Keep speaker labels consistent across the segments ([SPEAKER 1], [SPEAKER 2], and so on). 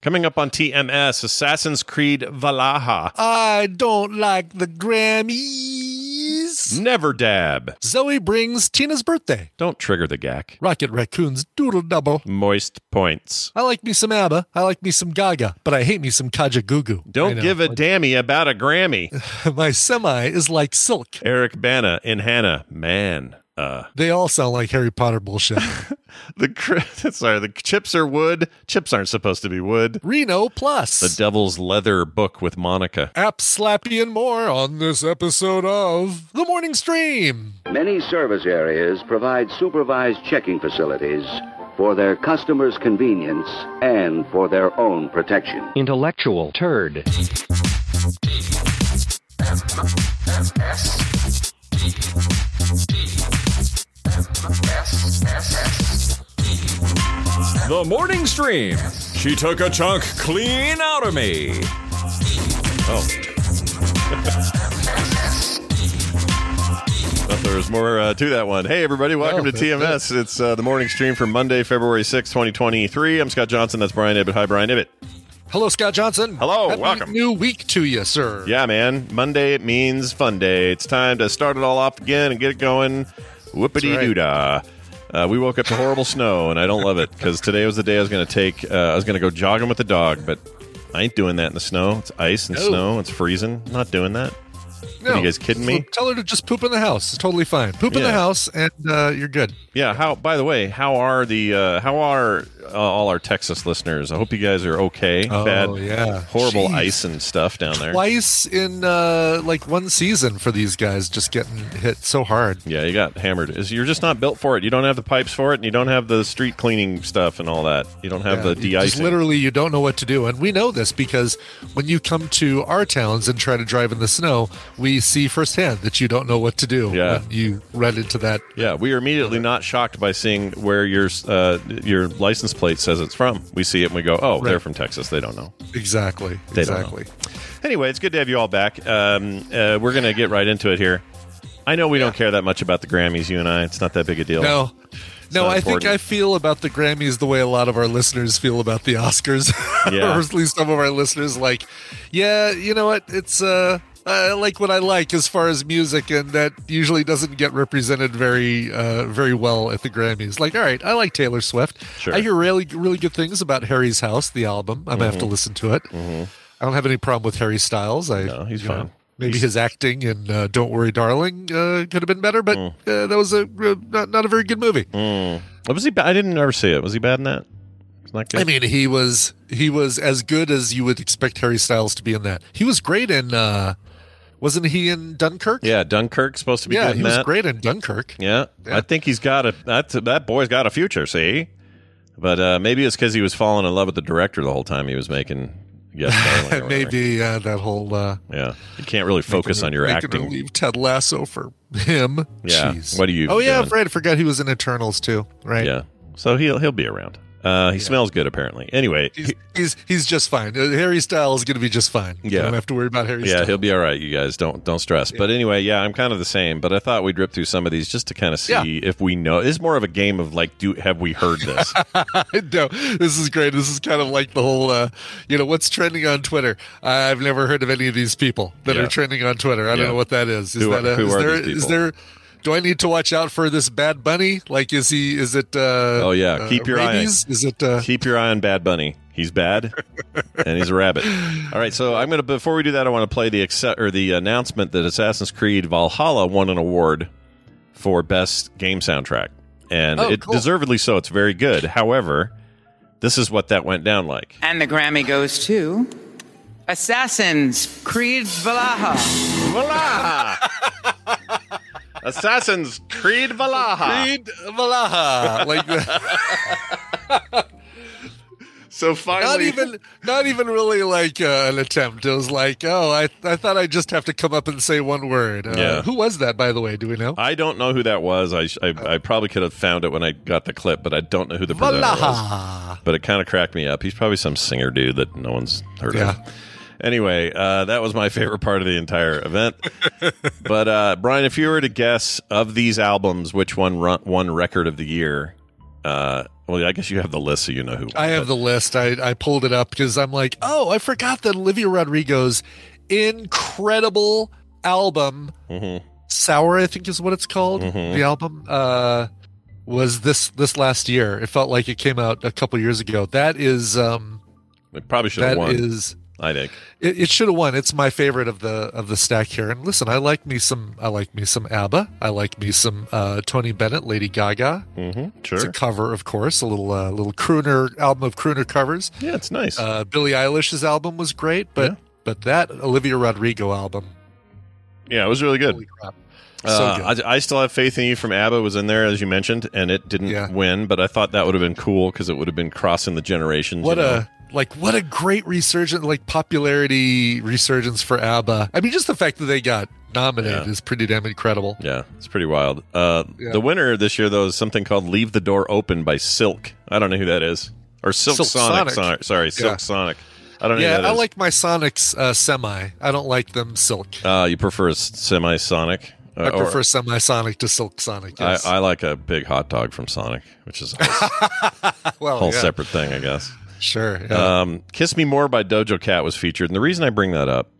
[SPEAKER 1] Coming up on TMS, Assassin's Creed Valhalla,
[SPEAKER 2] I don't like the Grammys.
[SPEAKER 1] Never Dab,
[SPEAKER 2] Zoe brings Tina's birthday.
[SPEAKER 1] Don't Trigger the Gack,
[SPEAKER 2] Rocket Raccoon's Doodle Double.
[SPEAKER 1] Moist Points,
[SPEAKER 2] I like me some ABBA. I like me some Gaga, but I hate me some Kaja Goo Goo. I
[SPEAKER 1] Don't
[SPEAKER 2] know.
[SPEAKER 1] Give a Dammy About a Grammy,
[SPEAKER 2] My semi is like silk.
[SPEAKER 1] Eric Bana in Hannah, Man. Uh,
[SPEAKER 2] They all sound like Harry Potter bullshit.
[SPEAKER 1] the cri- sorry, the chips are wood. Chips aren't supposed to be wood.
[SPEAKER 2] Reno Plus.
[SPEAKER 1] The Devil's Leather book with Monica.
[SPEAKER 2] App Slappy and more on this episode of The Morning Stream.
[SPEAKER 3] Many service areas provide supervised checking facilities for their customers' convenience and for their own protection.
[SPEAKER 4] Intellectual turd.
[SPEAKER 5] The morning stream. She took a chunk clean out of me.
[SPEAKER 1] Oh. Thought there was more uh, to that one. Hey, everybody, welcome
[SPEAKER 2] No,
[SPEAKER 1] to
[SPEAKER 2] that's
[SPEAKER 1] TMS. It's uh, the morning stream for Monday, February sixth, 2023. I'm Scott Johnson. That's Brian Ibbett. Hi, Brian Ibbett.
[SPEAKER 2] Hello, Scott Johnson.
[SPEAKER 1] Hello,
[SPEAKER 2] Happy
[SPEAKER 1] welcome.
[SPEAKER 2] New week to you, sir.
[SPEAKER 1] Yeah, man. Monday means fun day. It's time to start it all off again and get it going. Whoopity doo dah. Uh, we woke up to horrible snow, and I don't love it because today was the day I was going to take. Uh, I was going to go jogging with the dog, but I ain't doing that in the snow. It's ice and
[SPEAKER 2] No.
[SPEAKER 1] snow. It's freezing. Not doing that.
[SPEAKER 2] No.
[SPEAKER 1] you guys kidding me?
[SPEAKER 2] Tell her to just poop in the house. It's totally fine. Poop in
[SPEAKER 1] Yeah.
[SPEAKER 2] the house, and uh, you're good.
[SPEAKER 1] Yeah. How? By the way, how are the? Uh, how are uh, all our Texas listeners? I hope you guys are okay.
[SPEAKER 2] Oh,
[SPEAKER 1] Bad,
[SPEAKER 2] yeah.
[SPEAKER 1] horrible
[SPEAKER 2] Jeez.
[SPEAKER 1] ice and stuff down there.
[SPEAKER 2] Twice in uh, like one season for these guys, just getting hit so hard.
[SPEAKER 1] Yeah, you got hammered. Is you're just not built for it. You don't have the pipes for it, and you don't have the street cleaning stuff and all that. You don't have
[SPEAKER 2] Yeah,
[SPEAKER 1] the
[SPEAKER 2] you just
[SPEAKER 1] de-icing.
[SPEAKER 2] Literally, you don't know what to do, and we know this because when you come to our towns and try to drive in the snow, we see firsthand that you don't know what to do.
[SPEAKER 1] Yeah.
[SPEAKER 2] when you run into that.
[SPEAKER 1] yeah, we are immediately not shocked by seeing where your uh, your license plate says it's from. We see it and we go, "Oh, they're from Texas. They don't know."
[SPEAKER 2] Exactly.
[SPEAKER 1] They don't know.
[SPEAKER 2] exactly.
[SPEAKER 1] Anyway, it's good to have you all back. Um, uh, we're gonna get right into it here. I know we don't care that much about the Grammys, you and I. It's not that big a deal.
[SPEAKER 2] No. No,
[SPEAKER 1] not
[SPEAKER 2] I
[SPEAKER 1] important.
[SPEAKER 2] think I feel about the Grammys the way a lot of our listeners feel about the Oscars.
[SPEAKER 1] Yeah.
[SPEAKER 2] or at least some of our listeners like, yeah, you know what? It's uh I like what I like as far as music and that usually doesn't get represented very uh very well at the Grammys. Like, all right, I like Taylor Swift.
[SPEAKER 1] Sure.
[SPEAKER 2] I hear really really good things about Harry's House, the album. I'm gonna have to
[SPEAKER 1] Mm-hmm.
[SPEAKER 2] listen to it. I don't have any problem with Harry Styles. I
[SPEAKER 1] No, he's
[SPEAKER 2] you know,
[SPEAKER 1] fine.
[SPEAKER 2] Maybe his acting in uh, "Don't Worry, Darling" uh, could have been better, but
[SPEAKER 1] Mm.
[SPEAKER 2] uh, that was a uh, not, not a very good movie.
[SPEAKER 1] Was he? Ba- I didn't ever see it. Was he bad in that? It's not good.
[SPEAKER 2] I mean, he was he was as good as you would expect Harry Styles to be in that. He was great in uh wasn't he in Dunkirk?
[SPEAKER 1] yeah, Dunkirk's supposed to be
[SPEAKER 2] yeah,
[SPEAKER 1] good
[SPEAKER 2] he
[SPEAKER 1] in
[SPEAKER 2] was
[SPEAKER 1] that.
[SPEAKER 2] great in Dunkirk.
[SPEAKER 1] Yeah. I think he's got a that that boy's got a future. See, but uh, maybe it's because he was falling in love with the director the whole time he was making. Yes, Darling or whatever.
[SPEAKER 2] Maybe uh, that whole uh,
[SPEAKER 1] Oh, Yeah, you can't really focus on your
[SPEAKER 2] making her
[SPEAKER 1] acting.
[SPEAKER 2] Leave Ted Lasso for him.
[SPEAKER 1] Yeah.
[SPEAKER 2] Jeez.
[SPEAKER 1] What are you
[SPEAKER 2] Oh yeah,
[SPEAKER 1] doing?
[SPEAKER 2] right. I forgot he was in Eternals too. Right.
[SPEAKER 1] Yeah, so he'll he'll be around. Uh, he smells good apparently. Anyway,
[SPEAKER 2] He's, he's he's just fine. Uh, Harry Styles is going to be just fine.
[SPEAKER 1] Yeah.
[SPEAKER 2] You don't have to worry about Harry.
[SPEAKER 1] yeah,
[SPEAKER 2] Styles.
[SPEAKER 1] he'll be all right. You guys don't don't stress. But anyway, yeah, I'm kind of the same. But I thought we'd rip through some of these just to kind of see
[SPEAKER 2] Yeah.
[SPEAKER 1] if we know. It's more of a game of like, do have we heard this?
[SPEAKER 2] no, this is great. This is kind of like the whole, uh, you know, what's trending on Twitter. I've never heard of any of these people that
[SPEAKER 1] Yeah.
[SPEAKER 2] are trending on Twitter. I
[SPEAKER 1] Yeah.
[SPEAKER 2] don't know what that is. Is
[SPEAKER 1] Who are-
[SPEAKER 2] that a,
[SPEAKER 1] who
[SPEAKER 2] is
[SPEAKER 1] are
[SPEAKER 2] there
[SPEAKER 1] these
[SPEAKER 2] is
[SPEAKER 1] people?
[SPEAKER 2] there do I need to watch out for this bad bunny? Like, is he? Is it? Uh,
[SPEAKER 1] Oh, yeah.
[SPEAKER 2] uh,
[SPEAKER 1] Keep your eye on-
[SPEAKER 2] rabies? Is it? Uh,
[SPEAKER 1] Keep your eye on Bad Bunny. He's bad, and he's a rabbit. All right, so I'm gonna. Before we do that, I want to play the accept, or the announcement that Assassin's Creed Valhalla won an award for best game soundtrack, and
[SPEAKER 2] Oh,
[SPEAKER 1] it
[SPEAKER 2] cool.
[SPEAKER 1] deservedly so. It's very good. However, this is what that went down like.
[SPEAKER 4] And the Grammy goes to Assassin's Creed Valhalla.
[SPEAKER 1] Assassin's Creed Valhalla.
[SPEAKER 2] Creed Valaha. Like
[SPEAKER 1] So finally,
[SPEAKER 2] not even not even really like uh, an attempt. It was like, oh, I I thought I just have to come up and say one word. Uh,
[SPEAKER 1] Yeah.
[SPEAKER 2] Who was that, by the way? Do we know?
[SPEAKER 1] I don't know who that was. I, sh- I I probably could have found it when I got the clip, but I don't know who the presenter was. But it kind of cracked me up. He's probably some singer dude that no one's heard
[SPEAKER 2] Yeah.
[SPEAKER 1] of. Anyway, uh, that was my favorite part of the entire event. but uh, Brian, if you were to guess of these albums, which one run, one record of the year? Uh, well, I guess you have the list, so you know who.
[SPEAKER 2] I have the list. I, I pulled it up because I'm like, oh, I forgot that Olivia Rodrigo's incredible album,
[SPEAKER 1] Mhm.
[SPEAKER 2] Sour, I think is what it's called.
[SPEAKER 1] Mm-hmm.
[SPEAKER 2] The album uh, was this this last year. It felt like it came out a couple years ago. That is um,
[SPEAKER 1] They probably should
[SPEAKER 2] that
[SPEAKER 1] have
[SPEAKER 2] is
[SPEAKER 1] won. I think.
[SPEAKER 2] it, it should have won. It's my favorite of the of the stack here. And listen, I like me some I like me some ABBA. I like me some uh, Tony Bennett, Lady Gaga.
[SPEAKER 1] Mm-hmm.
[SPEAKER 2] It's
[SPEAKER 1] Sure.
[SPEAKER 2] a cover, of course, a little uh, little crooner album of crooner covers.
[SPEAKER 1] yeah, it's nice.
[SPEAKER 2] Uh, Billie Eilish's album was great, but
[SPEAKER 1] Yeah.
[SPEAKER 2] but that Olivia Rodrigo album,
[SPEAKER 1] yeah, it was really good.
[SPEAKER 2] holy crap, so
[SPEAKER 1] Uh,
[SPEAKER 2] good.
[SPEAKER 1] I, I still have faith in you from ABBA was in there as you mentioned, and it didn't
[SPEAKER 2] Yeah.
[SPEAKER 1] win, but I thought that would have been cool because it would have been crossing the generations.
[SPEAKER 2] what
[SPEAKER 1] you know?
[SPEAKER 2] a like what a great resurgence, like popularity resurgence for ABBA. I mean, just the fact that they got nominated
[SPEAKER 1] Yeah.
[SPEAKER 2] is pretty damn incredible.
[SPEAKER 1] yeah, it's pretty wild. Uh,
[SPEAKER 2] Yeah.
[SPEAKER 1] The winner this year though is something called "Leave the Door Open" by Silk. I don't know who that is, or Silk,
[SPEAKER 2] Silk
[SPEAKER 1] Sonic.
[SPEAKER 2] Sonic.
[SPEAKER 1] Sonic. Sorry, Silk
[SPEAKER 2] Yeah.
[SPEAKER 1] Sonic. I don't know. who
[SPEAKER 2] Yeah,
[SPEAKER 1] that
[SPEAKER 2] I
[SPEAKER 1] is.
[SPEAKER 2] like my Sonic's uh, semi. I don't like them silk.
[SPEAKER 1] Uh, you prefer a semi Sonic? Uh,
[SPEAKER 2] I
[SPEAKER 1] or-
[SPEAKER 2] prefer semi-sonic to silk sonic. Yes.
[SPEAKER 1] I, I like a big hot dog from Sonic, which is a whole,
[SPEAKER 2] well,
[SPEAKER 1] whole
[SPEAKER 2] yeah,
[SPEAKER 1] separate thing, I guess.
[SPEAKER 2] Sure. yeah.
[SPEAKER 1] Um, "Kiss Me More" by Dojo Cat was featured, and the reason I bring that up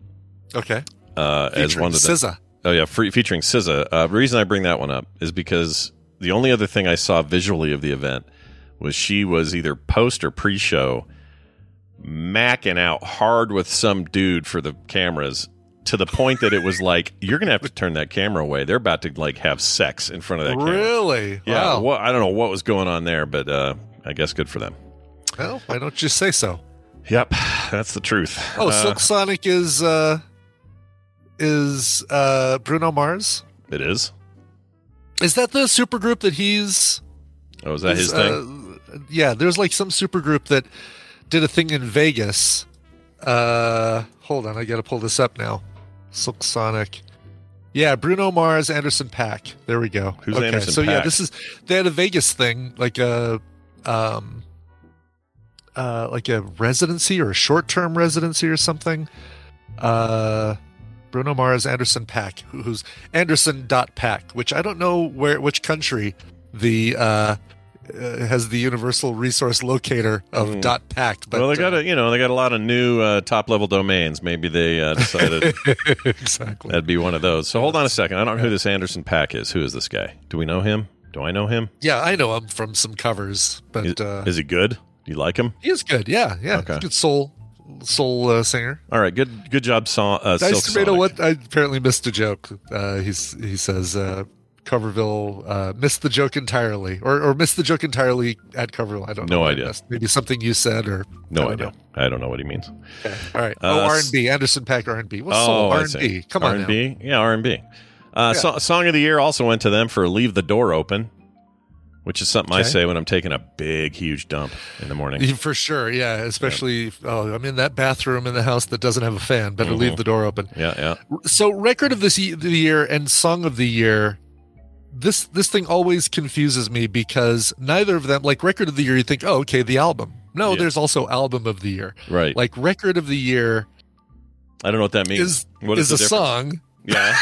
[SPEAKER 2] okay.
[SPEAKER 1] uh, as
[SPEAKER 2] Featuring
[SPEAKER 1] one of the
[SPEAKER 2] SZA.
[SPEAKER 1] Oh yeah, free, featuring SZA. Uh, the reason I bring that one up is because the only other thing I saw visually of the event was she was either post or pre-show macking out hard with some dude for the cameras to the point that it was like you're gonna have to turn that camera away. They're about to like have sex in front of that camera.
[SPEAKER 2] Really?
[SPEAKER 1] Yeah,
[SPEAKER 2] Wow.
[SPEAKER 1] wha- I don't know what was going on there, but uh, I guess good for them.
[SPEAKER 2] Well, why don't you say so?
[SPEAKER 1] Yep, that's the truth.
[SPEAKER 2] Oh,
[SPEAKER 1] Uh,
[SPEAKER 2] Silk Sonic is uh is uh Bruno Mars.
[SPEAKER 1] it is.
[SPEAKER 2] Is that the supergroup that he's
[SPEAKER 1] Oh, is that his
[SPEAKER 2] is,
[SPEAKER 1] thing?
[SPEAKER 2] Uh, yeah, there's like some supergroup that did a thing in Vegas. Uh hold on, I gotta pull this up now. Silk Sonic. Yeah, Bruno Mars, Anderson Pack. There we go.
[SPEAKER 1] Who's
[SPEAKER 2] okay,
[SPEAKER 1] Anderson
[SPEAKER 2] so yeah,
[SPEAKER 1] Paak?
[SPEAKER 2] this is they had a Vegas thing, like a um uh like a residency or a short term residency or something. Uh Bruno Mars, Anderson Pack, who- who's Anderson dot Pack, which I don't know where which country the uh, uh, has the universal resource locator of dot Pack. But
[SPEAKER 1] Hmm. well, they got
[SPEAKER 2] uh,
[SPEAKER 1] a you know they got a lot of new uh, top level domains. Maybe they uh, decided
[SPEAKER 2] exactly.
[SPEAKER 1] that'd be one of those. So hold on a second. I don't know who this Anderson Pack is. Who is this guy? Do we know him? Do I know him?
[SPEAKER 2] yeah, I know him from some covers, but
[SPEAKER 1] Is,
[SPEAKER 2] uh,
[SPEAKER 1] is he good? Do you like him?
[SPEAKER 2] he is good. Yeah, yeah,
[SPEAKER 1] Okay.
[SPEAKER 2] he's a good soul soul uh, singer.
[SPEAKER 1] All right, good good job, so- uh, Silk
[SPEAKER 2] Nice tomato.
[SPEAKER 1] Sonic.
[SPEAKER 2] What I apparently missed a joke. Uh, he's he says. Uh, Coverville uh, missed the joke entirely, or, or missed the joke entirely at Coverville. I don't know.
[SPEAKER 1] No
[SPEAKER 2] what I
[SPEAKER 1] idea.
[SPEAKER 2] missed. Maybe something you said, or I
[SPEAKER 1] No
[SPEAKER 2] don't
[SPEAKER 1] idea.
[SPEAKER 2] know.
[SPEAKER 1] I don't know what he means.
[SPEAKER 2] All right.
[SPEAKER 1] Uh,
[SPEAKER 2] oh, R and B. Anderson Pack R and B. What's
[SPEAKER 1] oh,
[SPEAKER 2] soul
[SPEAKER 1] I
[SPEAKER 2] R and
[SPEAKER 1] see.
[SPEAKER 2] B? Come on.
[SPEAKER 1] R&B? Yeah, R and B. Uh, so- Song of the year also went to them for "Leave the Door Open," which is something I
[SPEAKER 2] Okay.
[SPEAKER 1] say when I'm taking a big, huge dump in the morning.
[SPEAKER 2] now. For sure. Yeah. Especially. Oh, I'm in that bathroom in the house that doesn't have a fan. Better
[SPEAKER 1] Mm-hmm.
[SPEAKER 2] leave the door open.
[SPEAKER 1] Yeah, yeah.
[SPEAKER 2] So record of this ye- the year and song of the year. This this thing always confuses me because neither of them like record of the year. You think, oh, okay, the album. No,
[SPEAKER 1] Yeah.
[SPEAKER 2] there's also album of the year.
[SPEAKER 1] Right.
[SPEAKER 2] Like record of the year
[SPEAKER 1] I don't know what that means.
[SPEAKER 2] is
[SPEAKER 1] What
[SPEAKER 2] is,
[SPEAKER 1] the
[SPEAKER 2] a
[SPEAKER 1] difference?
[SPEAKER 2] song.
[SPEAKER 1] Yeah.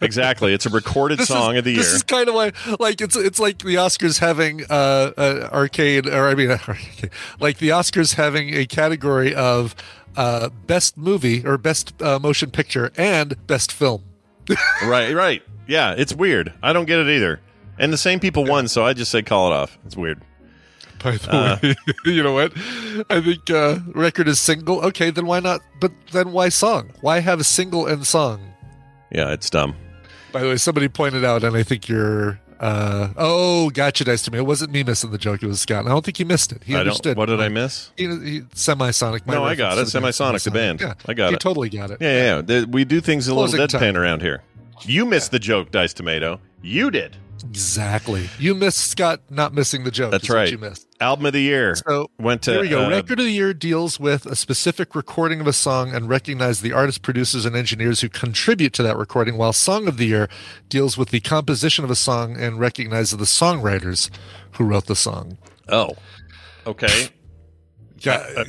[SPEAKER 1] exactly. It's a recorded
[SPEAKER 2] This is-
[SPEAKER 1] song of the year.
[SPEAKER 2] This is kind of why, like, it's it's like the Oscars having uh, uh arcade, or I mean, arcade, like the Oscars having a category of uh best movie or best uh, motion picture and best film.
[SPEAKER 1] right, right. Yeah, it's weird. I don't get it either. And the same people won, so I just say call it off. It's weird.
[SPEAKER 2] By the
[SPEAKER 1] Uh.
[SPEAKER 2] way, you know what? I think uh, record is single. Okay, then why not? But then why song? Why have a single and song?
[SPEAKER 1] Yeah, it's dumb.
[SPEAKER 2] By the way, somebody pointed out, and I think you're. Uh, oh, gotcha, nice to me. It wasn't me missing the joke; it was Scott. And I don't think he missed it. He
[SPEAKER 1] I
[SPEAKER 2] understood.
[SPEAKER 1] don't. What did I miss?
[SPEAKER 2] He, he, semisonic. my
[SPEAKER 1] No, I
[SPEAKER 2] reference
[SPEAKER 1] got it.
[SPEAKER 2] to the band
[SPEAKER 1] Semisonic, the band.
[SPEAKER 2] Yeah,
[SPEAKER 1] I got
[SPEAKER 2] you
[SPEAKER 1] it.
[SPEAKER 2] totally got it.
[SPEAKER 1] Yeah, yeah. yeah. The- we do things a little
[SPEAKER 2] Closing
[SPEAKER 1] deadpan
[SPEAKER 2] time.
[SPEAKER 1] around here. You missed the joke, Dice Tomato. You did.
[SPEAKER 2] Exactly. You missed Scott not missing the joke.
[SPEAKER 1] That's
[SPEAKER 2] is what
[SPEAKER 1] right.
[SPEAKER 2] you missed.
[SPEAKER 1] Album of the year.
[SPEAKER 2] So
[SPEAKER 1] went to
[SPEAKER 2] here we go.
[SPEAKER 1] uh,
[SPEAKER 2] Record of the year deals with a specific recording of a song and recognize the artists, producers, and engineers who contribute to that recording. While song of the year deals with the composition of a song and recognizes the songwriters who wrote the song.
[SPEAKER 1] Oh, okay. Uh,
[SPEAKER 2] Yeah, uh,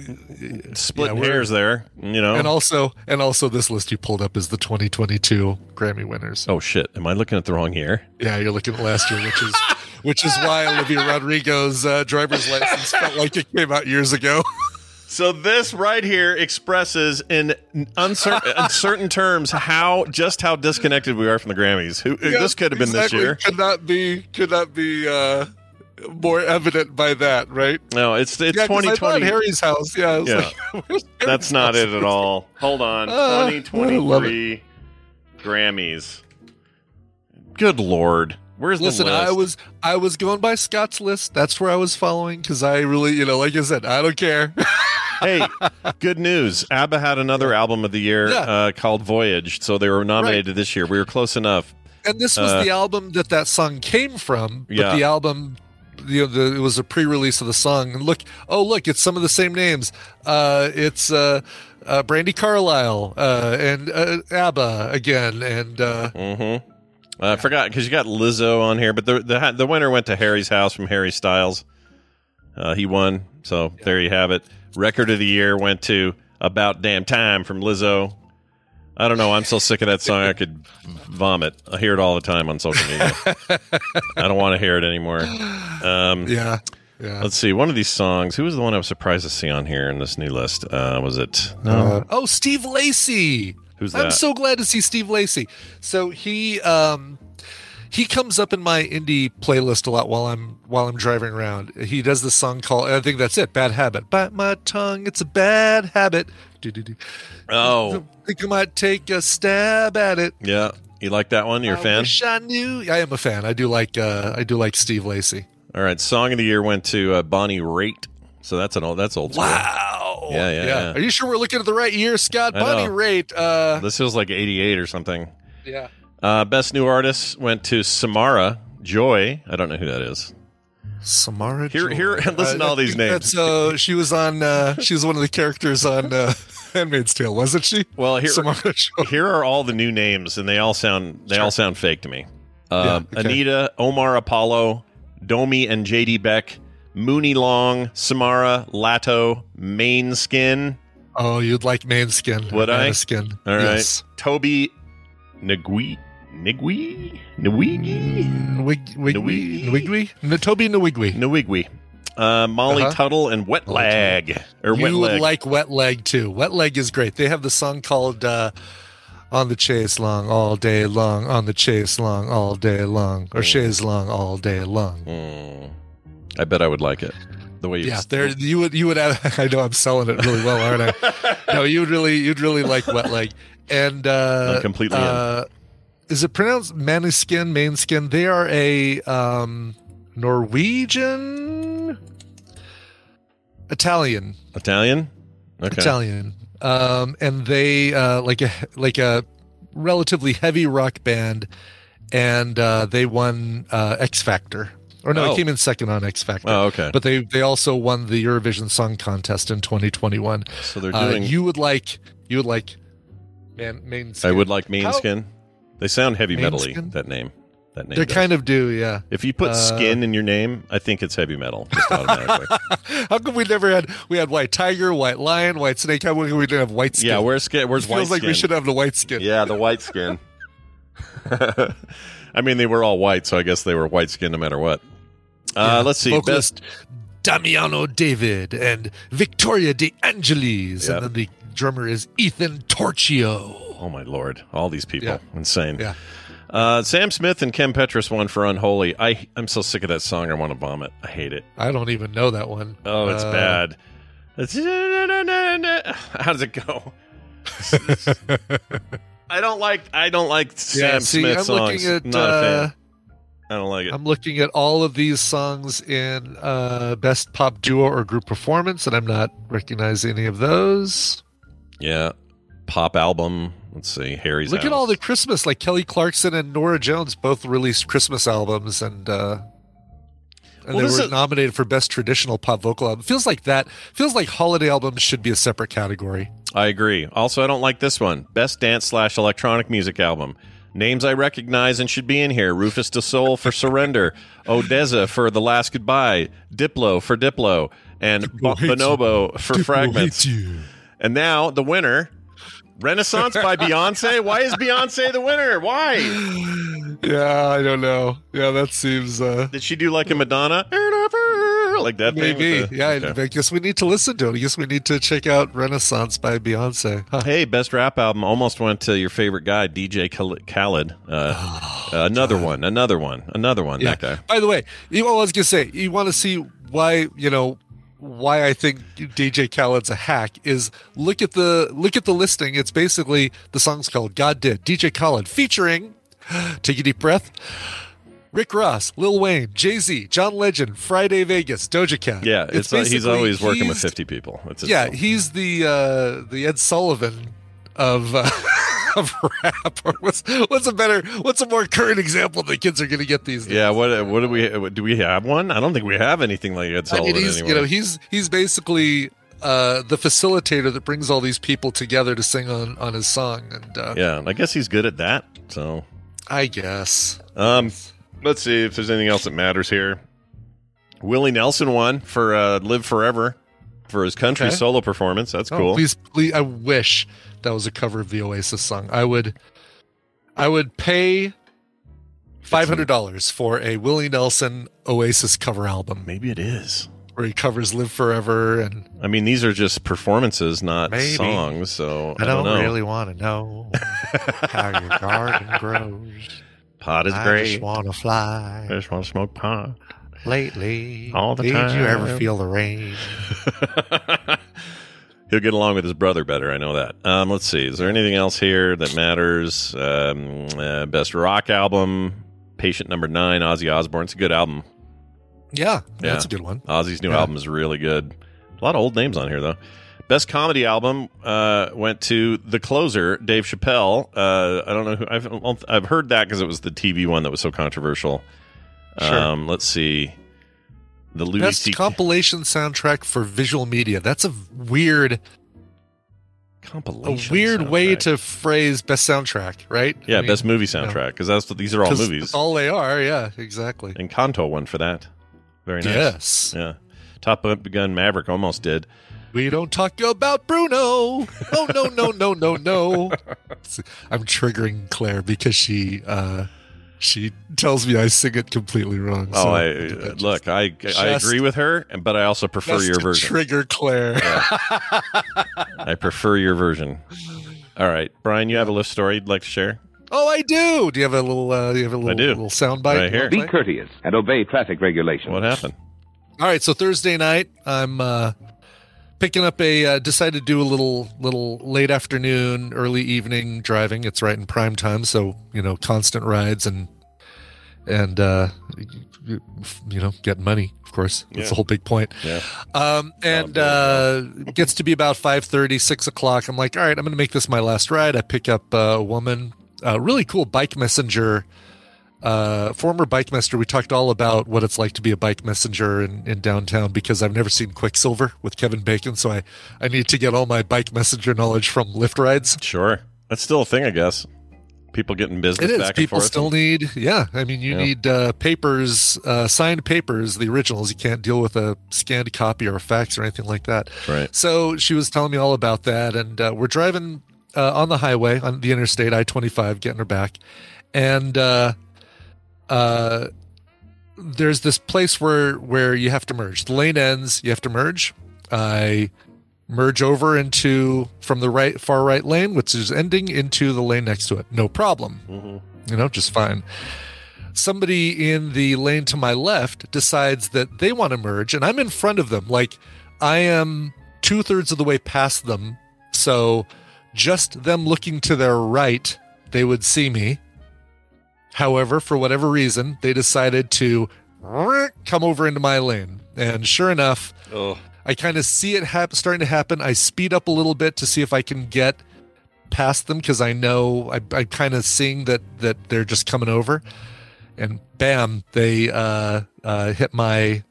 [SPEAKER 1] Splitting
[SPEAKER 2] Yeah, we're-
[SPEAKER 1] hairs there. You know.
[SPEAKER 2] and also and also this list you pulled up is the 2022 Grammy winners.
[SPEAKER 1] oh shit! Am I looking at the wrong year?
[SPEAKER 2] Yeah, you're looking at last year, which is which is why Olivia Rodrigo's uh, driver's license felt like it came out years ago.
[SPEAKER 1] So this right here expresses in uncertain, uncertain terms how just how disconnected we are from the Grammys. Who Uh, this could have been
[SPEAKER 2] exactly.
[SPEAKER 1] this year.
[SPEAKER 2] Could not be. Could not be uh, more evident by that, right?
[SPEAKER 1] No, it's it's
[SPEAKER 2] Yeah, 'cause I thought
[SPEAKER 1] 2020.
[SPEAKER 2] Harry's house. Yeah, I was
[SPEAKER 1] Yeah.
[SPEAKER 2] like, where's
[SPEAKER 1] That's not it at all. Hold on.
[SPEAKER 2] Uh, I love
[SPEAKER 1] 2023 Grammys. Good lord. Where's
[SPEAKER 2] Listen,
[SPEAKER 1] the list?
[SPEAKER 2] I was I was going by Scott's list. That's where I was following because I really, you know, like I said, I don't care.
[SPEAKER 1] hey, good news. ABBA had another album of the year
[SPEAKER 2] Yeah.
[SPEAKER 1] uh, called Voyage, so they were nominated this year. We were close enough.
[SPEAKER 2] and this was
[SPEAKER 1] Uh,
[SPEAKER 2] the album that that song came from. But
[SPEAKER 1] Yeah.
[SPEAKER 2] the album, you know, the, it was a pre-release of the song. And look, oh look, it's some of the same names. Uh, it's uh, uh, Brandy Carlisle uh, and uh, ABBA again, and uh,
[SPEAKER 1] Mm-hmm. I forgot because you got Lizzo on here, but the, the the winner went to Harry's house from Harry Styles. Uh, he won, so there you have it. Record of the year went to "About Damn Time" from Lizzo. I don't know. I'm so sick of that song. I could vomit. I hear it all the time on social media. I don't want to hear it anymore. Um,
[SPEAKER 2] yeah, yeah.
[SPEAKER 1] Let's see. One of these songs. Who was the one I was surprised to see on here in this new list? Uh, was it? No.
[SPEAKER 2] Uh, oh, Steve Lacey.
[SPEAKER 1] Who's
[SPEAKER 2] I'm
[SPEAKER 1] that?
[SPEAKER 2] so glad to see Steve Lacey. So he um he comes up in my indie playlist a lot while I'm while I'm driving around. He does this song called and I think that's it, Bad Habit. Bite my tongue, it's a bad habit. Do-do-do.
[SPEAKER 1] Oh,
[SPEAKER 2] Think I might take a stab at it.
[SPEAKER 1] yeah. You like that one? You're a
[SPEAKER 2] I
[SPEAKER 1] fan?
[SPEAKER 2] Uh, wish I knew. I am a fan. I do like uh I do like Steve Lacey.
[SPEAKER 1] All right, song of the year went to uh, Bonnie Raitt. So that's an old that's old school.
[SPEAKER 2] Wow.
[SPEAKER 1] Yeah, yeah, yeah.
[SPEAKER 2] Are you sure we're looking at the right year, Scott?
[SPEAKER 1] I
[SPEAKER 2] Bonnie
[SPEAKER 1] know.
[SPEAKER 2] Raitt. Uh,
[SPEAKER 1] This feels like '88 or something.
[SPEAKER 2] yeah.
[SPEAKER 1] Uh, best new artist went to Samara Joy. I don't know who that is.
[SPEAKER 2] Samara.
[SPEAKER 1] Here- here-
[SPEAKER 2] Joy.
[SPEAKER 1] listen to all
[SPEAKER 2] I
[SPEAKER 1] these
[SPEAKER 2] think
[SPEAKER 1] names.
[SPEAKER 2] That's, uh, she was on. Uh, she was one of the characters on uh, *Handmaid's Tale*, wasn't she?
[SPEAKER 1] Well, here
[SPEAKER 2] Samara Joy.
[SPEAKER 1] here are all the new names, and they all sound they all sound fake to me. Uh,
[SPEAKER 2] Yeah, okay.
[SPEAKER 1] Anita, Omar Apollo, Domi, and JD Beck, Mooney Long, Samara Lato, Main Skin.
[SPEAKER 2] Oh, you'd like *Main Skin*.
[SPEAKER 1] Would I?
[SPEAKER 2] Skin.
[SPEAKER 1] All right, Toby Nagui Nigui Nwigi.
[SPEAKER 2] Wig, wig,
[SPEAKER 1] Nwigwe?
[SPEAKER 2] Nwigwe? N- Toby Nwigwe.
[SPEAKER 1] Nwigwe. Uh, Molly
[SPEAKER 2] Uh-huh.
[SPEAKER 1] Tuttle and Wet
[SPEAKER 2] Molly Tuttle.
[SPEAKER 1] Lag. Or
[SPEAKER 2] you
[SPEAKER 1] Wet
[SPEAKER 2] would
[SPEAKER 1] Leg.
[SPEAKER 2] like Wet Leg too. Wet Leg is great. They have the song called uh, On the Chase Long All Day Long, On the Chase Long All Day Long,
[SPEAKER 1] Oh.
[SPEAKER 2] or Chase Long All Day Long.
[SPEAKER 1] Mm. I bet I would like it. The way you
[SPEAKER 2] Yeah, there you would you would have, I know I'm selling it really well, aren't I? no, you'd really you'd really like wet leg. And uh
[SPEAKER 1] I'm completely in.
[SPEAKER 2] uh, is it pronounced manly skin, main skin? They are a um Norwegian Italian.
[SPEAKER 1] Italian? Okay.
[SPEAKER 2] Italian. Um and they uh like a like a relatively heavy rock band and uh they won uh X Factor. Or no,
[SPEAKER 1] Oh.
[SPEAKER 2] it came in second on X Factor
[SPEAKER 1] Oh, okay.
[SPEAKER 2] but they they also won the Eurovision Song Contest in 2021.
[SPEAKER 1] so they're
[SPEAKER 2] Uh,
[SPEAKER 1] doing.
[SPEAKER 2] you would like you would like man main
[SPEAKER 1] I
[SPEAKER 2] skin.
[SPEAKER 1] would like Mean
[SPEAKER 2] How-
[SPEAKER 1] Skin. They sound heavy
[SPEAKER 2] Main
[SPEAKER 1] metally.
[SPEAKER 2] Skin?
[SPEAKER 1] That name. That name.
[SPEAKER 2] They're
[SPEAKER 1] does.
[SPEAKER 2] kind of do, yeah.
[SPEAKER 1] If you put
[SPEAKER 2] uh,
[SPEAKER 1] skin in your name, I think it's heavy metal. Just automatically.
[SPEAKER 2] How come we never had we had white tiger, white lion, white snake? How come we didn't have white skin?
[SPEAKER 1] yeah. Where's skin? Where's
[SPEAKER 2] it
[SPEAKER 1] white
[SPEAKER 2] feels like
[SPEAKER 1] skin?
[SPEAKER 2] we should have the white skin.
[SPEAKER 1] yeah, the white skin. I mean, they were all white, so I guess they were white skin no matter what. Uh, Let's see. Best
[SPEAKER 2] Vocalist Damiano David and Victoria De Angelis,
[SPEAKER 1] Yeah.
[SPEAKER 2] and then the drummer is Ethan Torchio.
[SPEAKER 1] Oh my lord! All these people,
[SPEAKER 2] Yeah.
[SPEAKER 1] insane.
[SPEAKER 2] Yeah.
[SPEAKER 1] Uh, Sam Smith and Ken Petras won for Unholy. I I'm so sick of that song. I want to vomit. I hate it.
[SPEAKER 2] I don't even know that one.
[SPEAKER 1] Oh, it's
[SPEAKER 2] Uh,
[SPEAKER 1] bad. It's- How does it go? I don't like I don't like Sam
[SPEAKER 2] Yeah, see,
[SPEAKER 1] Smith
[SPEAKER 2] I'm
[SPEAKER 1] songs.
[SPEAKER 2] looking at,
[SPEAKER 1] Not a
[SPEAKER 2] uh,
[SPEAKER 1] fan. I don't like it.
[SPEAKER 2] I'm looking at all of these songs in uh, best pop duo or group performance, and I'm not recognizing any of those.
[SPEAKER 1] yeah, pop album. Let's see. Harry's.
[SPEAKER 2] Look at
[SPEAKER 1] House.
[SPEAKER 2] all the Christmas, like Kelly Clarkson and Nora Jones both released Christmas albums, and uh, and
[SPEAKER 1] Well,
[SPEAKER 2] they
[SPEAKER 1] this
[SPEAKER 2] were
[SPEAKER 1] is-
[SPEAKER 2] nominated for best traditional pop vocal album. Feels like that. Feels like holiday albums should be a separate category.
[SPEAKER 1] I agree. Also, I don't like this one. Best dance slash electronic music album. Names I recognize and should be in here: Rufus De Soul for Surrender, Odessa for The Last Goodbye, Diplo for Diplo, and Bo- Bonobo for Fragments. And now the winner, Renaissance by Beyonce. Why is Beyonce the winner? Why
[SPEAKER 2] Yeah, I don't know. Yeah, that seems uh,
[SPEAKER 1] did she do like a Madonna? Like that thing?
[SPEAKER 2] maybe.
[SPEAKER 1] with the-
[SPEAKER 2] yeah,
[SPEAKER 1] okay.
[SPEAKER 2] I guess we need to listen to it. I guess we need to check out Renaissance by Beyonce. Huh.
[SPEAKER 1] Hey, best rap album almost went to your favorite guy, DJ Khal- Khaled. Uh,
[SPEAKER 2] Oh,
[SPEAKER 1] another one, another one, another one. That guy.
[SPEAKER 2] By the way, you know, I was gonna say you want to see why you know why I think DJ Khaled's a hack is look at the look at the listing. It's basically the song's called "God Did" DJ Khaled featuring. Take a deep breath. Rick Ross, Lil Wayne, Jay Z, John Legend, Friday Vegas, Doja Cat.
[SPEAKER 1] Yeah, it's, uh, he's
[SPEAKER 2] basically-
[SPEAKER 1] always working with
[SPEAKER 2] he's-
[SPEAKER 1] fifty people. It's his
[SPEAKER 2] Yeah,
[SPEAKER 1] fault.
[SPEAKER 2] he's the uh, the Ed Sullivan of uh, of rap. Or what's what's a better what's a more current example the kids are going to get these days?
[SPEAKER 1] yeah. What what do we do? We have one? I don't think we have anything like Ed
[SPEAKER 2] I
[SPEAKER 1] Sullivan
[SPEAKER 2] mean, he's
[SPEAKER 1] anymore.
[SPEAKER 2] you know he's he's basically uh, the facilitator that brings all these people together to sing on on his song, and uh,
[SPEAKER 1] yeah, I guess he's good at that. So,
[SPEAKER 2] I guess
[SPEAKER 1] um, let's see if there's anything else that matters here. Willie Nelson won for uh, "Live Forever" for his country
[SPEAKER 2] Okay.
[SPEAKER 1] solo performance. That's
[SPEAKER 2] Oh,
[SPEAKER 1] cool.
[SPEAKER 2] please, please, I wish that was a cover of the Oasis song. I would, I would pay five hundred dollars for a Willie Nelson Oasis cover album
[SPEAKER 1] Maybe it is.
[SPEAKER 2] where he covers "Live Forever" and
[SPEAKER 1] I mean, these are just performances, not
[SPEAKER 2] Maybe.
[SPEAKER 1] songs. So
[SPEAKER 2] I don't,
[SPEAKER 1] know.
[SPEAKER 2] really want to know how your garden grows.
[SPEAKER 1] Pot is
[SPEAKER 2] I
[SPEAKER 1] great.
[SPEAKER 2] just want to fly.
[SPEAKER 1] I just want to smoke pot.
[SPEAKER 2] lately.
[SPEAKER 1] All the
[SPEAKER 2] did you ever
[SPEAKER 1] time.
[SPEAKER 2] feel the rain? Mm-hmm.
[SPEAKER 1] He'll get along with his brother better. I know that. Um, let's see. Is there anything else here that matters? Um, uh, best rock album, Patient Number Nine, Ozzy Osbourne. It's a good album.
[SPEAKER 2] Yeah,
[SPEAKER 1] Yeah.
[SPEAKER 2] that's a good one.
[SPEAKER 1] Ozzy's new
[SPEAKER 2] Yeah.
[SPEAKER 1] album is really good. A lot of old names on here though. Best comedy album uh, went to The Closer, Dave Chappelle. Uh, I don't know who I've well, I've heard that because it was the TV one that was so controversial.
[SPEAKER 2] Sure.
[SPEAKER 1] Um, let's see. The Louis
[SPEAKER 2] Best
[SPEAKER 1] C.K.
[SPEAKER 2] compilation soundtrack for visual media. That's a weird, a
[SPEAKER 1] compilation
[SPEAKER 2] weird way
[SPEAKER 1] soundtrack.
[SPEAKER 2] to phrase best soundtrack, right?
[SPEAKER 1] Yeah,
[SPEAKER 2] I mean,
[SPEAKER 1] best movie
[SPEAKER 2] you know,
[SPEAKER 1] soundtrack because that's what these are all
[SPEAKER 2] 'cause
[SPEAKER 1] movies.
[SPEAKER 2] that's all they are. Yeah, exactly.
[SPEAKER 1] and Kanto won for that. Very nice.
[SPEAKER 2] Yes,
[SPEAKER 1] Yeah. Top Gun Maverick almost did.
[SPEAKER 2] we don't talk about Bruno. Oh no, no, no, no, no. I'm triggering Claire because she uh, she tells me I sing it completely wrong.
[SPEAKER 1] Oh, I
[SPEAKER 2] did that
[SPEAKER 1] look, I I
[SPEAKER 2] Just-
[SPEAKER 1] agree with her, but I also prefer
[SPEAKER 2] just
[SPEAKER 1] your
[SPEAKER 2] to
[SPEAKER 1] version.
[SPEAKER 2] Trigger Claire.
[SPEAKER 1] I prefer your version. All right, Brian, you have a lift story you'd like to share?
[SPEAKER 2] Oh, I do. Do you have a little? Uh, do you have a little?
[SPEAKER 1] do.
[SPEAKER 2] Little soundbite
[SPEAKER 1] Right here.
[SPEAKER 2] Play?
[SPEAKER 3] Be courteous and obey traffic regulations.
[SPEAKER 1] What happened?
[SPEAKER 2] All right. So Thursday night, I'm uh, picking up a. Uh, decided to do a little, little late afternoon, early evening driving. It's right in prime time, so you know, constant rides and and uh, you know, get money. Of course, that's the whole big point.
[SPEAKER 1] Yeah.
[SPEAKER 2] Um, and uh, gets to be about 5.30, 6 o'clock. I'm like, all right, I'm going to make this my last ride. I pick up uh, a woman, a really cool bike messenger, uh, former bike messenger. We talked all about what it's like to be a bike messenger in, in downtown because I've never seen Quicksilver with Kevin Bacon. So I, I need to get all my bike messenger knowledge from Lyft rides.
[SPEAKER 1] Sure. That's still a thing, I guess. People getting business
[SPEAKER 2] It is.
[SPEAKER 1] back
[SPEAKER 2] People
[SPEAKER 1] and forth.
[SPEAKER 2] still need, yeah. I mean, you
[SPEAKER 1] Yeah.
[SPEAKER 2] need uh, papers, uh, signed papers, the originals. You can't deal with a scanned copy or a fax or anything like that.
[SPEAKER 1] Right.
[SPEAKER 2] So she was telling me all about that, and uh, we're driving uh, on the highway on the interstate I twenty five, getting her back, and uh, uh, there's this place where where you have to merge. The lane ends, you have to merge. I merge over into from the right far right lane, which is ending into the lane next to it. No problem. You know, just fine. Somebody in the lane to my left decides that they want to merge, and I'm in front of them. Like I am two thirds of the way past them, so just them looking to their right, they would see me. However, for whatever reason, they decided to come over into my lane. And sure enough,
[SPEAKER 6] Oh,
[SPEAKER 2] I kind of see it hap- starting to happen. I speed up a little bit to see if I can get past them because I know I, I'm kind of seeing that that they're just coming over, and bam, they uh, uh, hit my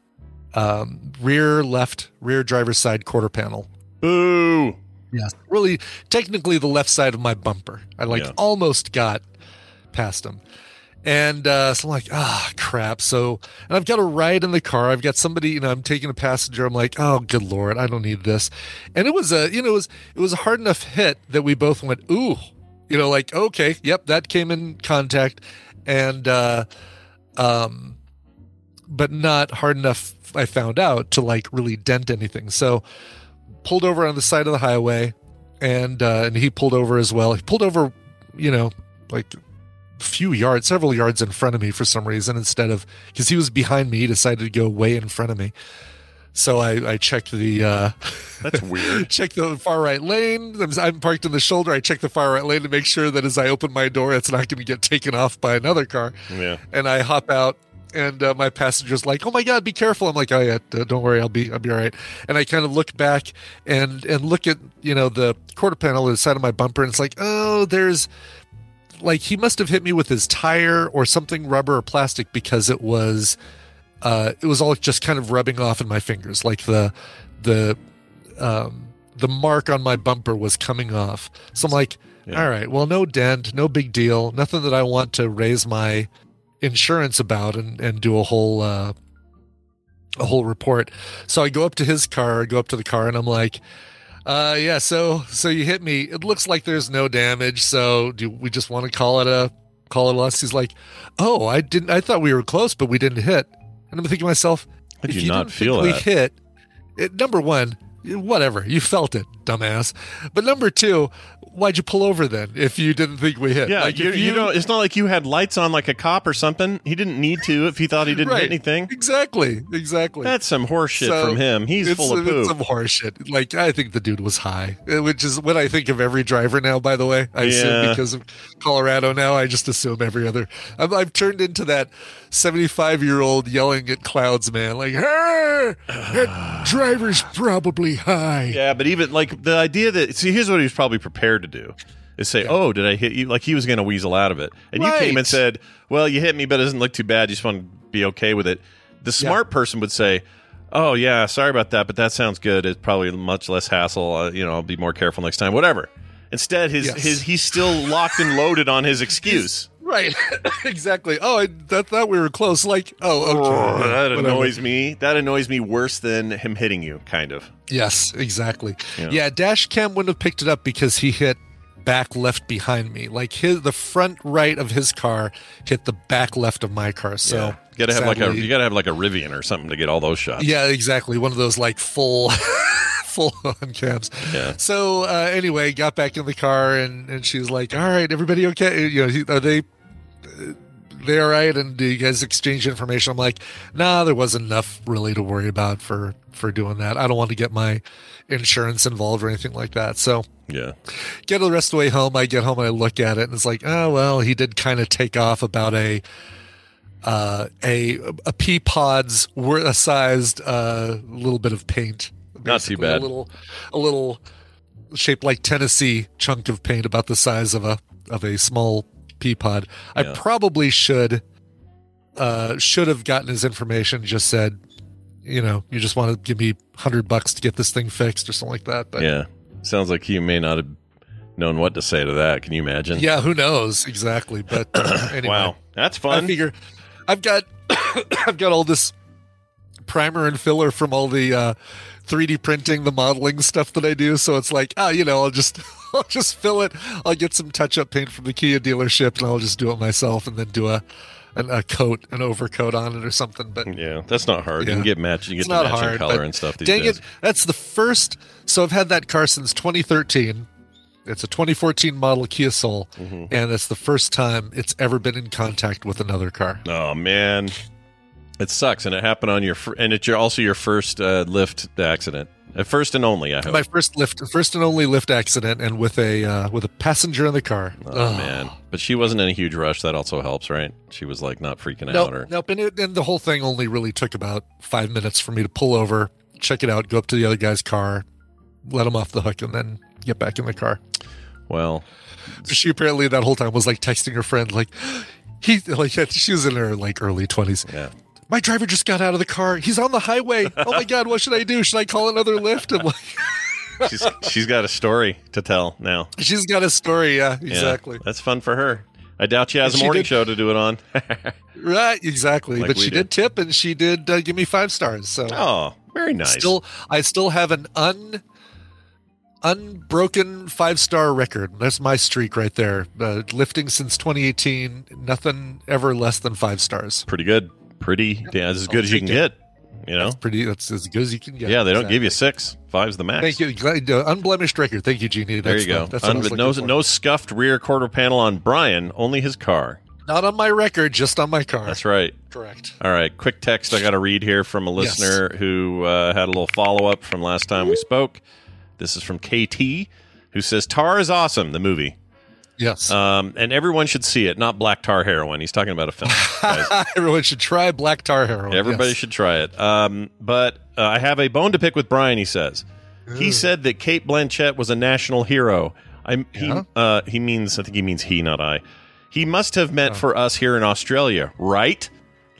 [SPEAKER 2] um, rear left rear driver's side quarter panel.
[SPEAKER 1] Boo!
[SPEAKER 2] Yes, really, technically the left side of my bumper. I like
[SPEAKER 1] Yeah.
[SPEAKER 2] almost got past them. And uh, so I'm like, ah, crap. So, and I've got a ride in the car. I've got somebody, you know, I'm taking a passenger. I'm like, oh, good lord, I don't need this. And it was a, you know, it was it was a hard enough hit that we both went, ooh, you know, like, okay, yep, that came in contact, and uh, um, but not hard enough. I found out to like really dent anything. So, pulled over on the side of the highway, and uh, and he pulled over as well. He pulled over, you know, like few yards, several yards in front of me for some reason, instead of because he was behind me, he decided to go way in front of me. So I, I checked the uh,
[SPEAKER 1] That's weird.
[SPEAKER 2] checked the far right lane. I'm, I'm parked in the shoulder. I check the far right lane to make sure that as I open my door, it's not going to get taken off by another car.
[SPEAKER 1] Yeah.
[SPEAKER 2] And I hop out, and uh, my passenger's like, "Oh my god, be careful!" I'm like, "Oh yeah, d- don't worry, I'll be I'll be all right." And I kind of look back and and look at you know the quarter panel on the side of my bumper, and it's like, "Oh, there's." like he must have hit me with his tire or something rubber or plastic because it was uh it was all just kind of rubbing off in my fingers like the the um the mark on my bumper was coming off so i'm like
[SPEAKER 1] Yeah.
[SPEAKER 2] all right well no dent no big deal nothing that i want to raise my insurance about and and do a whole uh a whole report so i go up to his car I go up to the car and i'm like uh, yeah. So, so you hit me. It looks like there's no damage. So, do we just want to call it a call it a loss? He's like, oh, I didn't. I thought we were close, but we didn't hit. And I'm thinking to myself,
[SPEAKER 1] How do
[SPEAKER 2] if
[SPEAKER 1] you
[SPEAKER 2] you
[SPEAKER 1] not
[SPEAKER 2] didn't
[SPEAKER 1] feel
[SPEAKER 2] think
[SPEAKER 1] that?
[SPEAKER 2] we hit, it, number one, whatever, you felt it, dumbass. But number two, why'd you pull over then if you didn't think we hit?
[SPEAKER 1] Yeah,
[SPEAKER 2] Like,
[SPEAKER 1] you,
[SPEAKER 2] if
[SPEAKER 1] you know, it's not like you had lights on like a cop or something. He didn't need to if he thought he didn't
[SPEAKER 2] right,
[SPEAKER 1] hit anything.
[SPEAKER 2] Exactly. Exactly.
[SPEAKER 1] That's some horse shit
[SPEAKER 2] So,
[SPEAKER 1] from him. He's
[SPEAKER 2] it's-
[SPEAKER 1] full of
[SPEAKER 2] It's
[SPEAKER 1] poop.
[SPEAKER 2] some horseshit. Like I think the dude was high, uh, which is what I think of every driver now. By the way, I
[SPEAKER 1] Yeah.
[SPEAKER 2] assume because of Colorado now, I just assume every other. I've, I've turned into that seventy-five-year-old yelling at clouds, man. Like, "Hey, that driver's probably high.
[SPEAKER 1] Yeah, but even like the idea that see, here's what he was probably prepared to do is say, "Oh, did I hit you?" Like he was going to weasel out of it, and you came and
[SPEAKER 2] Right.
[SPEAKER 1] said, "Well, you hit me, but it doesn't look too bad. You just want to be okay with it." The smart person would say, "Oh yeah, sorry about that, but that sounds good. It's probably much less hassle. Uh, you know, I'll be more careful next time. Whatever." Instead, his
[SPEAKER 2] Yes.
[SPEAKER 1] his he's still locked and loaded on his excuse.
[SPEAKER 2] Right, exactly. Oh, I th- thought we were close. Like, oh, okay.
[SPEAKER 1] Oh,
[SPEAKER 2] Yeah,
[SPEAKER 1] that
[SPEAKER 2] whatever.
[SPEAKER 1] annoys me. That annoys me worse than him hitting you, kind of.
[SPEAKER 2] Yes, exactly.
[SPEAKER 1] Yeah.
[SPEAKER 2] Yeah. dash cam wouldn't have picked it up because he hit back left behind me. Like his the front right of his car hit the back left of my car. So
[SPEAKER 1] Yeah. you gotta have like a
[SPEAKER 2] sadly-
[SPEAKER 1] you gotta have like a Rivian or something to get all those shots.
[SPEAKER 2] yeah, exactly. One of those like full, full on cams.
[SPEAKER 1] Yeah.
[SPEAKER 2] So uh, anyway, got back in the car and and she's like, "All right, everybody okay? You know, he- are they?" uh, They all right, and do you guys exchange information? I'm like, nah, there wasn't enough really to worry about for for doing that. I don't want to get my insurance involved or anything like that. So
[SPEAKER 1] yeah.
[SPEAKER 2] get the rest of the way home. I get home and I look at it and it's like, oh well, he did kind of take off about a uh, a a pea pod's worth a sized uh, little bit of paint.
[SPEAKER 1] Not
[SPEAKER 2] Basically,
[SPEAKER 1] too bad.
[SPEAKER 2] A little, a little shaped like Tennessee chunk of paint about the size of a of a small pea pod.
[SPEAKER 1] Yeah.
[SPEAKER 2] I probably should uh, should have gotten his information. Just said, you know, you just want to give me hundred bucks to get this thing fixed or something like that. But
[SPEAKER 1] Yeah. Sounds like you may not have known what to say to that. Can you imagine?
[SPEAKER 2] Yeah, who knows exactly? But uh, anyway,
[SPEAKER 1] Wow. That's
[SPEAKER 2] I
[SPEAKER 1] fun.
[SPEAKER 2] figure I've got I've got all this primer and filler from all the uh, 3D printing, the modeling stuff that I do. So it's like, ah, you know, I'll just I'll just fill it. I'll get some touch up paint from the Kia dealership, and I'll just do it myself, and then do a an, a coat, an overcoat on it or something. But
[SPEAKER 1] Yeah, that's not hard. You can
[SPEAKER 2] Yeah.
[SPEAKER 1] get match. You can
[SPEAKER 2] it's
[SPEAKER 1] get the
[SPEAKER 2] not
[SPEAKER 1] matching
[SPEAKER 2] hard.
[SPEAKER 1] color
[SPEAKER 2] but
[SPEAKER 1] and stuff. These
[SPEAKER 2] dang
[SPEAKER 1] days.
[SPEAKER 2] it, that's the first. So I've had that car since 2013. It's a 2014 model Kia Soul,
[SPEAKER 1] Mm-hmm.
[SPEAKER 2] and it's the first time it's ever been in contact with another car.
[SPEAKER 1] Oh man, it sucks, and it happened on your fir- and it's your, also your first uh, lift accident, uh, first and only. I hope.
[SPEAKER 2] My first lift, first and only lift accident, and with a uh, with a passenger in the car.
[SPEAKER 1] oh
[SPEAKER 2] Ugh.
[SPEAKER 1] man, but she wasn't in a huge rush. That also helps, right? She was like not freaking
[SPEAKER 2] Nope,
[SPEAKER 1] out or
[SPEAKER 2] nope. And, it, and the whole thing only really took about five minutes for me to pull over, check it out, go up to the other guy's car, let him off the hook, and then get back in the car.
[SPEAKER 1] well.
[SPEAKER 2] She apparently that whole time was like texting her friend, like he, like she was in her like early twenties.
[SPEAKER 1] Yeah.
[SPEAKER 2] My driver just got out of the car. He's on the highway. Oh my god, what should I do? Should I call another lift? I'm like,
[SPEAKER 1] She's she's got a story to tell now.
[SPEAKER 2] she's got a story. Yeah,
[SPEAKER 1] Yeah,
[SPEAKER 2] exactly.
[SPEAKER 1] that's fun for her. I doubt she has a
[SPEAKER 2] She
[SPEAKER 1] morning
[SPEAKER 2] did-
[SPEAKER 1] show to do it on.
[SPEAKER 2] Right, exactly.
[SPEAKER 1] Like
[SPEAKER 2] but
[SPEAKER 1] we
[SPEAKER 2] she
[SPEAKER 1] did.
[SPEAKER 2] did. tip, and she did uh, give me five stars. So
[SPEAKER 1] oh, very nice.
[SPEAKER 2] Still, I still have an un unbroken five star record. That's my streak right there. Uh, lifting since 2018, nothing ever less than five stars.
[SPEAKER 1] pretty good. Pretty yeah, as good as you can
[SPEAKER 2] take
[SPEAKER 1] get. You know.
[SPEAKER 2] Pretty, that's as good as you can get.
[SPEAKER 1] yeah, they don't give you six. Five's the max.
[SPEAKER 2] Thank you, Glad- uh, unblemished record. Thank you, Jeannie.
[SPEAKER 1] There
[SPEAKER 2] That's
[SPEAKER 1] you go.
[SPEAKER 2] the- that's what I
[SPEAKER 1] Un-
[SPEAKER 2] was
[SPEAKER 1] no,
[SPEAKER 2] looking for.
[SPEAKER 1] no scuffed rear quarter panel on Brian, only his car.
[SPEAKER 2] not on my record, just on my car.
[SPEAKER 1] That's right.
[SPEAKER 2] correct.
[SPEAKER 1] All right, quick text I got to read here from a
[SPEAKER 2] Yes.
[SPEAKER 1] listener who uh, had a little follow up from last time we spoke. This is from KT, who says Tar is awesome, the movie,
[SPEAKER 2] Yes,
[SPEAKER 1] um, and everyone should see it. Not Black Tar Heroin. He's talking about a film. guys.
[SPEAKER 2] everyone should try black tar heroin.
[SPEAKER 1] Everybody
[SPEAKER 2] Yes.
[SPEAKER 1] should try it. Um, but uh, I have a bone to pick with Brian. He says he said that Kate Blanchett was a national hero. I he
[SPEAKER 2] Yeah.
[SPEAKER 1] uh, he means I think he means he, not I. He must have
[SPEAKER 2] Oh.
[SPEAKER 1] meant for us here in Australia, right?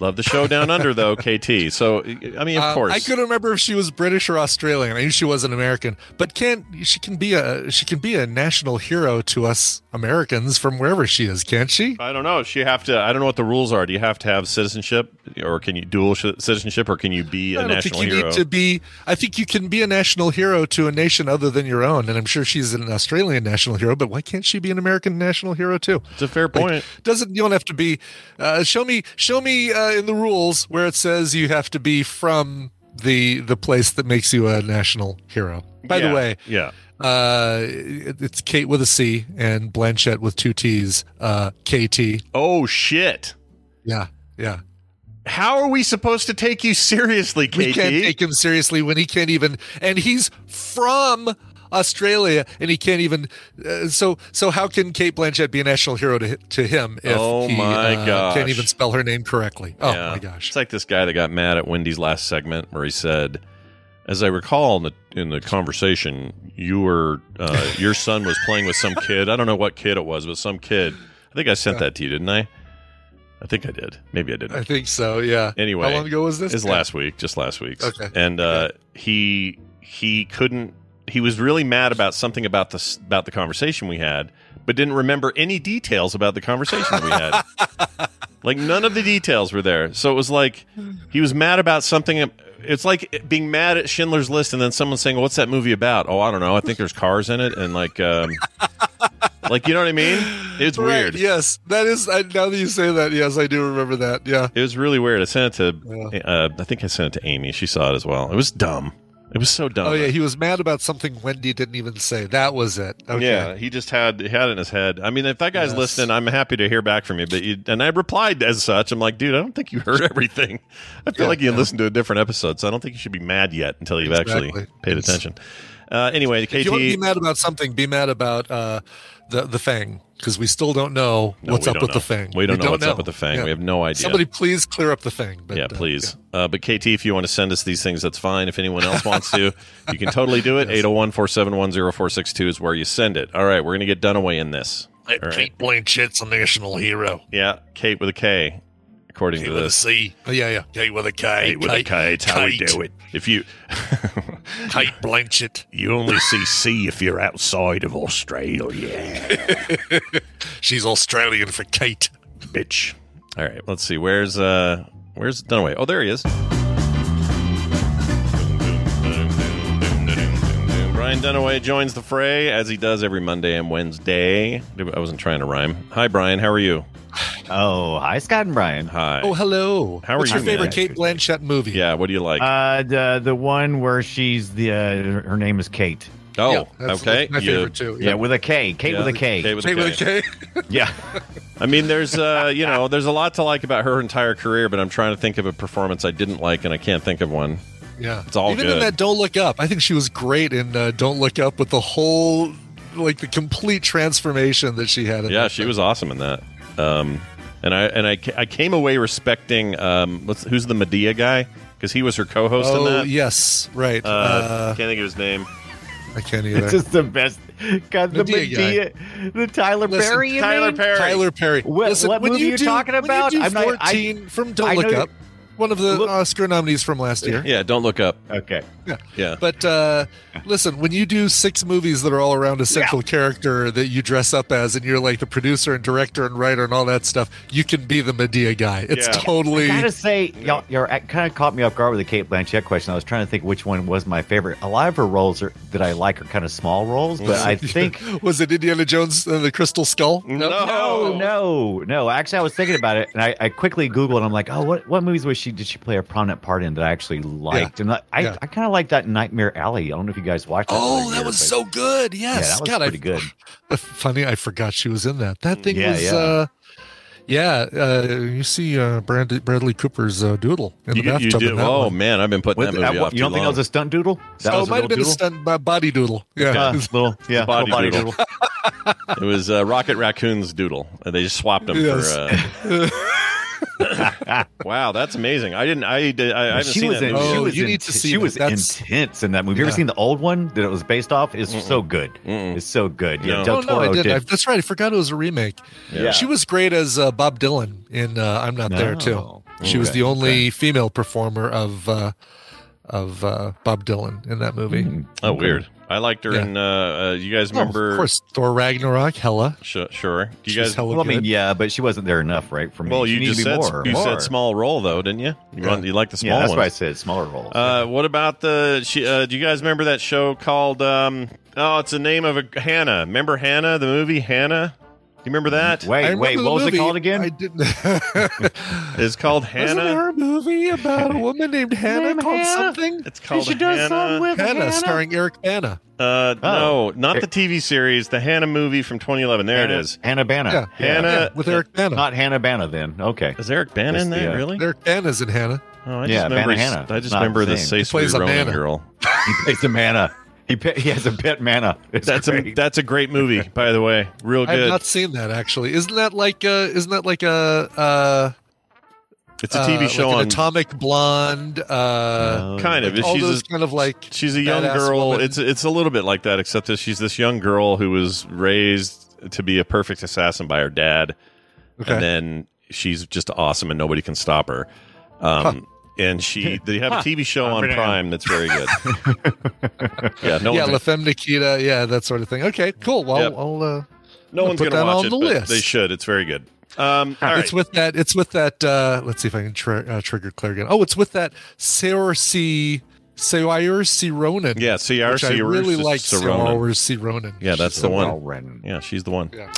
[SPEAKER 1] Love the show down under though, KT. So I mean, of
[SPEAKER 2] Um,
[SPEAKER 1] course,
[SPEAKER 2] I couldn't remember if she was British or Australian. I knew she wasn't American, but can she can be a she can be a national hero to us Americans from wherever she is, can't she?
[SPEAKER 1] I don't know. She have to. I don't know what the rules are. Do you have to have citizenship, or can you dual sh- citizenship, or can you be
[SPEAKER 2] I
[SPEAKER 1] a
[SPEAKER 2] don't
[SPEAKER 1] national
[SPEAKER 2] think you
[SPEAKER 1] hero?
[SPEAKER 2] need to be. I think you can be a national hero to a nation other than your own, and I'm sure she's an Australian national hero. But why can't she be an American national hero too?
[SPEAKER 1] it's a fair
[SPEAKER 2] Like,
[SPEAKER 1] point.
[SPEAKER 2] doesn't you don't have to be. Uh, show me, show me uh, in the rules where it says you have to be from the the place that makes you a national hero. By
[SPEAKER 1] Yeah.
[SPEAKER 2] the way,
[SPEAKER 1] yeah,
[SPEAKER 2] Uh, it- it's Kate with a C and Blanchett with two T's. Uh, KT.
[SPEAKER 1] Oh shit!
[SPEAKER 2] Yeah, yeah.
[SPEAKER 1] How are we supposed to take you seriously, KT?
[SPEAKER 2] We can't take him seriously when he can't even, and he's from Australia, and he can't even. Uh, so, so how can Kate Blanchett be a national hero to, to him if
[SPEAKER 1] Oh
[SPEAKER 2] he
[SPEAKER 1] my
[SPEAKER 2] uh,
[SPEAKER 1] gosh.
[SPEAKER 2] can't even spell her name correctly? Oh
[SPEAKER 1] Yeah.
[SPEAKER 2] my gosh!
[SPEAKER 1] It's like this guy that got mad at Wendy's last segment, where he said, "As I recall in the in the conversation, you were uh, your son was playing with some kid. I don't know what kid it was, but some kid. I think I sent that to you, didn't I? I think I did. Maybe I didn't.
[SPEAKER 2] I think so. Yeah.
[SPEAKER 1] anyway,
[SPEAKER 2] how long ago was this?
[SPEAKER 1] Is last week, just last week.
[SPEAKER 2] Okay.
[SPEAKER 1] And uh, he he couldn't. He was really mad about something about this about the conversation we had, but didn't remember any details about the conversation we had. like none of the details were there. So it was like he was mad about something. It's like being mad at Schindler's List, and then someone saying, "What's that movie about?" Oh, I don't know. I think there's cars in it, and like, um, like you know what I mean? It's
[SPEAKER 2] Right,
[SPEAKER 1] weird.
[SPEAKER 2] Yes, that is. I, now that you say that, yes, I do remember that. Yeah.
[SPEAKER 1] It was really weird. I sent it to, uh, I think I sent it to Amy. She saw it as well. It was dumb. It was so dumb.
[SPEAKER 2] Oh yeah, he was mad about something Wendy didn't even say. That was it. Okay.
[SPEAKER 1] Yeah, he just had he had it in his head. I mean, if that guy's
[SPEAKER 2] Yes.
[SPEAKER 1] listening, I'm happy to hear back from you. But you, and I replied as such. I'm like, dude, I don't think you heard everything. I feel
[SPEAKER 2] Yeah,
[SPEAKER 1] like you
[SPEAKER 2] yeah.
[SPEAKER 1] listened to a different episode, so I don't think you should be mad yet until you've actually
[SPEAKER 2] Exactly.
[SPEAKER 1] paid
[SPEAKER 2] It's-
[SPEAKER 1] attention. Uh, anyway,
[SPEAKER 2] If you want to be
[SPEAKER 1] KT,
[SPEAKER 2] mad about something, be mad about uh, the the Fang because we still don't know
[SPEAKER 1] No,
[SPEAKER 2] what's
[SPEAKER 1] we
[SPEAKER 2] up
[SPEAKER 1] don't
[SPEAKER 2] with
[SPEAKER 1] know.
[SPEAKER 2] the Fang.
[SPEAKER 1] We don't know what's up with the Fang. We have no idea.
[SPEAKER 2] Somebody please clear up the Fang. But,
[SPEAKER 1] yeah,
[SPEAKER 2] uh,
[SPEAKER 1] please. Uh, but KT, if you want to send us these things, that's fine. If anyone else wants to, you can totally do it. 801 471 0462 is where you send it. All right, we're going to get Dunaway in this.
[SPEAKER 2] yeah.
[SPEAKER 1] All right.
[SPEAKER 2] Kate Blanchett's a national hero.
[SPEAKER 1] Yeah, Kate with a K, according to
[SPEAKER 2] With a
[SPEAKER 1] this.
[SPEAKER 2] C. Oh, yeah, yeah. Kate with a K. Kate.
[SPEAKER 1] If you
[SPEAKER 2] Kate Blanchett.
[SPEAKER 1] you only see C if you're outside of Australia,
[SPEAKER 2] She's Australian for Kate.
[SPEAKER 1] bitch. All right, let's see. Where's uh where's Dunaway? Oh, there he is. Brian Dunaway joins the fray as he does every Monday and Wednesday. I wasn't trying to rhyme. Hi, Brian. How are you?
[SPEAKER 6] Oh, hi, Scott and Brian.
[SPEAKER 1] Hi.
[SPEAKER 2] Oh, hello.
[SPEAKER 1] How are
[SPEAKER 2] What's
[SPEAKER 1] you,
[SPEAKER 2] your favorite
[SPEAKER 1] man?
[SPEAKER 2] Kate Blanchett movie?
[SPEAKER 1] Yeah, what do you like?
[SPEAKER 6] Uh, the the one where she's the uh, her name is Kate.
[SPEAKER 1] oh,
[SPEAKER 2] yeah, that's-
[SPEAKER 1] okay.
[SPEAKER 2] that's my
[SPEAKER 1] You-
[SPEAKER 2] favorite too.
[SPEAKER 6] Yeah, with a K. Kate
[SPEAKER 1] yeah,
[SPEAKER 6] with a K.
[SPEAKER 1] Kate with a
[SPEAKER 2] Kate with a
[SPEAKER 1] K.
[SPEAKER 2] K.
[SPEAKER 6] yeah.
[SPEAKER 1] I mean, there's uh, you know, there's a lot to like about her entire career, but I'm trying to think of a performance I didn't like, and I can't think of one.
[SPEAKER 2] Yeah,
[SPEAKER 1] It's all
[SPEAKER 2] even in
[SPEAKER 1] good.
[SPEAKER 2] that "Don't Look Up." I think she was great in uh, "Don't Look Up" with the whole, like the complete transformation that she had. In
[SPEAKER 1] Yeah,
[SPEAKER 2] that
[SPEAKER 1] she
[SPEAKER 2] thing.
[SPEAKER 1] was awesome in that. Um, and I and I, ca- I came away respecting um, what's, who's the Medea guy because he was her co-host in
[SPEAKER 2] Oh
[SPEAKER 1] that.
[SPEAKER 2] yes, right.
[SPEAKER 1] Uh,
[SPEAKER 2] Uh,
[SPEAKER 1] can't think of his name.
[SPEAKER 2] I can't
[SPEAKER 6] It's
[SPEAKER 2] either.
[SPEAKER 6] just the best. God, the
[SPEAKER 2] Medea guy.
[SPEAKER 6] Medea, the Tyler
[SPEAKER 2] Listen,
[SPEAKER 6] Perry. you
[SPEAKER 1] Tyler
[SPEAKER 6] mean?
[SPEAKER 1] Perry.
[SPEAKER 2] Tyler Perry.
[SPEAKER 6] What- what
[SPEAKER 2] when
[SPEAKER 6] movie are you talking
[SPEAKER 2] when
[SPEAKER 6] about?
[SPEAKER 2] You do
[SPEAKER 6] I'm not- I-
[SPEAKER 2] 14 from "Don't
[SPEAKER 6] I know
[SPEAKER 2] Look
[SPEAKER 6] you-
[SPEAKER 2] Up," one of the
[SPEAKER 6] Look-
[SPEAKER 2] Oscar nominees from last year.
[SPEAKER 1] Yeah, don't look up.
[SPEAKER 6] Okay.
[SPEAKER 1] Yeah,
[SPEAKER 2] But uh, listen, when you do six movies that are all around a central character that you dress up as, and you're like the producer and director and writer and all that stuff, you can be the Medea guy. It's
[SPEAKER 1] Yeah.
[SPEAKER 2] totally.
[SPEAKER 6] gotta say, y'all, you're kind of caught me off guard with the Kate Blanchett question. I was trying to think which one was my favorite. A lot of her roles are, that I like are kind of small roles, but I think
[SPEAKER 2] was it Indiana Jones and the Crystal Skull?
[SPEAKER 6] no, no, no. Actually, I was thinking about it, and I, I quickly googled. And I'm like, oh, what what movies was she? Did she play a prominent part in that I actually liked? And I I,
[SPEAKER 2] Yeah.
[SPEAKER 6] I kind of like that Nightmare Alley. I don't know if you guys watched. That
[SPEAKER 2] Oh,
[SPEAKER 6] other
[SPEAKER 2] that
[SPEAKER 6] year,
[SPEAKER 2] was
[SPEAKER 6] but-
[SPEAKER 2] so good.
[SPEAKER 6] Yeah,
[SPEAKER 2] Yes.
[SPEAKER 6] that was
[SPEAKER 2] God, I-
[SPEAKER 6] pretty good.
[SPEAKER 2] Uh, Funny, I forgot she was in that. That thing
[SPEAKER 6] Yeah,
[SPEAKER 2] was.
[SPEAKER 6] yeah.
[SPEAKER 2] Uh, yeah, uh, you see uh, Brand- Bradley Cooper's uh, doodle in
[SPEAKER 1] you,
[SPEAKER 2] the
[SPEAKER 1] get- you
[SPEAKER 2] bathtub. in
[SPEAKER 1] do.
[SPEAKER 2] that
[SPEAKER 1] Oh
[SPEAKER 2] one.
[SPEAKER 1] man, I've been putting
[SPEAKER 6] With-
[SPEAKER 1] that movie
[SPEAKER 6] uh,
[SPEAKER 1] off.
[SPEAKER 6] you don't think
[SPEAKER 1] too
[SPEAKER 6] that
[SPEAKER 1] long.
[SPEAKER 6] was a stunt doodle? That
[SPEAKER 2] oh,
[SPEAKER 6] was
[SPEAKER 2] it might have been
[SPEAKER 6] real
[SPEAKER 2] a
[SPEAKER 6] doodle?
[SPEAKER 2] stunt by body doodle. Yeah.
[SPEAKER 6] Uh, little, yeah,
[SPEAKER 1] Body
[SPEAKER 6] little body
[SPEAKER 1] doodle.
[SPEAKER 6] doodle.
[SPEAKER 1] It was uh, Rocket Raccoon's doodle. Uh, They just swapped them
[SPEAKER 2] Yes.
[SPEAKER 1] for. Uh... wow, that's amazing. I didn't. I did. I, I haven't
[SPEAKER 6] she
[SPEAKER 1] seen
[SPEAKER 6] was,
[SPEAKER 1] that.
[SPEAKER 6] in,
[SPEAKER 1] movie.
[SPEAKER 6] she
[SPEAKER 2] Oh,
[SPEAKER 6] was
[SPEAKER 2] you
[SPEAKER 6] in-
[SPEAKER 2] need to see
[SPEAKER 6] she
[SPEAKER 2] that.
[SPEAKER 6] was
[SPEAKER 2] That's-
[SPEAKER 6] intense in that movie. Have you
[SPEAKER 2] Yeah.
[SPEAKER 6] ever seen the old one that it was based off? It's so good.
[SPEAKER 1] Mm-mm.
[SPEAKER 6] It's so good. Yeah,
[SPEAKER 1] No.
[SPEAKER 6] Del
[SPEAKER 2] oh no, I
[SPEAKER 6] Toro
[SPEAKER 2] didn't. I,
[SPEAKER 6] did.
[SPEAKER 2] that's right. I forgot it was a remake.
[SPEAKER 6] Yeah.
[SPEAKER 2] She was great as uh, Bob Dylan in uh, "I'm Not There" too.
[SPEAKER 6] Oh,
[SPEAKER 2] She was
[SPEAKER 6] okay,
[SPEAKER 2] the only female performer of uh, of uh, Bob Dylan in that movie.
[SPEAKER 6] Hmm.
[SPEAKER 1] Oh, weird. I liked her
[SPEAKER 2] Yeah.
[SPEAKER 1] in. Uh, uh, you guys
[SPEAKER 2] Oh,
[SPEAKER 1] remember?
[SPEAKER 2] of course, Thor Ragnarok, Hella.
[SPEAKER 1] Sh- sure. Do
[SPEAKER 2] She's
[SPEAKER 1] you guys?
[SPEAKER 2] hella
[SPEAKER 6] Well, I mean,
[SPEAKER 2] good.
[SPEAKER 6] yeah, but she wasn't there enough, right? For me,
[SPEAKER 1] Well,
[SPEAKER 6] She
[SPEAKER 1] you
[SPEAKER 6] needed
[SPEAKER 1] just
[SPEAKER 6] to be
[SPEAKER 1] said
[SPEAKER 6] more,
[SPEAKER 1] you
[SPEAKER 6] more.
[SPEAKER 1] said small role though, didn't you? You want you like the small
[SPEAKER 6] Yeah, that's
[SPEAKER 1] ones.
[SPEAKER 6] why I said smaller roles.
[SPEAKER 1] Uh, what about the? She, uh, do you guys remember that show called? Um, oh, it's the name of a Hannah. Remember Hannah, the movie Hannah? Do you remember that?
[SPEAKER 2] I
[SPEAKER 6] wait,
[SPEAKER 2] remember
[SPEAKER 6] wait,
[SPEAKER 2] the
[SPEAKER 6] what was it
[SPEAKER 2] movie.
[SPEAKER 6] called again?
[SPEAKER 2] I didn't. Wasn't
[SPEAKER 1] It's called Hannah.
[SPEAKER 2] there a movie about a woman named Hannah
[SPEAKER 6] Name
[SPEAKER 2] called
[SPEAKER 6] Hannah?
[SPEAKER 2] something?
[SPEAKER 1] It's called
[SPEAKER 6] she does
[SPEAKER 1] Hannah.
[SPEAKER 6] something with
[SPEAKER 2] Hannah,
[SPEAKER 6] Hannah?
[SPEAKER 2] starring Eric Bana.
[SPEAKER 1] uh,
[SPEAKER 6] Oh.
[SPEAKER 1] No, not the TV series. The Hannah movie from 2011. There
[SPEAKER 6] Hannah-
[SPEAKER 1] it is.
[SPEAKER 6] Hannah Banna.
[SPEAKER 2] Yeah.
[SPEAKER 1] Hannah.
[SPEAKER 2] Yeah, with Eric Bana.
[SPEAKER 6] Not Hannah Banna then. Okay.
[SPEAKER 1] Is Eric Bana
[SPEAKER 6] That's
[SPEAKER 1] in
[SPEAKER 6] the,
[SPEAKER 1] that?
[SPEAKER 6] uh,
[SPEAKER 1] really?
[SPEAKER 2] Eric Bana's in Hannah.
[SPEAKER 1] Oh, I
[SPEAKER 6] Yeah,
[SPEAKER 1] just remember.
[SPEAKER 6] Vanna
[SPEAKER 1] he's-
[SPEAKER 6] Hannah.
[SPEAKER 1] I just
[SPEAKER 6] Not
[SPEAKER 1] remember the
[SPEAKER 6] the same.
[SPEAKER 1] Say
[SPEAKER 6] He
[SPEAKER 1] Sweet
[SPEAKER 2] plays a
[SPEAKER 1] Ronan
[SPEAKER 2] Vanna.
[SPEAKER 1] girl.
[SPEAKER 6] He plays a Manna. He, pe- he has a pet Manna. It's
[SPEAKER 1] That's a
[SPEAKER 6] great.
[SPEAKER 1] that's a great movie, by the way. Real
[SPEAKER 2] I've
[SPEAKER 1] good.
[SPEAKER 2] not seen that actually. Isn't that like uh isn't that like a uh
[SPEAKER 1] it's a TV
[SPEAKER 2] uh,
[SPEAKER 1] show
[SPEAKER 2] like
[SPEAKER 1] on.
[SPEAKER 2] an Atomic Blonde uh
[SPEAKER 6] Oh,
[SPEAKER 1] kind of.
[SPEAKER 2] like all
[SPEAKER 1] she's
[SPEAKER 2] those
[SPEAKER 1] a,
[SPEAKER 2] kind of like
[SPEAKER 1] she's a young
[SPEAKER 2] badass
[SPEAKER 1] girl.
[SPEAKER 2] woman.
[SPEAKER 1] It's it's a little bit like that, except that she's this young girl who was raised to be a perfect assassin by her dad,
[SPEAKER 2] Okay.
[SPEAKER 1] and then she's just awesome, and nobody can stop her. Um, And she they have a TV show on Prime that's very good. yeah, no
[SPEAKER 2] yeah,
[SPEAKER 1] one's,
[SPEAKER 2] La Femme Nikita, yeah, that sort of thing. Okay, cool. Well,
[SPEAKER 1] Yep.
[SPEAKER 2] I'll, uh,
[SPEAKER 1] no
[SPEAKER 2] I'll
[SPEAKER 1] one's
[SPEAKER 2] put
[SPEAKER 1] gonna
[SPEAKER 2] that
[SPEAKER 1] watch
[SPEAKER 2] on
[SPEAKER 1] it.
[SPEAKER 2] the
[SPEAKER 1] but
[SPEAKER 2] list.
[SPEAKER 1] They should. It's very good. Um, all
[SPEAKER 2] It's
[SPEAKER 1] right.
[SPEAKER 2] with that. It's with that. Uh, let's see if I can tr- uh, trigger Claire again. Oh, it's with that Saoirse Saoirse Ronan.
[SPEAKER 1] Yeah, Saoirse
[SPEAKER 2] which I really
[SPEAKER 1] Saoirse
[SPEAKER 2] like
[SPEAKER 1] Ronan.
[SPEAKER 2] Saoirse Ronan.
[SPEAKER 1] Yeah, that's
[SPEAKER 2] She's
[SPEAKER 1] the
[SPEAKER 2] a-
[SPEAKER 1] one.
[SPEAKER 6] Wren.
[SPEAKER 1] Yeah, she's the one.
[SPEAKER 2] Yeah.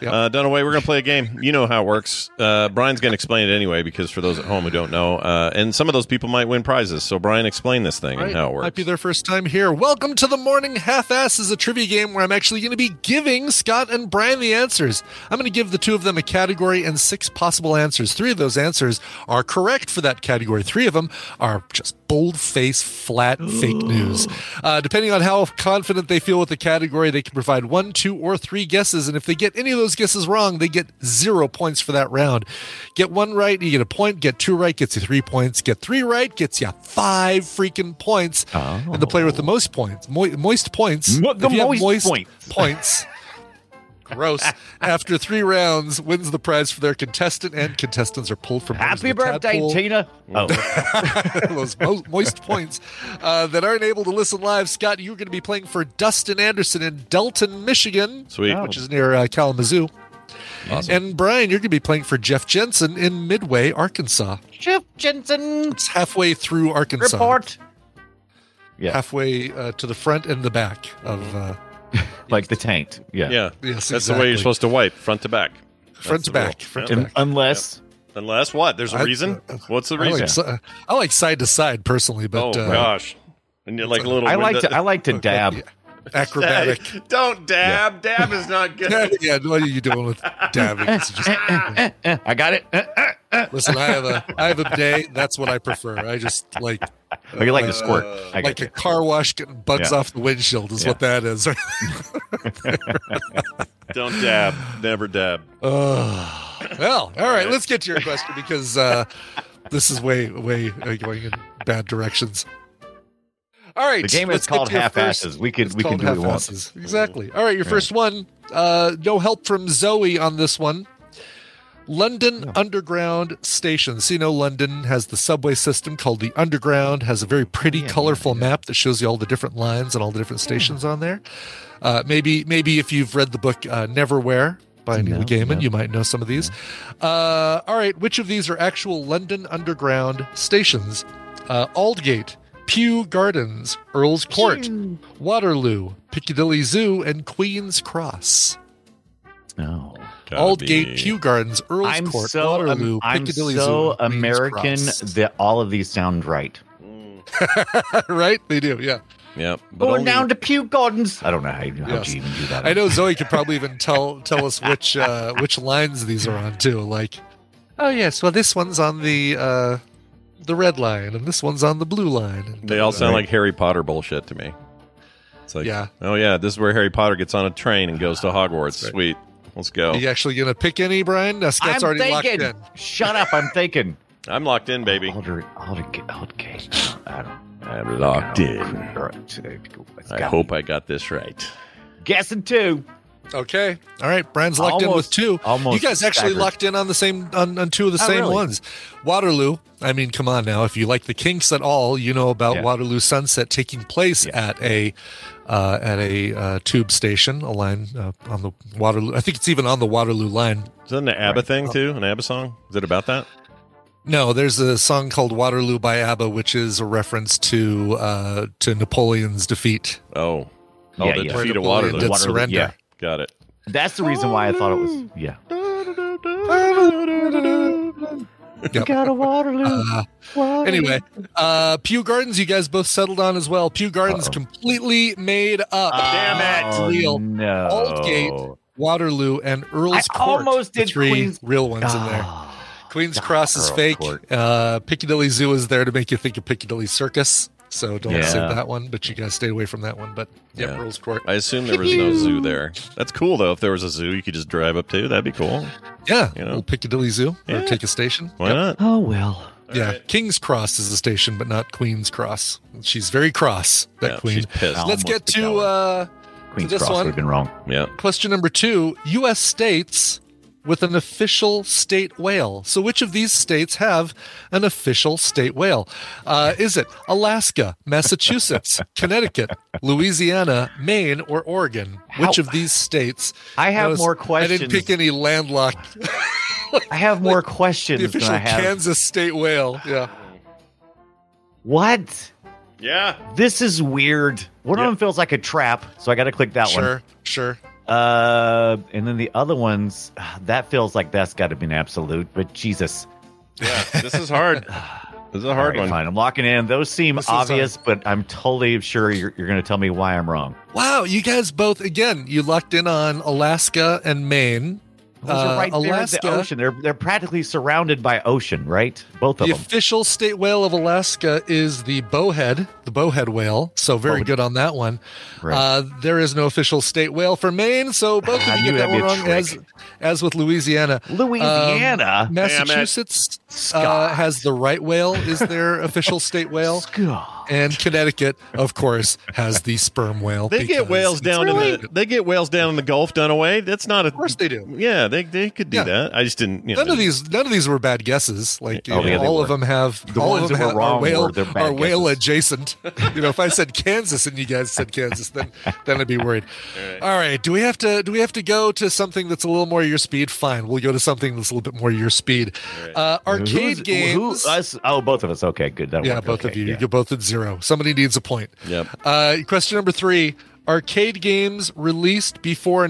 [SPEAKER 2] Yeah.
[SPEAKER 1] Uh, Dunaway, we're going to play a game. You know how it works. Uh, Brian's going to explain it anyway because for those at home who don't know, uh, and some of those people might win prizes. So, Brian, explain this thing and
[SPEAKER 2] Right.
[SPEAKER 1] how it works.
[SPEAKER 2] Might be their first time here. Welcome to the Morning Half Ass is a trivia game where I'm actually going to be giving Scott and Brian the answers. I'm going to give the two of them a category and six possible answers. Three of those answers are correct for that category. Three of them are just bold face, flat fake news. Uh, depending on how confident they feel with the category, they can provide one, two, or three guesses. And if they get any of those guesses wrong, they get zero points for that round. Get one right, you get a point. Get two right, gets you three points. Get three right, gets you five freaking points. And the player with the most points, mo- moist points,
[SPEAKER 6] Oh. Mo- the
[SPEAKER 2] if you have
[SPEAKER 6] moist points.
[SPEAKER 2] points. Gross. After three rounds, wins the prize for their contestant, and contestants are pulled from rooms of
[SPEAKER 6] Happy
[SPEAKER 2] the
[SPEAKER 6] birthday,
[SPEAKER 2] tadpole
[SPEAKER 6] Tina. Oh,
[SPEAKER 2] those mo- moist points uh, that aren't able to listen live. Scott, you're going to be playing for Dustin Anderson in Delton, Michigan,
[SPEAKER 1] Sweet.
[SPEAKER 2] which is near uh, Kalamazoo. And Brian, you're going to be playing for Jeff Jensen in Midway, Arkansas.
[SPEAKER 6] Jeff Jensen
[SPEAKER 2] It's halfway through Arkansas,
[SPEAKER 6] report. Yeah,
[SPEAKER 2] halfway uh, to the front and the back of. Uh,
[SPEAKER 6] like the taint. Yeah.
[SPEAKER 1] Yeah.
[SPEAKER 2] Yes,
[SPEAKER 1] That's the way
[SPEAKER 2] exactly.
[SPEAKER 1] you're supposed to wipe, front to back.
[SPEAKER 2] Front to
[SPEAKER 1] the rule.
[SPEAKER 2] back, front
[SPEAKER 1] Yep.
[SPEAKER 2] to back.
[SPEAKER 6] Unless
[SPEAKER 1] Unless what? There's a
[SPEAKER 2] I- uh,
[SPEAKER 1] reason. What's the
[SPEAKER 2] I
[SPEAKER 1] reason?
[SPEAKER 2] like, si- I like side to side personally,
[SPEAKER 1] oh
[SPEAKER 2] but uh,
[SPEAKER 1] gosh, and you like a little.
[SPEAKER 6] I like
[SPEAKER 1] window-
[SPEAKER 6] to I like to dab.
[SPEAKER 2] acrobatic.
[SPEAKER 1] Hey, don't dab. Dab is not
[SPEAKER 6] Eh,
[SPEAKER 2] yeah,
[SPEAKER 1] good.
[SPEAKER 2] yeah, what are you doing with dabbing? It's just-
[SPEAKER 6] eh, I got it.
[SPEAKER 2] listen, I have a I have a day. That's what I prefer. I just like uh,
[SPEAKER 6] Oh, you like to squirt. I
[SPEAKER 2] like
[SPEAKER 6] got
[SPEAKER 2] a
[SPEAKER 6] you.
[SPEAKER 2] car wash getting bugs
[SPEAKER 6] Yeah.
[SPEAKER 2] off the windshield is
[SPEAKER 6] Yeah.
[SPEAKER 2] what that is.
[SPEAKER 1] don't dab. Never dab.
[SPEAKER 2] well, all right, let's get to your question because uh, this is way way uh, going in bad directions. All right,
[SPEAKER 6] The game
[SPEAKER 2] let's
[SPEAKER 6] is
[SPEAKER 2] get
[SPEAKER 6] called
[SPEAKER 2] to your
[SPEAKER 6] Half
[SPEAKER 2] first-
[SPEAKER 6] Asses. We could
[SPEAKER 2] it's
[SPEAKER 6] we can
[SPEAKER 2] called
[SPEAKER 6] do what we
[SPEAKER 2] Half
[SPEAKER 6] want.
[SPEAKER 2] Asses. Exactly. All right, your first one. Uh, no help from Zoe on this one. London Underground Station. So, you know, London has the subway system called the Underground, has a very pretty, colorful map that shows you all the different lines and all the different stations on there. Uh, maybe, maybe if you've read the book uh, Neverwhere by Neil Gaiman, you might know some of these. Uh, all right, which of these are actual London Underground stations? Uh, Aldgate, Kew Gardens, Earl's Court, Waterloo, Piccadilly Zoo, and Queen's Cross.
[SPEAKER 6] No.
[SPEAKER 1] Gotta
[SPEAKER 2] Aldgate,
[SPEAKER 1] be-
[SPEAKER 2] Kew Gardens, Earl's
[SPEAKER 6] I'm
[SPEAKER 2] Court,
[SPEAKER 6] so
[SPEAKER 2] Waterloo,
[SPEAKER 6] I'm
[SPEAKER 2] Piccadilly
[SPEAKER 6] so
[SPEAKER 2] Zoo, and Queen's
[SPEAKER 6] American
[SPEAKER 2] Cross.
[SPEAKER 6] that all of these sound right.
[SPEAKER 2] right? They do, yeah.
[SPEAKER 1] Yep. but
[SPEAKER 6] Going
[SPEAKER 1] only-
[SPEAKER 6] down to Pew Gardens. I don't know how you, how
[SPEAKER 2] Yes.
[SPEAKER 6] you even do that.
[SPEAKER 2] I know Zoe could probably even tell tell us which uh, which lines these are on too. Like, oh yes, well this one's on the uh, the red line, and this one's on the blue line.
[SPEAKER 1] They all sound like Harry Potter bullshit to me. It's like,
[SPEAKER 2] Yeah.
[SPEAKER 1] oh yeah, this is where Harry Potter gets on a train and goes to Hogwarts. Sweet, let's go.
[SPEAKER 2] Are you actually gonna pick any, Brian? That's, that's
[SPEAKER 6] I'm
[SPEAKER 2] already
[SPEAKER 6] thinking.
[SPEAKER 2] locked in.
[SPEAKER 6] Shut up. I'm thinking.
[SPEAKER 1] I'm locked in, baby.
[SPEAKER 6] Alder, Alder, Alder, I don't.
[SPEAKER 1] I'm locked in. I
[SPEAKER 6] I
[SPEAKER 1] hope I got this right.
[SPEAKER 6] guessing too.
[SPEAKER 2] Okay. All right. Brian's locked in with
[SPEAKER 6] Almost-
[SPEAKER 2] two.
[SPEAKER 6] almost
[SPEAKER 2] you guys actually
[SPEAKER 6] staggered.
[SPEAKER 2] locked in on the same on, on two of the
[SPEAKER 6] Oh,
[SPEAKER 2] same
[SPEAKER 6] really?
[SPEAKER 2] ones. Waterloo. I mean, come on now. If you like the Kinks at all, you know about
[SPEAKER 6] Yeah.
[SPEAKER 2] Waterloo Sunset taking place at a uh, at a uh, tube station, a line uh, on the Waterloo. I think it's even on the Waterloo line. Oh.
[SPEAKER 1] Is that an ABBA thing too? An ABBA song? Is it about that?
[SPEAKER 2] No, there's a song called Waterloo by ABBA, which is a reference to uh, to Napoleon's defeat.
[SPEAKER 1] Oh, oh,
[SPEAKER 6] Yeah,
[SPEAKER 1] the
[SPEAKER 6] yeah.
[SPEAKER 1] defeat of
[SPEAKER 2] Napoleon
[SPEAKER 1] Waterloo.
[SPEAKER 2] did
[SPEAKER 6] Waterloo,
[SPEAKER 2] surrender.
[SPEAKER 6] yeah.
[SPEAKER 1] Got it.
[SPEAKER 6] That's the reason why I thought it was. Yeah.
[SPEAKER 2] Yep. Uh-huh.
[SPEAKER 6] Got a Waterloo.
[SPEAKER 2] Anyway, uh, Pew Gardens, you guys both settled on as well. Pew Gardens completely made up.
[SPEAKER 6] Oh,
[SPEAKER 2] Real.
[SPEAKER 6] No.
[SPEAKER 2] Aldgate, Waterloo, and Earl's
[SPEAKER 6] I
[SPEAKER 2] Court.
[SPEAKER 6] almost
[SPEAKER 2] the
[SPEAKER 6] did
[SPEAKER 2] three
[SPEAKER 6] Queens- Ah,
[SPEAKER 2] real ones in there. Queen's Cross is
[SPEAKER 6] Earl's
[SPEAKER 2] fake.
[SPEAKER 6] Court.
[SPEAKER 2] Uh, Piccadilly Zoo is there to make you think of Piccadilly Circus. So don't
[SPEAKER 6] Yeah.
[SPEAKER 2] say that one, but you guys stayed away from that one. But yeah,
[SPEAKER 1] Yeah.
[SPEAKER 2] Earl's Court.
[SPEAKER 1] I assume there was no zoo there. That's cool though. If there was a zoo, you could just drive up to. That'd be cool.
[SPEAKER 2] Yeah,
[SPEAKER 1] You know.
[SPEAKER 2] little Piccadilly Zoo
[SPEAKER 1] Yeah.
[SPEAKER 2] or take a station.
[SPEAKER 1] Why not?
[SPEAKER 6] Oh well.
[SPEAKER 2] yeah, King's Cross is the station, but not Queen's Cross. She's very cross, that
[SPEAKER 1] Yeah,
[SPEAKER 2] queen.
[SPEAKER 1] She's pissed.
[SPEAKER 6] Ow.
[SPEAKER 2] Let's
[SPEAKER 6] Almost
[SPEAKER 2] get
[SPEAKER 6] the
[SPEAKER 2] to
[SPEAKER 6] gallery.
[SPEAKER 2] uh,
[SPEAKER 6] Queen's
[SPEAKER 2] this
[SPEAKER 6] Cross
[SPEAKER 2] one.
[SPEAKER 6] would have been wrong.
[SPEAKER 1] Yeah.
[SPEAKER 2] Question number two U.S. states with an official state whale. So, which of these states have an official state whale? Uh, is it Alaska, Massachusetts, Connecticut, Louisiana, Maine, or Oregon? Which
[SPEAKER 6] How-
[SPEAKER 2] of these states?
[SPEAKER 6] I have
[SPEAKER 2] Notice
[SPEAKER 6] more
[SPEAKER 2] I didn't
[SPEAKER 6] questions.
[SPEAKER 2] pick any landlocked.
[SPEAKER 6] I have more
[SPEAKER 2] The
[SPEAKER 6] questions than
[SPEAKER 2] official
[SPEAKER 6] I have.
[SPEAKER 2] Kansas state whale. Yeah.
[SPEAKER 6] What?
[SPEAKER 1] Yeah.
[SPEAKER 6] This is weird. One
[SPEAKER 1] Yeah.
[SPEAKER 6] of them feels like a trap, so I got to click that
[SPEAKER 2] sure. Sure.
[SPEAKER 6] one. Uh, and then the other ones, ah, that feels like that's got to be an absolute. But Jesus,
[SPEAKER 1] Yeah. This is hard. This is a
[SPEAKER 6] All
[SPEAKER 1] hard
[SPEAKER 6] right,
[SPEAKER 1] one.
[SPEAKER 6] Fine, I'm locking in. Those seem
[SPEAKER 2] This is, uh,
[SPEAKER 6] obvious, but I'm totally sure you're, you're going to tell me why I'm wrong.
[SPEAKER 2] Wow, you guys both again. You locked in on Alaska and Maine. Uh,
[SPEAKER 6] Those are right there at the ocean. They're they're practically surrounded by ocean, right? Both of
[SPEAKER 2] The
[SPEAKER 6] them.
[SPEAKER 2] official state whale of Alaska is the bowhead, the bowhead whale. So very good on that one.
[SPEAKER 6] Right. Ah,
[SPEAKER 2] Uh, there is no official state whale for Maine, so both
[SPEAKER 6] I
[SPEAKER 2] of you get
[SPEAKER 6] knew
[SPEAKER 2] that
[SPEAKER 6] that'd
[SPEAKER 2] one
[SPEAKER 6] be a
[SPEAKER 2] wrong. As
[SPEAKER 6] trick.
[SPEAKER 2] as with Louisiana, Um,
[SPEAKER 6] Louisiana? Damn it.
[SPEAKER 2] Massachusetts uh,
[SPEAKER 6] Scott.
[SPEAKER 2] has the right whale is their official state whale,
[SPEAKER 6] God.
[SPEAKER 2] and Connecticut, of course, has the sperm whale.
[SPEAKER 1] They get
[SPEAKER 2] because
[SPEAKER 1] whales
[SPEAKER 2] it's
[SPEAKER 1] down
[SPEAKER 2] really-
[SPEAKER 1] in the they get whales down in the Gulf done away. That's not a Of
[SPEAKER 2] course they do.
[SPEAKER 1] Yeah, they they could do
[SPEAKER 2] Yeah.
[SPEAKER 1] that. I just didn't you know,
[SPEAKER 2] None of these, none of these were bad guesses. Like you
[SPEAKER 6] Oh,
[SPEAKER 2] know,
[SPEAKER 6] yeah, they
[SPEAKER 2] all of
[SPEAKER 6] were.
[SPEAKER 2] them have
[SPEAKER 6] The
[SPEAKER 2] all
[SPEAKER 6] ones
[SPEAKER 2] of them
[SPEAKER 6] that were
[SPEAKER 2] have, are
[SPEAKER 6] wrong
[SPEAKER 2] whale
[SPEAKER 6] were their bad
[SPEAKER 2] are whale
[SPEAKER 6] guesses.
[SPEAKER 2] adjacent. you know, if I said Kansas and you guys said Kansas, then then I'd be worried. All right. do we have to do we have to go to something that's a little more your speed? Fine, we'll go to something that's a little bit more your speed. Uh, arcade
[SPEAKER 6] Who's-
[SPEAKER 2] games.
[SPEAKER 6] Who, us, oh, both of us. Okay, good. That
[SPEAKER 2] yeah,
[SPEAKER 6] worked.
[SPEAKER 2] both
[SPEAKER 6] Okay,
[SPEAKER 2] of you.
[SPEAKER 6] yeah.
[SPEAKER 2] You're both at zero. Somebody needs a point.
[SPEAKER 1] Yep.
[SPEAKER 2] Uh, question number three. arcade games released before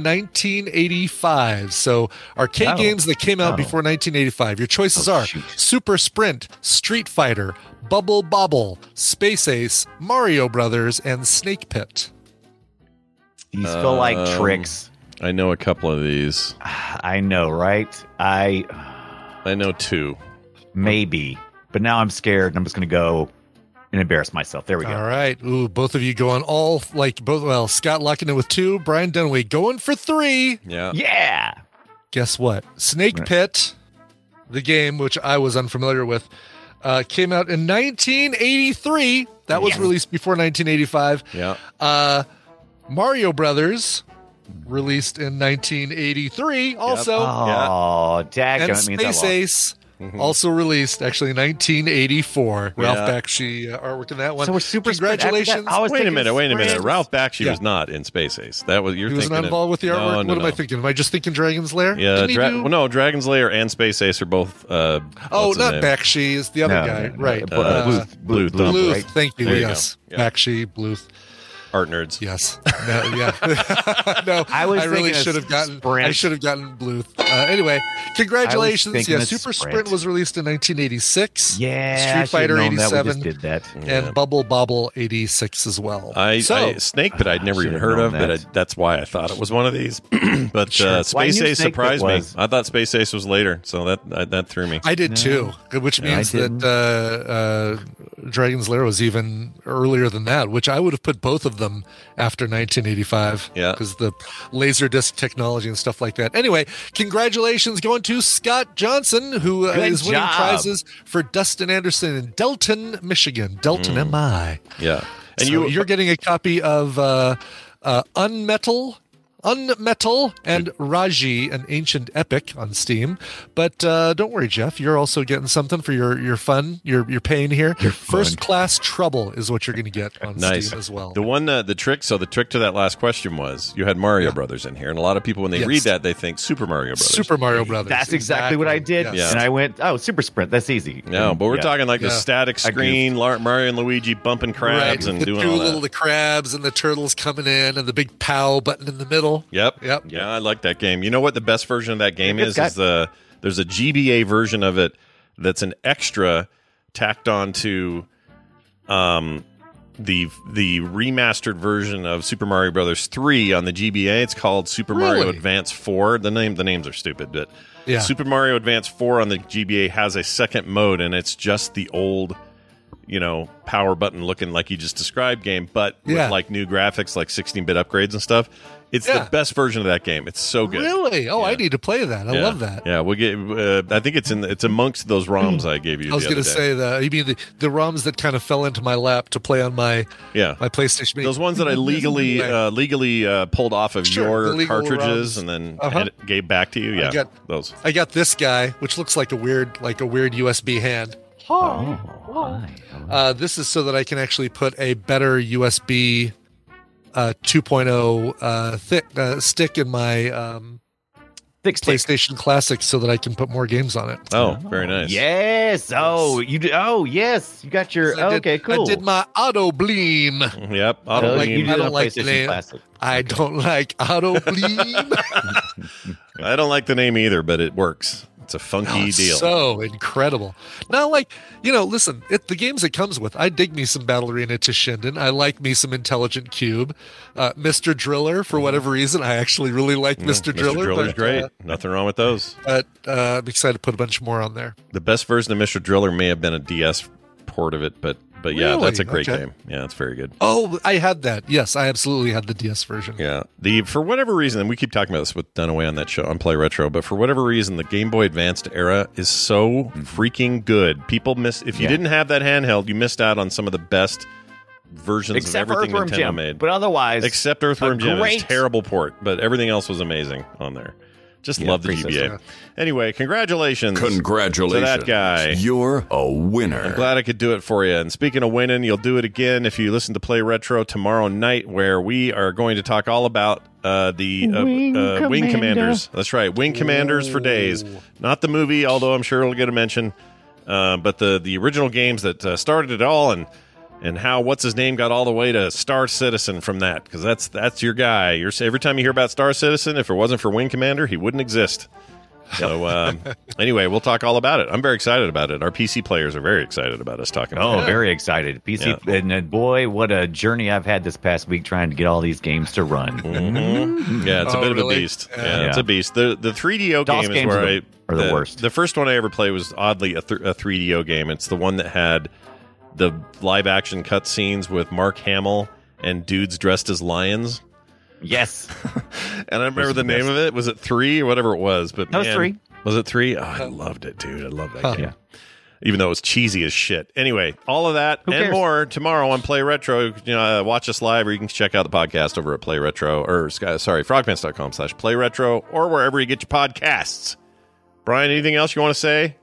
[SPEAKER 2] 1985. So arcade
[SPEAKER 6] Oh.
[SPEAKER 2] games that came out
[SPEAKER 6] Oh.
[SPEAKER 2] before 1985. Your choices are Super Sprint, Street Fighter, Bubble Bobble, Space Ace, Mario Brothers, and Snake Pit.
[SPEAKER 6] These feel like
[SPEAKER 1] Um,
[SPEAKER 6] tricks.
[SPEAKER 1] I know a couple of these.
[SPEAKER 6] Ah, I know, right? I
[SPEAKER 1] I know two.
[SPEAKER 6] Maybe. But now I'm scared and I'm just going to go and embarrass myself. There we go.
[SPEAKER 2] All right. Ooh, both of you going all like both. Well, Scott locking in with two. Brian Dunaway going for three.
[SPEAKER 1] Yeah.
[SPEAKER 6] Yeah.
[SPEAKER 2] Guess what? Snake
[SPEAKER 6] Right.
[SPEAKER 2] Pit, the game which I was unfamiliar with, uh, came out in 1983. That was released before 1985.
[SPEAKER 1] Yeah.
[SPEAKER 2] Uh, Mario Brothers, released in 1983. Also,
[SPEAKER 6] Oh, dag,
[SPEAKER 2] and
[SPEAKER 6] it means I
[SPEAKER 2] Space
[SPEAKER 6] lost.
[SPEAKER 2] Ace. Also released, actually, 1984. Ralph
[SPEAKER 1] Mm-hmm. Yeah.
[SPEAKER 2] Bakshi uh, artwork in that one.
[SPEAKER 6] So we're super spread after that?
[SPEAKER 2] Congratulations!
[SPEAKER 6] I was
[SPEAKER 1] Wait a
[SPEAKER 6] thinking
[SPEAKER 1] minute. Wait a minute.
[SPEAKER 6] Sprint.
[SPEAKER 1] Ralph Bakshi
[SPEAKER 2] Yeah.
[SPEAKER 1] was not in Space Ace. That was you're
[SPEAKER 2] He was
[SPEAKER 1] thinking.
[SPEAKER 2] not
[SPEAKER 1] of-
[SPEAKER 2] involved with the
[SPEAKER 1] No,
[SPEAKER 2] artwork.
[SPEAKER 1] no,
[SPEAKER 2] what am I
[SPEAKER 1] no.
[SPEAKER 2] thinking? Am I just thinking Dragon's Lair?
[SPEAKER 1] Yeah,
[SPEAKER 2] Didn't he
[SPEAKER 1] Dra-
[SPEAKER 2] do-
[SPEAKER 1] well, no, Dragon's Lair and Space Ace are both. Uh,
[SPEAKER 2] Oh,
[SPEAKER 1] what's his
[SPEAKER 2] not
[SPEAKER 1] name?
[SPEAKER 2] Bakshi is the other
[SPEAKER 6] No,
[SPEAKER 2] guy,
[SPEAKER 6] no, no,
[SPEAKER 2] right?
[SPEAKER 6] but,
[SPEAKER 1] uh,
[SPEAKER 2] Uh,
[SPEAKER 6] Bluth, Bluth,
[SPEAKER 1] Bluth, Bluth,
[SPEAKER 2] Bluth,
[SPEAKER 6] right?
[SPEAKER 2] Thank you.
[SPEAKER 1] There you
[SPEAKER 2] yes,
[SPEAKER 1] go. Yeah.
[SPEAKER 2] Bakshi, Bluth.
[SPEAKER 1] Art nerds.
[SPEAKER 2] Yes. No, yeah. no.
[SPEAKER 6] I
[SPEAKER 2] I,
[SPEAKER 6] was
[SPEAKER 2] really
[SPEAKER 6] thinking of
[SPEAKER 2] should have gotten. I
[SPEAKER 6] Sprint.
[SPEAKER 2] should have gotten Bluth. Uh, anyway, congratulations.
[SPEAKER 6] thinking
[SPEAKER 2] Yeah,
[SPEAKER 6] of
[SPEAKER 2] Super Sprint.
[SPEAKER 6] Sprint.
[SPEAKER 2] was released in 1986.
[SPEAKER 6] Yeah. I
[SPEAKER 2] Street
[SPEAKER 6] should've
[SPEAKER 2] Fighter
[SPEAKER 6] known that. We
[SPEAKER 2] 87
[SPEAKER 6] just did that.
[SPEAKER 1] Yeah.
[SPEAKER 2] and Bubble Bobble 86 as well.
[SPEAKER 1] I,
[SPEAKER 2] so,
[SPEAKER 1] I Snake Pit I'd never
[SPEAKER 6] Should've
[SPEAKER 1] even heard
[SPEAKER 6] known
[SPEAKER 1] of, but I,
[SPEAKER 6] that.
[SPEAKER 1] that's why I thought it was one of these. but uh,
[SPEAKER 6] Well, I knew
[SPEAKER 1] Space
[SPEAKER 6] Snake Pit
[SPEAKER 1] Ace surprised me.
[SPEAKER 6] was.
[SPEAKER 1] I thought Space Ace was later, so that I, that threw me.
[SPEAKER 2] I did too, which
[SPEAKER 6] I
[SPEAKER 2] means
[SPEAKER 6] didn't.
[SPEAKER 2] that uh, uh, Dragon's Lair was even earlier than that, which I would have put both of them after 1985.
[SPEAKER 1] Yeah.
[SPEAKER 2] Because the laser disc technology and stuff like that. Anyway, congratulations going to Scott Johnson, who uh,
[SPEAKER 6] Good
[SPEAKER 2] is winning
[SPEAKER 6] job.
[SPEAKER 2] prizes for Dustin Anderson in Delton, Michigan. Delton, MI.
[SPEAKER 1] yeah, and
[SPEAKER 2] And
[SPEAKER 1] you
[SPEAKER 2] you, are getting a copy of uh, uh, Unmetal, Unmetal, and Raji, an ancient epic on Steam. But uh, don't worry, Jeff, you're also getting something for your your fun, your your pain here. First class trouble is what you're going to get on
[SPEAKER 1] nice
[SPEAKER 2] Steam as well.
[SPEAKER 1] The one uh, the trick. So the trick to that last question was you had Mario Brothers in here, and a lot of people when they
[SPEAKER 2] Yes.
[SPEAKER 1] read that they think Super Mario Brothers.
[SPEAKER 2] Super Mario Brothers.
[SPEAKER 6] That's exactly what I did.
[SPEAKER 2] yes.
[SPEAKER 1] Yeah.
[SPEAKER 6] And I went, oh, Super Sprint. That's easy.
[SPEAKER 1] No,
[SPEAKER 6] And,
[SPEAKER 1] but we're
[SPEAKER 6] yeah.
[SPEAKER 1] talking like the
[SPEAKER 2] Yeah.
[SPEAKER 1] static
[SPEAKER 6] I goofed.
[SPEAKER 1] screen, Lar- Mario and Luigi bumping crabs
[SPEAKER 2] right.
[SPEAKER 1] and
[SPEAKER 2] the
[SPEAKER 1] doing
[SPEAKER 2] two
[SPEAKER 1] all
[SPEAKER 2] little
[SPEAKER 1] that.
[SPEAKER 2] the crabs and the turtles coming in and the big pow button in the middle.
[SPEAKER 1] Yep.
[SPEAKER 2] Yep.
[SPEAKER 1] Yeah, I like that game. You know what the best version of that game
[SPEAKER 6] It's
[SPEAKER 1] is?
[SPEAKER 6] got-
[SPEAKER 1] is the there's a GBA version of it that's an extra tacked on to um the the remastered version of Super Mario Brothers 3 on the GBA. It's called Super Mario
[SPEAKER 2] Really?
[SPEAKER 1] Advance 4. The name the names are stupid, but
[SPEAKER 2] Yeah.
[SPEAKER 1] Super Mario Advance 4 on the GBA has a second mode and it's just the old you know, power button looking like you just described game, but
[SPEAKER 2] Yeah.
[SPEAKER 1] with like new graphics, like 16 bit upgrades and stuff. It's
[SPEAKER 2] Yeah.
[SPEAKER 1] the best version of that game. It's so good.
[SPEAKER 2] Really? Oh, I
[SPEAKER 1] Yeah.
[SPEAKER 2] need to play that. I
[SPEAKER 1] Yeah.
[SPEAKER 2] love that.
[SPEAKER 1] Yeah, we'll get. Uh, I think it's in. The, it's amongst those ROMs I gave you.
[SPEAKER 2] I was
[SPEAKER 1] going to
[SPEAKER 2] say that. You mean the, the ROMs that kind of fell into my lap to play on my
[SPEAKER 1] Yeah.
[SPEAKER 2] my PlayStation? Mini.
[SPEAKER 1] Those ones that I legally
[SPEAKER 2] Right.
[SPEAKER 1] uh, legally uh, pulled off of
[SPEAKER 2] Sure, the
[SPEAKER 1] your
[SPEAKER 2] legal
[SPEAKER 1] cartridges
[SPEAKER 2] ROMs.
[SPEAKER 1] and then
[SPEAKER 2] Uh-huh.
[SPEAKER 1] had- gave back to you. Yeah,
[SPEAKER 2] got-
[SPEAKER 1] those.
[SPEAKER 2] I got this guy, which looks like a weird like a weird USB hand.
[SPEAKER 1] Uh-huh.
[SPEAKER 2] Uh, this is so that I can actually put a better USB uh, 2.0 uh, thick uh, stick in my um,
[SPEAKER 6] Thick stick.
[SPEAKER 2] PlayStation Classic, so that I can put more games on it.
[SPEAKER 1] Oh, very nice.
[SPEAKER 6] Yes. Oh, you did. Oh, yes. You got your.
[SPEAKER 2] I did-
[SPEAKER 6] okay, cool.
[SPEAKER 2] I did my auto bleem.
[SPEAKER 1] Mm, Yep.
[SPEAKER 6] Oh,
[SPEAKER 1] Auto
[SPEAKER 2] like
[SPEAKER 6] you
[SPEAKER 1] Beam.
[SPEAKER 6] did
[SPEAKER 2] Mm. I don't
[SPEAKER 6] on
[SPEAKER 2] like
[SPEAKER 6] PlayStation
[SPEAKER 2] the-
[SPEAKER 6] Classic.
[SPEAKER 2] I don't like auto bleem.
[SPEAKER 1] I don't like the name either, but it works. It's a funky
[SPEAKER 2] Oh, it's
[SPEAKER 1] deal.
[SPEAKER 2] So incredible. Now, like, you know, listen, it, the games it comes with, I dig me some Battle Arena to Shinden. I like me some Intelligent Cube. Uh, Mr. Driller,
[SPEAKER 1] Mm-hmm.
[SPEAKER 2] for whatever reason, I actually really like
[SPEAKER 1] Mm,
[SPEAKER 2] Mr. Driller.
[SPEAKER 1] Driller's
[SPEAKER 2] but,
[SPEAKER 1] great.
[SPEAKER 2] uh,
[SPEAKER 1] Nothing wrong with those.
[SPEAKER 2] but uh, I'm excited to put a bunch more on there.
[SPEAKER 1] The best version of Mr. Driller may have been a DS port of it, but but yeah,
[SPEAKER 2] Really?
[SPEAKER 1] that's a great
[SPEAKER 2] Okay.
[SPEAKER 1] game. Yeah, it's very good.
[SPEAKER 2] Oh, I had that. Yes, I absolutely had the DS version.
[SPEAKER 1] Yeah. The for whatever reason, and we keep talking about this with Dunaway on that show on Play Retro, but for whatever reason, the Game Boy Advanced era is so freaking good. People miss if you
[SPEAKER 6] Mm-hmm. Yeah.
[SPEAKER 1] didn't have that handheld, you missed out on some of the best versions
[SPEAKER 6] Except
[SPEAKER 1] of
[SPEAKER 6] for
[SPEAKER 1] everything
[SPEAKER 6] Earthworm
[SPEAKER 1] Nintendo
[SPEAKER 6] Jim.
[SPEAKER 1] made.
[SPEAKER 6] But otherwise,
[SPEAKER 1] Except Earthworm
[SPEAKER 6] a
[SPEAKER 1] Jim, It was
[SPEAKER 6] great-
[SPEAKER 1] terrible port, but everything else was amazing on there. Just
[SPEAKER 6] Yeah,
[SPEAKER 1] love the
[SPEAKER 6] pretty
[SPEAKER 1] GBA. Anyway, congratulations.
[SPEAKER 5] Congratulations.
[SPEAKER 1] To that guy.
[SPEAKER 5] You're a winner.
[SPEAKER 1] I'm glad I could do it for you. And speaking of winning, you'll do it again if you listen to Play Retro tomorrow night, where we are going to talk all about uh, the uh, wing, uh, wing commanders. That's right, wing commanders for days. Not the movie, although I'm sure it'll get a mention, uh, but the the original games that uh, started it all and and how what's his name got all the way to Star Citizen from that because that's that's your guy. You're, every time you hear about Star Citizen, if it wasn't for Wing Commander, he wouldn't exist. So um, anyway, we'll talk all about it. I'm very excited about it. Our PC players are very excited about us talking.
[SPEAKER 6] Oh,
[SPEAKER 1] about it.
[SPEAKER 6] very excited. PC and uh, boy, what a journey I've had this past week trying to get all these games to run.
[SPEAKER 1] Mhm. Yeah, it's a
[SPEAKER 2] Oh,
[SPEAKER 1] bit
[SPEAKER 2] really?
[SPEAKER 1] of a beast. Yeah,
[SPEAKER 6] Mm-hmm. Yeah.
[SPEAKER 1] it's a beast. The the 3DO
[SPEAKER 6] DOS
[SPEAKER 1] game is
[SPEAKER 6] games
[SPEAKER 1] where
[SPEAKER 6] are
[SPEAKER 1] I
[SPEAKER 6] the- are the
[SPEAKER 1] the
[SPEAKER 6] worst.
[SPEAKER 1] The first one I ever played was oddly a, th- a 3DO game. It's the one that had the live action cutscenes with Mark Hamill and dudes dressed as lions.
[SPEAKER 6] Yes,
[SPEAKER 1] And I remember
[SPEAKER 6] is
[SPEAKER 1] the
[SPEAKER 6] the
[SPEAKER 1] name
[SPEAKER 6] best.
[SPEAKER 1] of it. Was it three or whatever it was? But
[SPEAKER 6] That was
[SPEAKER 1] man-
[SPEAKER 6] three.
[SPEAKER 1] Was it three? Oh, I loved it, dude. I loved that
[SPEAKER 2] Huh.
[SPEAKER 1] game.
[SPEAKER 6] Yeah.
[SPEAKER 1] Even though it was cheesy as shit. Anyway, all of that
[SPEAKER 6] Who
[SPEAKER 1] and
[SPEAKER 6] cares?
[SPEAKER 1] more tomorrow on Play Retro. You know, uh, watch us live, or you can check out the podcast over at Play Retro or uh, sorry, frogpants.com slash Play Retro or wherever you get your podcasts. Brian, anything else you want to say?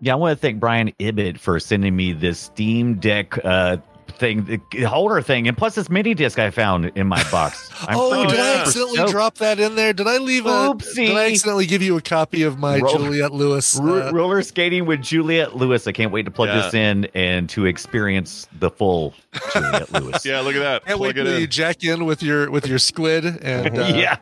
[SPEAKER 6] yeah. I want to thank Brian Ibbett for sending me this Steam Deck uh, thing, the holder thing, and plus this mini disc I found in my box. I'm
[SPEAKER 2] oh, did
[SPEAKER 6] so
[SPEAKER 2] I
[SPEAKER 6] super
[SPEAKER 2] accidentally
[SPEAKER 6] stoked.
[SPEAKER 2] drop that in there? Did I leave a? Did I
[SPEAKER 6] Oopsie.
[SPEAKER 2] accidentally give you a copy of my
[SPEAKER 6] Roll-
[SPEAKER 2] Juliet Lewis?
[SPEAKER 6] Ru-
[SPEAKER 2] uh,
[SPEAKER 6] roller skating with Juliet Lewis. I can't wait to plug
[SPEAKER 1] Yeah.
[SPEAKER 6] this in and to experience the full Juliet Lewis.
[SPEAKER 1] Yeah, look at that.
[SPEAKER 2] can't wait
[SPEAKER 1] Plug it
[SPEAKER 2] till you
[SPEAKER 1] in.
[SPEAKER 2] jack in with your with your squid and uh,
[SPEAKER 6] yeah,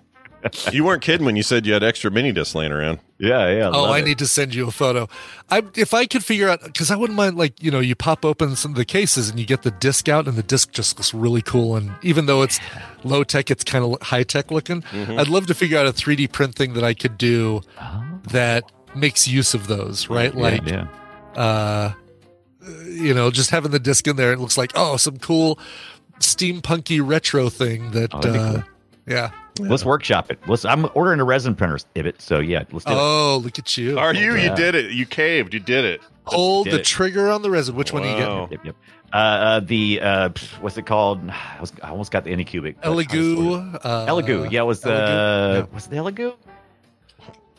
[SPEAKER 1] You weren't kidding when you said you had extra mini discs laying around.
[SPEAKER 6] yeah, yeah.
[SPEAKER 2] oh,
[SPEAKER 6] love
[SPEAKER 2] I
[SPEAKER 6] it.
[SPEAKER 2] need to send you a photo. I if I could figure out because I wouldn't mind like you know you pop open some of the cases and you get the disc out and the disc just looks really cool and even though it's low tech, it's kind of high tech looking.
[SPEAKER 6] Mm-hmm.
[SPEAKER 2] I'd love to figure out a 3D print thing that I could do that makes use of those. Right, like
[SPEAKER 6] Oh. yeah.
[SPEAKER 2] uh, you know, just having the disc in there, it looks like oh, some cool steampunky retro thing that.
[SPEAKER 6] Oh, that'd be
[SPEAKER 2] uh,
[SPEAKER 6] cool.
[SPEAKER 2] Yeah.
[SPEAKER 6] Let's workshop it. Let's. I'm ordering a resin printer, Ibbit. So yeah, let's do it.
[SPEAKER 2] Oh, look at you!
[SPEAKER 1] Are you? You
[SPEAKER 6] Yeah.
[SPEAKER 1] did it. You caved. You did it.
[SPEAKER 2] Hold
[SPEAKER 6] Did
[SPEAKER 2] the
[SPEAKER 6] it.
[SPEAKER 2] trigger on the resin. Which one are you
[SPEAKER 1] Wow.
[SPEAKER 2] getting?
[SPEAKER 6] Yep, yep. Uh, uh, the uh, pff, what's it called? I, was, I almost got the anycubic. but I was ordering-
[SPEAKER 2] Elegoo. Uh,
[SPEAKER 6] Elegoo. Yeah, it was the
[SPEAKER 2] Elegoo?
[SPEAKER 6] was it the Elegoo?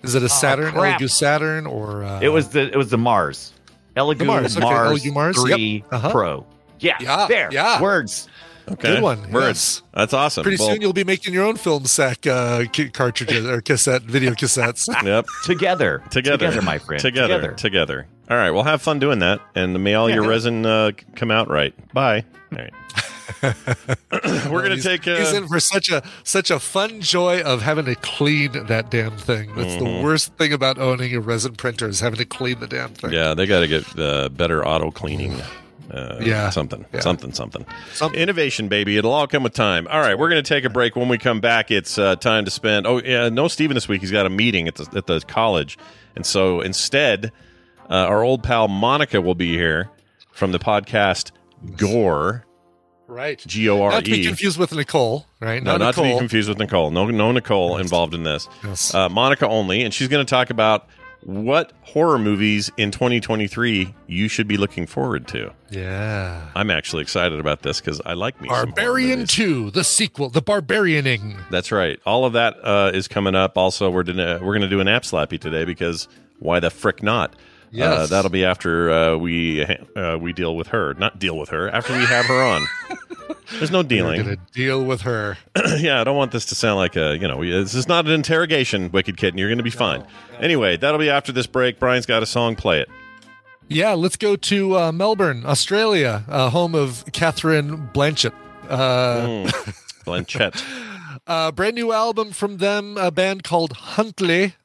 [SPEAKER 2] Is it a Saturn?
[SPEAKER 6] crap.
[SPEAKER 2] Elegoo Saturn or? Uh,
[SPEAKER 6] It was the it was the Mars. Elegoo
[SPEAKER 2] Mars,
[SPEAKER 6] Mars,
[SPEAKER 2] okay, Elegoo Mars, yep,
[SPEAKER 6] three
[SPEAKER 2] uh-huh.
[SPEAKER 6] Pro. Yeah,
[SPEAKER 2] Yeah,
[SPEAKER 6] there.
[SPEAKER 2] yeah.
[SPEAKER 6] Words.
[SPEAKER 1] Okay.
[SPEAKER 2] Good one, yes.
[SPEAKER 1] Words. That's awesome.
[SPEAKER 2] Pretty
[SPEAKER 1] Well,
[SPEAKER 2] soon you'll be making your own film sack uh, ca- cartridges or cassette video cassettes.
[SPEAKER 1] Yep.
[SPEAKER 6] Together.
[SPEAKER 1] together,
[SPEAKER 6] my friend.
[SPEAKER 1] Together, together, All right, well, have fun doing that, and may all your resin uh, c- come out right. Bye. All right. We're gonna
[SPEAKER 2] He's-
[SPEAKER 1] take.
[SPEAKER 2] He's
[SPEAKER 1] Uh,
[SPEAKER 2] in for such a such a fun joy of having to clean that damn thing. That's
[SPEAKER 1] Mm-hmm.
[SPEAKER 2] the worst thing about owning a resin printer is having to clean the damn thing.
[SPEAKER 1] yeah, they got to get uh, better auto cleaning. Uh,
[SPEAKER 2] Yeah.
[SPEAKER 1] something,
[SPEAKER 2] Yeah.
[SPEAKER 1] something, something,
[SPEAKER 2] Something.
[SPEAKER 1] Innovation, baby. It'll all come with time. All right, we're going to take a break. When we come back, it's uh, time to spend. Oh, yeah, no, Steven this week. He's got a meeting at the, at the college. And so instead, uh, our old pal Monica will be here from the podcast Gore,
[SPEAKER 2] Right.
[SPEAKER 1] G O R E.
[SPEAKER 2] Not to be confused with Nicole, right?
[SPEAKER 1] No, not to be
[SPEAKER 2] Nicole.
[SPEAKER 1] confused with Nicole. No, no Nicole involved in this.
[SPEAKER 2] Yes.
[SPEAKER 1] Uh, Monica only, and she's going to talk about what horror movies in 2023 you should be looking forward to.
[SPEAKER 2] Yeah.
[SPEAKER 1] I'm actually excited about this because I like me some horror
[SPEAKER 2] Barbarian
[SPEAKER 1] movies.
[SPEAKER 2] 2, the sequel, the Barbarianing.
[SPEAKER 1] That's right. All of that uh, is coming up. Also, we're gonna we're gonna do an app slappy today because why the frick not?
[SPEAKER 2] Yes.
[SPEAKER 1] Uh, that'll be after uh, we uh, we deal with her, not deal with her. After we have her on, there's no
[SPEAKER 2] We're
[SPEAKER 1] dealing.
[SPEAKER 2] going to deal with her.
[SPEAKER 1] yeah, I don't want this to sound like a, you know, this is not an interrogation, Wicked Kitten. You're going to be fine. Anyway, that'll be after this break. Brian's got a song. Play it.
[SPEAKER 2] Yeah, let's go to uh, Melbourne, Australia, uh, home of Catherine Blanchett. Uh,
[SPEAKER 1] Hmm. Blanchett.
[SPEAKER 2] uh, brand new album from them, a band called Huntley.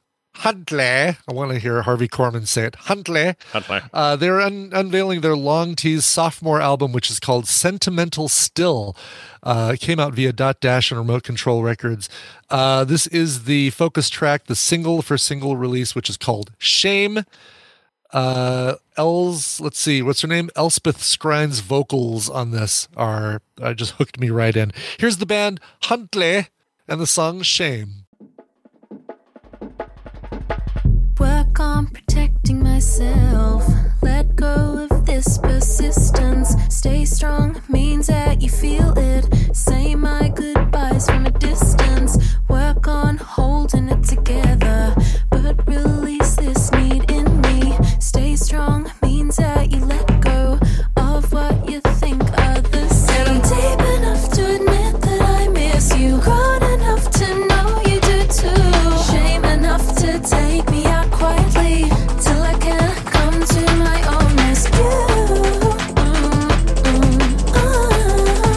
[SPEAKER 2] Huntley. I want to hear Harvey Korman say it. Huntley.
[SPEAKER 1] Huntley.
[SPEAKER 2] Uh, they're un- unveiling their long tease sophomore album, which is called Sentimental Still. Uh, it came out via Dot Dash and Remote Control Records. Uh, this is the focus track, the single for single release, which is called Shame. Uh, Els, let's see, what's her name? Elspeth Scrine's vocals on this are uh, just hooked me right in. Here's the band Huntley and the song Shame.
[SPEAKER 7] Work on protecting myself. Let go of this persistence. Stay strong means that you feel it. Say my goodbyes from a distance. Work on holding it together. But release this need in me. Stay strong means that you let go of what you think others say. And I'm deep enough to admit that I miss you. Grown enough to know you do too. Shame enough to take me out quietly till I can come to my own rescue. Mm, mm,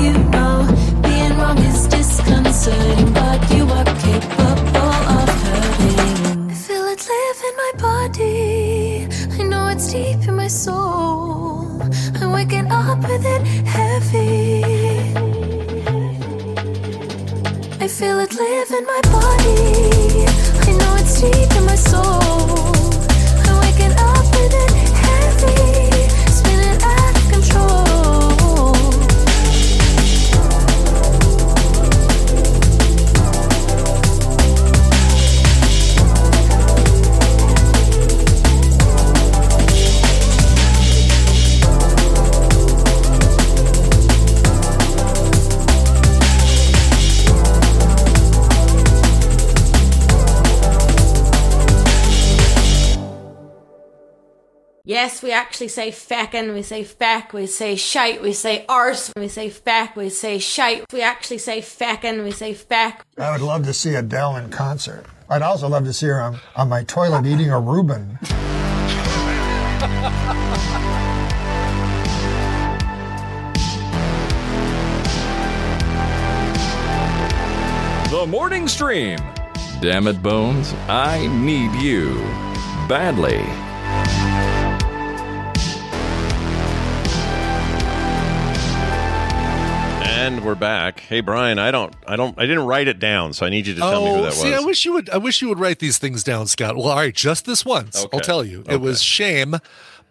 [SPEAKER 7] you know being wrong is disconcerting, but you are capable of hurting. I feel it live in my body. I know it's deep in my soul. I'm waking up with it heavy. I feel it live in my body. I know it's deep in my soul. I'm waking up with it heavy, spinning out of control.
[SPEAKER 8] Yes, we actually say feckin', we say feck, we say shite, we say arse, we say feck, we say shite, we actually say feckin', we say feck.
[SPEAKER 9] I would love to see Adele in concert. I'd also love to see her on, on my toilet eating a Reuben.
[SPEAKER 5] The Morning Stream. Damn it, Bones, I need you badly.
[SPEAKER 1] And we're back. Hey Brian, I don't I don't I didn't write it down, so I need you to tell me who
[SPEAKER 2] Oh,
[SPEAKER 1] that
[SPEAKER 2] see, I
[SPEAKER 1] was.
[SPEAKER 2] wish you would. I wish you would write these things down, Scott. Well, all right, just this once.
[SPEAKER 1] Okay.
[SPEAKER 2] I'll tell you.
[SPEAKER 1] Okay.
[SPEAKER 2] It was "Shame"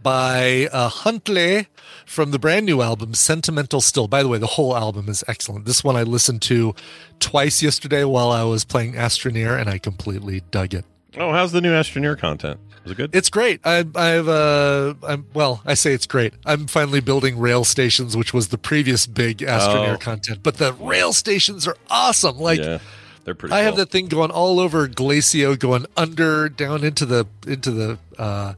[SPEAKER 2] by uh, Huntley from the brand new album "Sentimental Still." By the way, the whole album is excellent. This one I listened to twice yesterday while I was playing Astroneer, and I completely dug it.
[SPEAKER 1] oh, how's the new Astroneer content? Is it good?
[SPEAKER 2] It's great. I, I've, uh, I'm well. I say it's great. I'm finally building rail stations, which was the previous big Astroneer
[SPEAKER 1] Oh.
[SPEAKER 2] content. But the rail stations are awesome. Like,
[SPEAKER 1] yeah, they're pretty.
[SPEAKER 2] I have
[SPEAKER 1] cool.
[SPEAKER 2] that thing going all over Glacio, going under, down into the into the uh,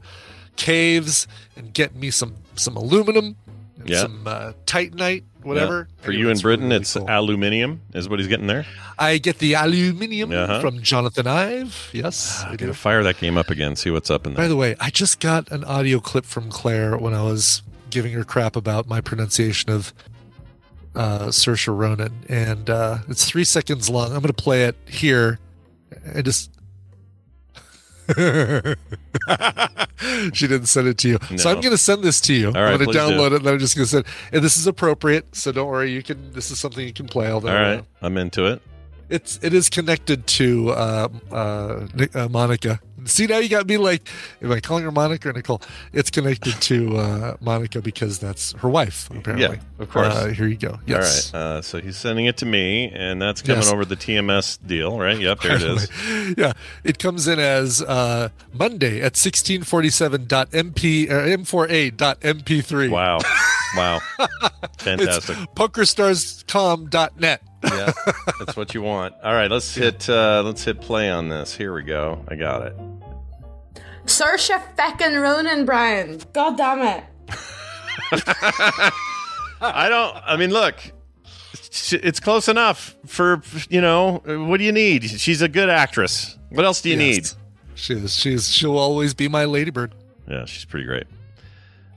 [SPEAKER 2] caves, and get me some some aluminum, and
[SPEAKER 1] Yeah.
[SPEAKER 2] some uh, titanite,
[SPEAKER 1] Yeah.
[SPEAKER 2] whatever.
[SPEAKER 1] For you in Britain, it's aluminium is what he's getting there.
[SPEAKER 2] I get the aluminium
[SPEAKER 1] Uh-huh. Ah,
[SPEAKER 2] from Jonathan Ive. Yes, I
[SPEAKER 1] I'm
[SPEAKER 2] do.
[SPEAKER 1] gonna fire that game up again. See what's up in
[SPEAKER 2] By
[SPEAKER 1] there.
[SPEAKER 2] the way, I just got an audio clip from Claire when I was giving her crap about my pronunciation of uh, Saoirse Ronan, and uh, it's three seconds long. I'm going to play it here, and just. she didn't send it to you, so I'm
[SPEAKER 1] No.
[SPEAKER 2] going to send this to you.
[SPEAKER 1] right,
[SPEAKER 2] I'm going
[SPEAKER 1] please
[SPEAKER 2] to
[SPEAKER 1] do.
[SPEAKER 2] download it, and I'm just going to send. And this is appropriate, so don't worry. You can. This is something you can play. Although
[SPEAKER 1] All right, I'm into it.
[SPEAKER 2] it's it is connected to uh, uh, Ni- uh, Monica. See now you got me like, am I calling her Monica or Nicole? It's connected to uh, Monica because that's her wife apparently.
[SPEAKER 1] Yeah, of course.
[SPEAKER 2] Uh, here you go. Yes.
[SPEAKER 1] All right. Uh, so he's sending it to me, and that's coming
[SPEAKER 2] Yes.
[SPEAKER 1] over the TMS deal, right? Yep, there it
[SPEAKER 2] By the
[SPEAKER 1] is.
[SPEAKER 2] way, Yeah, it comes in as uh, Monday at 1647.mp or m4a.mp3.
[SPEAKER 1] Wow. Wow.
[SPEAKER 2] it's
[SPEAKER 1] Fantastic.
[SPEAKER 2] pokerstars.com.net.
[SPEAKER 1] yeah, that's what you want. All right, let's hit uh, let's hit play on this. Here we go. I got it.
[SPEAKER 8] Saoirse feckin' Ronan, Brian. God damn it.
[SPEAKER 1] I don't. I mean, look, sh- it's close enough for you know. What do you need? She's a good actress. What else do you
[SPEAKER 2] Yes. She is. She is. She'll always be my ladybird.
[SPEAKER 1] need? Yeah, she's pretty great.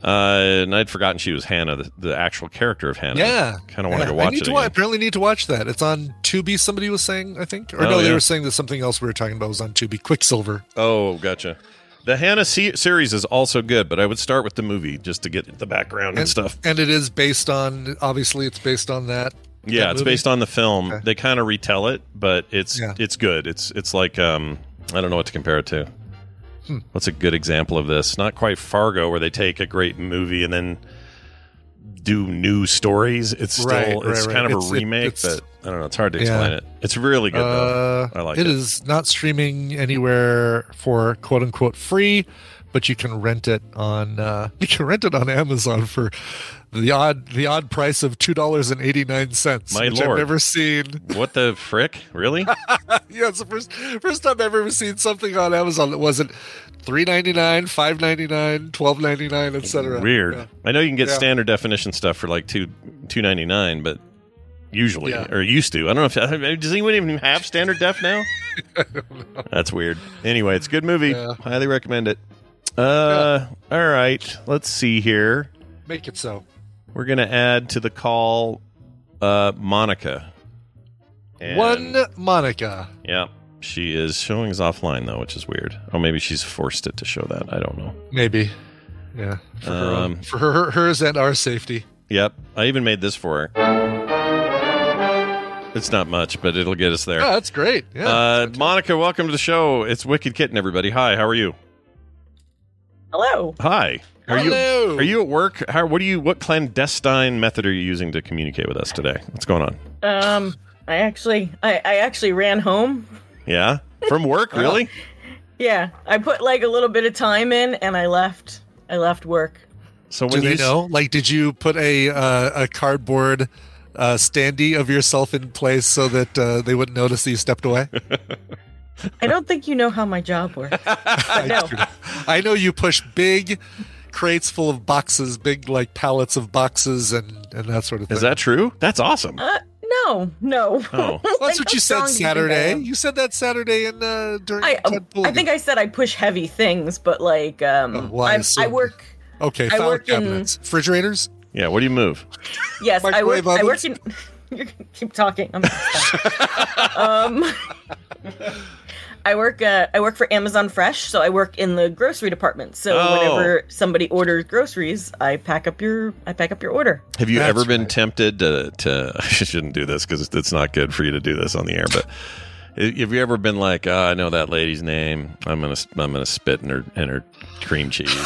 [SPEAKER 1] Uh, and I'd forgotten she was Hannah, the, the actual character of Hannah.
[SPEAKER 2] Yeah,
[SPEAKER 1] kind of want
[SPEAKER 2] Yeah.
[SPEAKER 1] to go
[SPEAKER 2] I
[SPEAKER 1] watch
[SPEAKER 2] need
[SPEAKER 1] it.
[SPEAKER 2] to wa-
[SPEAKER 1] again.
[SPEAKER 2] apparently need to watch that. It's on Tubi. Somebody was saying, I think, or
[SPEAKER 1] Oh,
[SPEAKER 2] no, they
[SPEAKER 1] yeah.
[SPEAKER 2] were saying that something else we were talking about was on Tubi. Quicksilver.
[SPEAKER 1] Oh, gotcha. The Hannah se- series is also good, but I would start with the movie just to get the background and, stuff.
[SPEAKER 2] and it is based on. Obviously, it's based on that.
[SPEAKER 1] Yeah,
[SPEAKER 2] that
[SPEAKER 1] it's
[SPEAKER 2] movie.
[SPEAKER 1] based on the film.
[SPEAKER 2] Okay.
[SPEAKER 1] They kind of retell it, but it's
[SPEAKER 2] Yeah.
[SPEAKER 1] it's good. It's it's like um, I don't know what to compare it to.
[SPEAKER 2] Hmm.
[SPEAKER 1] What's a good example of this? Not quite Fargo, where they take a great movie and then do new stories. It's still
[SPEAKER 2] Right, right,
[SPEAKER 1] it's
[SPEAKER 2] right.
[SPEAKER 1] kind of
[SPEAKER 2] It's-
[SPEAKER 1] a
[SPEAKER 2] it-
[SPEAKER 1] remake,
[SPEAKER 2] it's-
[SPEAKER 1] but I don't know. It's hard to
[SPEAKER 2] Yeah.
[SPEAKER 1] explain it. It's really
[SPEAKER 2] Uh,
[SPEAKER 1] good. though. I like
[SPEAKER 2] it is not streaming anywhere for quote unquote free, but you can rent it on uh, you can rent it on Amazon for the odd the odd price of two dollars and eighty nine cents,
[SPEAKER 1] My
[SPEAKER 2] which
[SPEAKER 1] lord.
[SPEAKER 2] I've never seen.
[SPEAKER 1] What the frick? Really?
[SPEAKER 2] yeah, it's the first first time I've ever seen something on Amazon that wasn't three ninety nine, five ninety nine, twelve ninety nine, etc.
[SPEAKER 1] Weird.
[SPEAKER 2] Yeah.
[SPEAKER 1] I know you can get
[SPEAKER 2] Yeah.
[SPEAKER 1] standard definition stuff for like two two ninety nine, but usually
[SPEAKER 2] Yeah.
[SPEAKER 1] or used to. I don't know if does anyone even have standard def now? That's weird. Anyway, it's a good movie.
[SPEAKER 2] Yeah.
[SPEAKER 1] Highly recommend it. Uh, all right. Let's see here.
[SPEAKER 2] Make it so.
[SPEAKER 1] We're gonna add to the call Uh, Monica. And-
[SPEAKER 2] One Monica.
[SPEAKER 1] Yeah. She is showing us offline though, which is weird. Or maybe she's forced it to show that. I don't know.
[SPEAKER 2] Maybe. Yeah. For, her own-
[SPEAKER 1] Um,
[SPEAKER 2] for her, hers and our safety.
[SPEAKER 1] Yep. I even made this for her. It's not much, but it'll get us there.
[SPEAKER 2] Oh, that's great. Yeah.
[SPEAKER 1] uh, Monica, welcome to the show. It's Wicked Kitten, everybody. Hi, how are you?
[SPEAKER 10] Hello.
[SPEAKER 1] Hi. Are
[SPEAKER 2] Hello.
[SPEAKER 1] you are you at work? How what do you what clandestine method are you using to communicate with us today? What's going on?
[SPEAKER 10] Um, I actually, I, I actually ran home.
[SPEAKER 1] Yeah? From work,
[SPEAKER 2] Uh,
[SPEAKER 1] really?
[SPEAKER 10] Yeah, I put like a little bit of time in, and I left. I left work.
[SPEAKER 1] So
[SPEAKER 2] when
[SPEAKER 10] you
[SPEAKER 2] you
[SPEAKER 10] s-
[SPEAKER 2] know, like, did you put a uh, a cardboard uh, standee of yourself in place so that uh, they wouldn't notice that you stepped away?
[SPEAKER 10] I don't think you know how my job works. But no,
[SPEAKER 2] I know you push big crates full of boxes, big like pallets of boxes, and and that sort of thing.
[SPEAKER 1] Is that true? That's awesome.
[SPEAKER 10] uh, no, no.
[SPEAKER 1] Oh.
[SPEAKER 2] Well, that's
[SPEAKER 10] Like,
[SPEAKER 2] what
[SPEAKER 10] how
[SPEAKER 2] you
[SPEAKER 10] strong
[SPEAKER 2] said
[SPEAKER 10] do think I
[SPEAKER 2] Saturday.
[SPEAKER 10] am?
[SPEAKER 2] You said that Saturday in uh, during.
[SPEAKER 10] I, I think I said I push heavy things, but like, um,
[SPEAKER 2] well, I
[SPEAKER 10] I, I,
[SPEAKER 2] assume-
[SPEAKER 10] work.
[SPEAKER 2] Okay,
[SPEAKER 10] I
[SPEAKER 2] file
[SPEAKER 10] work in-
[SPEAKER 2] cabinets, refrigerators.
[SPEAKER 1] Yeah, what do you move?
[SPEAKER 10] Yes, I work.
[SPEAKER 2] Microwave
[SPEAKER 10] I work in. you can keep talking. I'm um, I work. Uh, I work for Amazon Fresh, so I work in the grocery department. So
[SPEAKER 1] Oh.
[SPEAKER 10] whenever somebody orders groceries, I pack up your. I pack up your order.
[SPEAKER 1] Have you ever been tempted to, to? I shouldn't do this because it's not good for you to do this on the air. But have you ever been like, oh, I know that lady's name. I'm gonna I'm gonna spit in her in her cream cheese.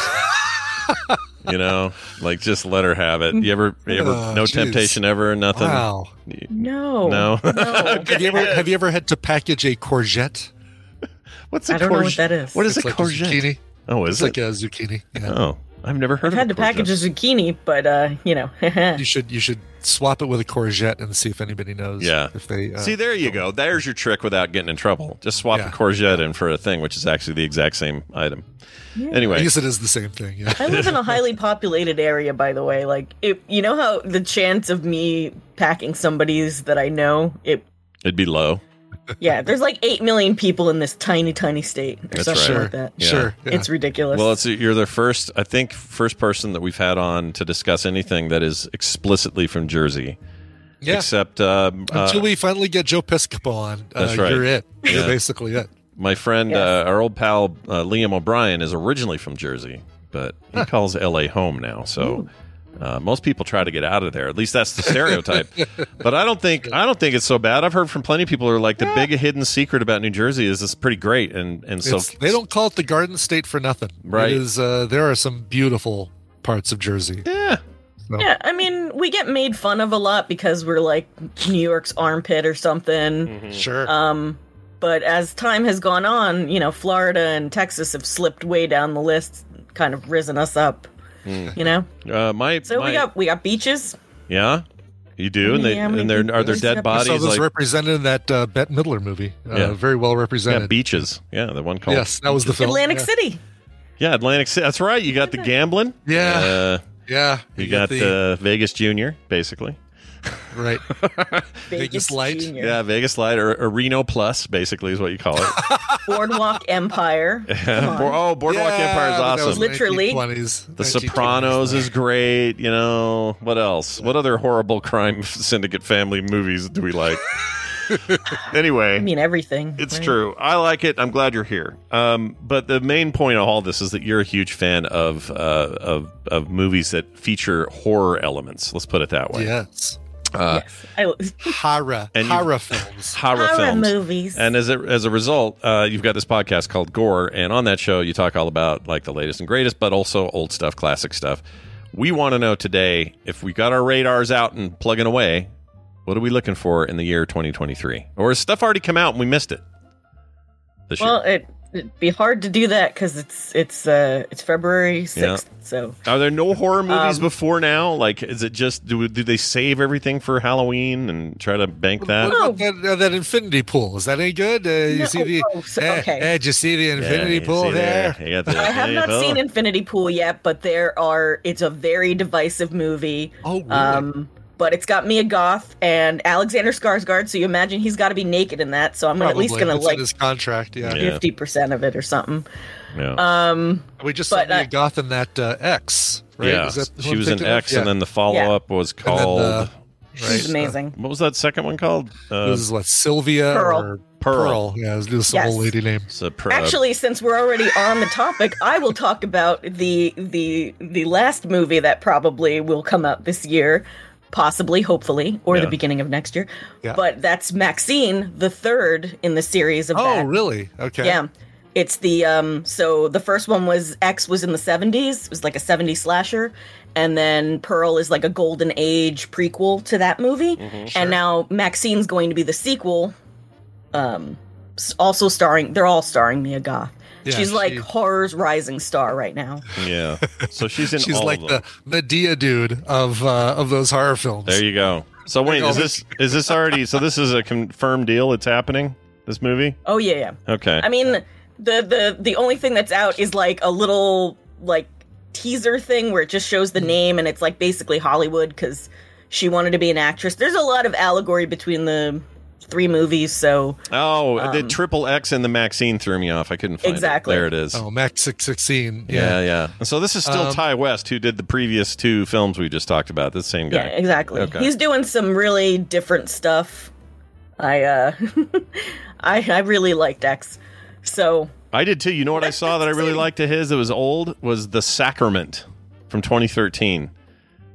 [SPEAKER 1] you know, like just let her have it. You ever you ever
[SPEAKER 2] Oh,
[SPEAKER 1] no
[SPEAKER 2] geez.
[SPEAKER 1] temptation ever nothing.
[SPEAKER 2] Wow.
[SPEAKER 10] Oh, No.
[SPEAKER 1] No.
[SPEAKER 2] have you ever have you ever had to package a courgette?
[SPEAKER 1] What's
[SPEAKER 10] a I don't know what courge- that is. what is
[SPEAKER 2] It's
[SPEAKER 10] a
[SPEAKER 2] like zucchini.
[SPEAKER 1] Oh,
[SPEAKER 2] It's
[SPEAKER 1] is
[SPEAKER 2] like
[SPEAKER 1] it?
[SPEAKER 2] a zucchini. Yeah.
[SPEAKER 1] oh, I've never heard
[SPEAKER 10] I've
[SPEAKER 1] of.
[SPEAKER 10] had
[SPEAKER 1] a
[SPEAKER 10] to package a
[SPEAKER 1] courgette.
[SPEAKER 10] zucchini, but uh, you know,
[SPEAKER 2] You should you should swap it with a courgette and see if anybody knows.
[SPEAKER 1] Yeah.
[SPEAKER 2] If they uh,
[SPEAKER 1] See, there you go. There's your trick without getting in trouble. Just swap a courgette in for a thing, which is actually the exact same item.
[SPEAKER 10] Yeah.
[SPEAKER 1] Anyway,
[SPEAKER 2] I guess it is the same thing. Yeah.
[SPEAKER 10] I live in a highly populated area, by the way. Like, it, you know how the chance of me packing somebody's that I know, it
[SPEAKER 1] It'd be low.
[SPEAKER 10] yeah, there's like eight million people in this tiny, tiny state or
[SPEAKER 1] That's
[SPEAKER 10] something
[SPEAKER 1] right.
[SPEAKER 10] like that.
[SPEAKER 1] Sure, Sure, yeah.
[SPEAKER 10] it's ridiculous.
[SPEAKER 1] Well, it's you're the first, I think, first person that we've had on to discuss anything that is explicitly from Jersey.
[SPEAKER 2] Yeah.
[SPEAKER 1] Except um, uh,
[SPEAKER 2] Until we finally get Joe Piscopo on, uh,
[SPEAKER 1] That's right.
[SPEAKER 2] you're it.
[SPEAKER 1] Yeah.
[SPEAKER 2] You're basically it.
[SPEAKER 1] my friend, uh, our old pal uh, Liam O'Brien, is originally from Jersey, but he calls L.A. home now. So. Uh, most people try to get out of there. At least that's the stereotype. but I don't think I don't think it's so bad. I've heard from plenty of people who are like the big hidden secret about New Jersey is it's pretty great, and and so
[SPEAKER 2] It's- they don't call it the Garden State for nothing.
[SPEAKER 1] Right.
[SPEAKER 2] It is, uh, there are some beautiful parts of Jersey.
[SPEAKER 1] Yeah.
[SPEAKER 10] yeah, I mean, we get made fun of a lot because we're like New York's armpit or something.
[SPEAKER 1] Mm-hmm.
[SPEAKER 2] Sure.
[SPEAKER 10] Um, but as time has gone on, you know, Florida and Texas have slipped way down the list, kind of risen us up. You know,
[SPEAKER 1] uh, my
[SPEAKER 10] so
[SPEAKER 1] my-
[SPEAKER 10] we got we got beaches.
[SPEAKER 1] Yeah, you do, and they
[SPEAKER 10] Yeah,
[SPEAKER 1] and there are there
[SPEAKER 10] maybe
[SPEAKER 1] dead
[SPEAKER 2] I
[SPEAKER 1] bodies
[SPEAKER 2] saw those
[SPEAKER 1] like
[SPEAKER 2] represented in that uh, Bette Midler movie. Uh,
[SPEAKER 1] Yeah.
[SPEAKER 2] Very well
[SPEAKER 1] yeah,
[SPEAKER 2] represented.
[SPEAKER 1] beaches. Yeah, the one called
[SPEAKER 2] yes, that was the film.
[SPEAKER 10] Atlantic
[SPEAKER 2] yeah.
[SPEAKER 10] City.
[SPEAKER 1] yeah Atlantic City. That's right. You got the gambling.
[SPEAKER 2] Yeah.
[SPEAKER 1] uh,
[SPEAKER 2] Yeah.
[SPEAKER 1] you got the Vegas Junior, basically.
[SPEAKER 2] Right.
[SPEAKER 10] Vegas
[SPEAKER 2] Light.
[SPEAKER 10] Junior.
[SPEAKER 1] Yeah, Vegas Light or, or Reno Plus, basically, is what you call it.
[SPEAKER 10] Boardwalk Empire. Come on.
[SPEAKER 1] Bo- oh, Boardwalk Empire is
[SPEAKER 2] that was
[SPEAKER 1] awesome.
[SPEAKER 10] Literally.
[SPEAKER 2] 1920s.
[SPEAKER 1] The Sopranos is great. You know what else? What other horrible crime syndicate family movies do we like? anyway,
[SPEAKER 10] I mean everything.
[SPEAKER 1] It's
[SPEAKER 10] right?
[SPEAKER 1] true. I like it. I'm glad you're here. Um, but the main point of all this is that you're a huge fan of uh, of of movies that feature horror elements. Let's put it that way.
[SPEAKER 2] Yes.
[SPEAKER 1] Uh,
[SPEAKER 10] I,
[SPEAKER 2] Horror.
[SPEAKER 1] And you-
[SPEAKER 2] horror films.
[SPEAKER 1] Horror,
[SPEAKER 10] Horror
[SPEAKER 1] films.
[SPEAKER 10] movies.
[SPEAKER 1] And as a, as a result, uh, you've got this podcast called Gore, and on that show, you talk all about like the latest and greatest, but also old stuff, classic stuff. We want to know today if we got our radars out and plugging away, what are we looking for in the year 2023? Or has stuff already come out and we missed it? This year?
[SPEAKER 10] well, it it'd be hard to do that because it's it's uh it's February sixth. So
[SPEAKER 1] Are there no horror movies
[SPEAKER 10] Um,
[SPEAKER 1] before now? Like, is it just do do they save everything for Halloween and try to bank that?
[SPEAKER 10] Oh,
[SPEAKER 2] What about that, uh, that infinity pool? Is that any good? Uh, you
[SPEAKER 10] No,
[SPEAKER 2] see the
[SPEAKER 10] oh, so-
[SPEAKER 2] eh,
[SPEAKER 10] okay.
[SPEAKER 2] eh, did you see the infinity
[SPEAKER 1] you
[SPEAKER 2] pool
[SPEAKER 1] see
[SPEAKER 2] Oh, there?
[SPEAKER 1] You got the
[SPEAKER 10] I have not
[SPEAKER 1] infinity
[SPEAKER 10] seen
[SPEAKER 1] pool.
[SPEAKER 10] Infinity Pool yet, but there are. It's a very divisive movie.
[SPEAKER 2] Oh, really?
[SPEAKER 10] um, but it's got Mia Goth and Alexander Skarsgård. So you imagine he's got to be naked in that. So I'm at least
[SPEAKER 2] Probably.
[SPEAKER 10] gonna
[SPEAKER 2] It's in
[SPEAKER 10] like
[SPEAKER 2] his contract. Yeah.
[SPEAKER 1] Yeah.
[SPEAKER 10] fifty percent of it or something.
[SPEAKER 1] Yeah.
[SPEAKER 10] Um,
[SPEAKER 2] We just saw
[SPEAKER 10] But,
[SPEAKER 2] Mia
[SPEAKER 10] uh,
[SPEAKER 2] Goth in that uh, X, right?
[SPEAKER 1] Yeah.
[SPEAKER 2] Is that who
[SPEAKER 1] she
[SPEAKER 2] I'm
[SPEAKER 1] was in
[SPEAKER 2] thinking of?
[SPEAKER 1] X, and
[SPEAKER 2] Yeah.
[SPEAKER 1] then the follow up was called
[SPEAKER 2] uh,
[SPEAKER 10] She's amazing.
[SPEAKER 1] What was that second one called? Uh,
[SPEAKER 2] This is what, Sylvia
[SPEAKER 10] Pearl.
[SPEAKER 2] or
[SPEAKER 1] Pearl.
[SPEAKER 2] Pearl? Yeah, it's just
[SPEAKER 10] Yes.
[SPEAKER 2] some old lady name.
[SPEAKER 1] It's a pr-
[SPEAKER 10] Actually, since we're already on the topic, I will talk about the the the last movie that probably will come out this year, possibly, hopefully, or
[SPEAKER 2] Yeah.
[SPEAKER 10] the beginning of next year.
[SPEAKER 2] Yeah.
[SPEAKER 10] But that's Maxine, the third in the series of
[SPEAKER 2] Oh,
[SPEAKER 10] that.
[SPEAKER 2] really? Okay.
[SPEAKER 10] Yeah. It's the um so the first one was X was in the 70s. It was like a 70s slasher. And then Pearl is like a golden age prequel to that movie.
[SPEAKER 2] Mm-hmm.
[SPEAKER 10] and
[SPEAKER 11] Sure.
[SPEAKER 10] now Maxine's going to be the sequel. Um s- also starring they're all starring Mia Goth.
[SPEAKER 2] Yeah,
[SPEAKER 10] She's like
[SPEAKER 2] she-
[SPEAKER 10] horror's rising star right now.
[SPEAKER 1] yeah. So she's in
[SPEAKER 2] She's
[SPEAKER 1] all
[SPEAKER 2] like
[SPEAKER 1] of them.
[SPEAKER 2] the Medea dude of uh, of those horror films.
[SPEAKER 1] There you go. So wait, is this is this already? So this is a confirmed deal. It's happening. This movie.
[SPEAKER 10] Oh yeah, yeah.
[SPEAKER 1] Okay.
[SPEAKER 10] I mean, the the the only thing that's out is like a little like teaser thing where it just shows the
[SPEAKER 2] Hmm.
[SPEAKER 10] name and it's like basically Hollywood because she wanted to be an actress. There's a lot of allegory between the three movies, so
[SPEAKER 1] Oh, the
[SPEAKER 10] Um,
[SPEAKER 1] triple X and the Maxine threw me off. I couldn't find
[SPEAKER 10] Exactly.
[SPEAKER 1] it. There it is.
[SPEAKER 2] Oh, Max six sixteen.
[SPEAKER 1] yeah. yeah, And So this is still
[SPEAKER 2] Um,
[SPEAKER 1] Ty West, who did the previous two films we just talked about. The same guy.
[SPEAKER 10] yeah, exactly.
[SPEAKER 1] Okay.
[SPEAKER 10] He's doing some really different stuff. I uh, I I really liked X, so
[SPEAKER 1] I did too. You know what I saw that I really liked of his that was old was The Sacrament from 2013.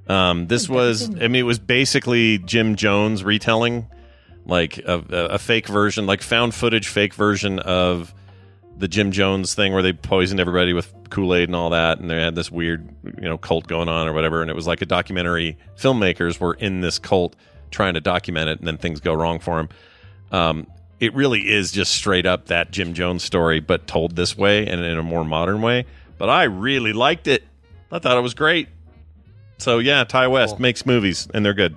[SPEAKER 1] Um, this was, I mean, it was basically Jim Jones retelling, like a, a, a fake version, like found footage, fake version of the Jim Jones thing where they poisoned everybody with Kool Aid and all that, and they had this weird, you know, cult going on or whatever. And it was like a documentary. Filmmakers were in this cult trying to document it, and then things go wrong for him. Um, it really is just straight up that Jim Jones story, but told this way and in a more modern way. But I really liked it. I thought it was great. So yeah, Ty West makes movies, and they're good.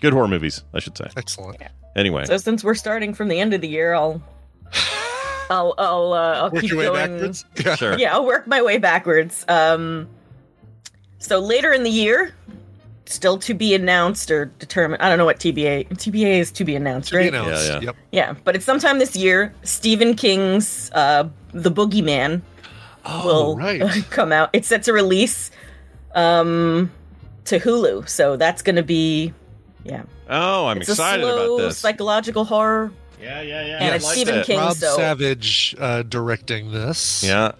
[SPEAKER 1] Good horror movies, I should say.
[SPEAKER 2] Excellent.
[SPEAKER 1] Anyway,
[SPEAKER 10] so since we're starting from the end of the year, I'll I'll I'll uh, I'll
[SPEAKER 2] Work
[SPEAKER 10] keep
[SPEAKER 2] your way
[SPEAKER 10] going.
[SPEAKER 2] backwards.
[SPEAKER 1] sure.
[SPEAKER 10] Yeah, I'll work my way backwards. Um, so later in the year, still to be announced or determined. I don't know what TBA TBA is to be announced,
[SPEAKER 2] To be
[SPEAKER 10] right?
[SPEAKER 2] announced. Yep.
[SPEAKER 10] Yeah, but it's sometime this year. Stephen King's uh, The Boogeyman
[SPEAKER 2] Oh,
[SPEAKER 10] will come out. It's set to release um, to Hulu, so that's going to be yeah.
[SPEAKER 1] Oh, I'm
[SPEAKER 10] it's
[SPEAKER 1] excited
[SPEAKER 10] a slow
[SPEAKER 1] about this.
[SPEAKER 10] psychological horror.
[SPEAKER 1] Yeah, yeah, yeah.
[SPEAKER 10] And it's Stephen King,
[SPEAKER 2] Rob
[SPEAKER 10] so
[SPEAKER 2] Savage uh, directing this.
[SPEAKER 1] yeah,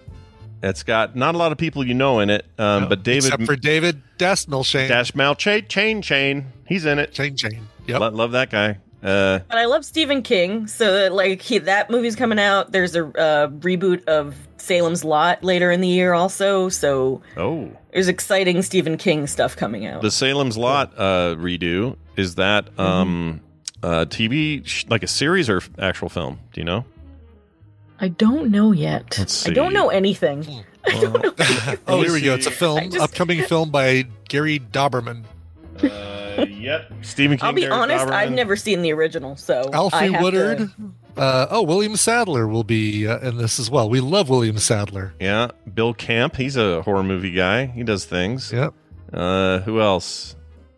[SPEAKER 1] it's got not a lot of people you know in it, um, but David
[SPEAKER 2] Except for David Dastmalshane.
[SPEAKER 1] Dash Malchain Chain Chain, he's in it.
[SPEAKER 2] Chain Chain.
[SPEAKER 1] Lo- love that guy. Uh,
[SPEAKER 10] But I love Stephen King, so that, like he, that movie's coming out. There's a uh, reboot of Salem's Lot later in the year, also. So
[SPEAKER 1] oh,
[SPEAKER 10] there's exciting Stephen King stuff coming out.
[SPEAKER 1] the Salem's Lot uh, redo is that um, uh, TV sh- like a series or f- actual film? Do you know?
[SPEAKER 10] I don't know yet.
[SPEAKER 1] Let's
[SPEAKER 10] I don't
[SPEAKER 1] see.
[SPEAKER 10] know anything.
[SPEAKER 2] Oh, here we go. It's a film,
[SPEAKER 10] just-
[SPEAKER 2] upcoming film by Gary Dauberman.
[SPEAKER 1] Uh, yep. Stephen King.
[SPEAKER 10] I'll be
[SPEAKER 1] Derek
[SPEAKER 10] honest, I've
[SPEAKER 1] Dauberman.
[SPEAKER 10] never seen the original, so I
[SPEAKER 2] Alfie
[SPEAKER 10] have to-
[SPEAKER 2] Woodard. Uh, oh, William Sadler will be uh, in this as well. We love William Sadler.
[SPEAKER 1] Yeah, Bill Camp. He's a horror movie guy. He does things.
[SPEAKER 2] Yep.
[SPEAKER 1] Uh, who else?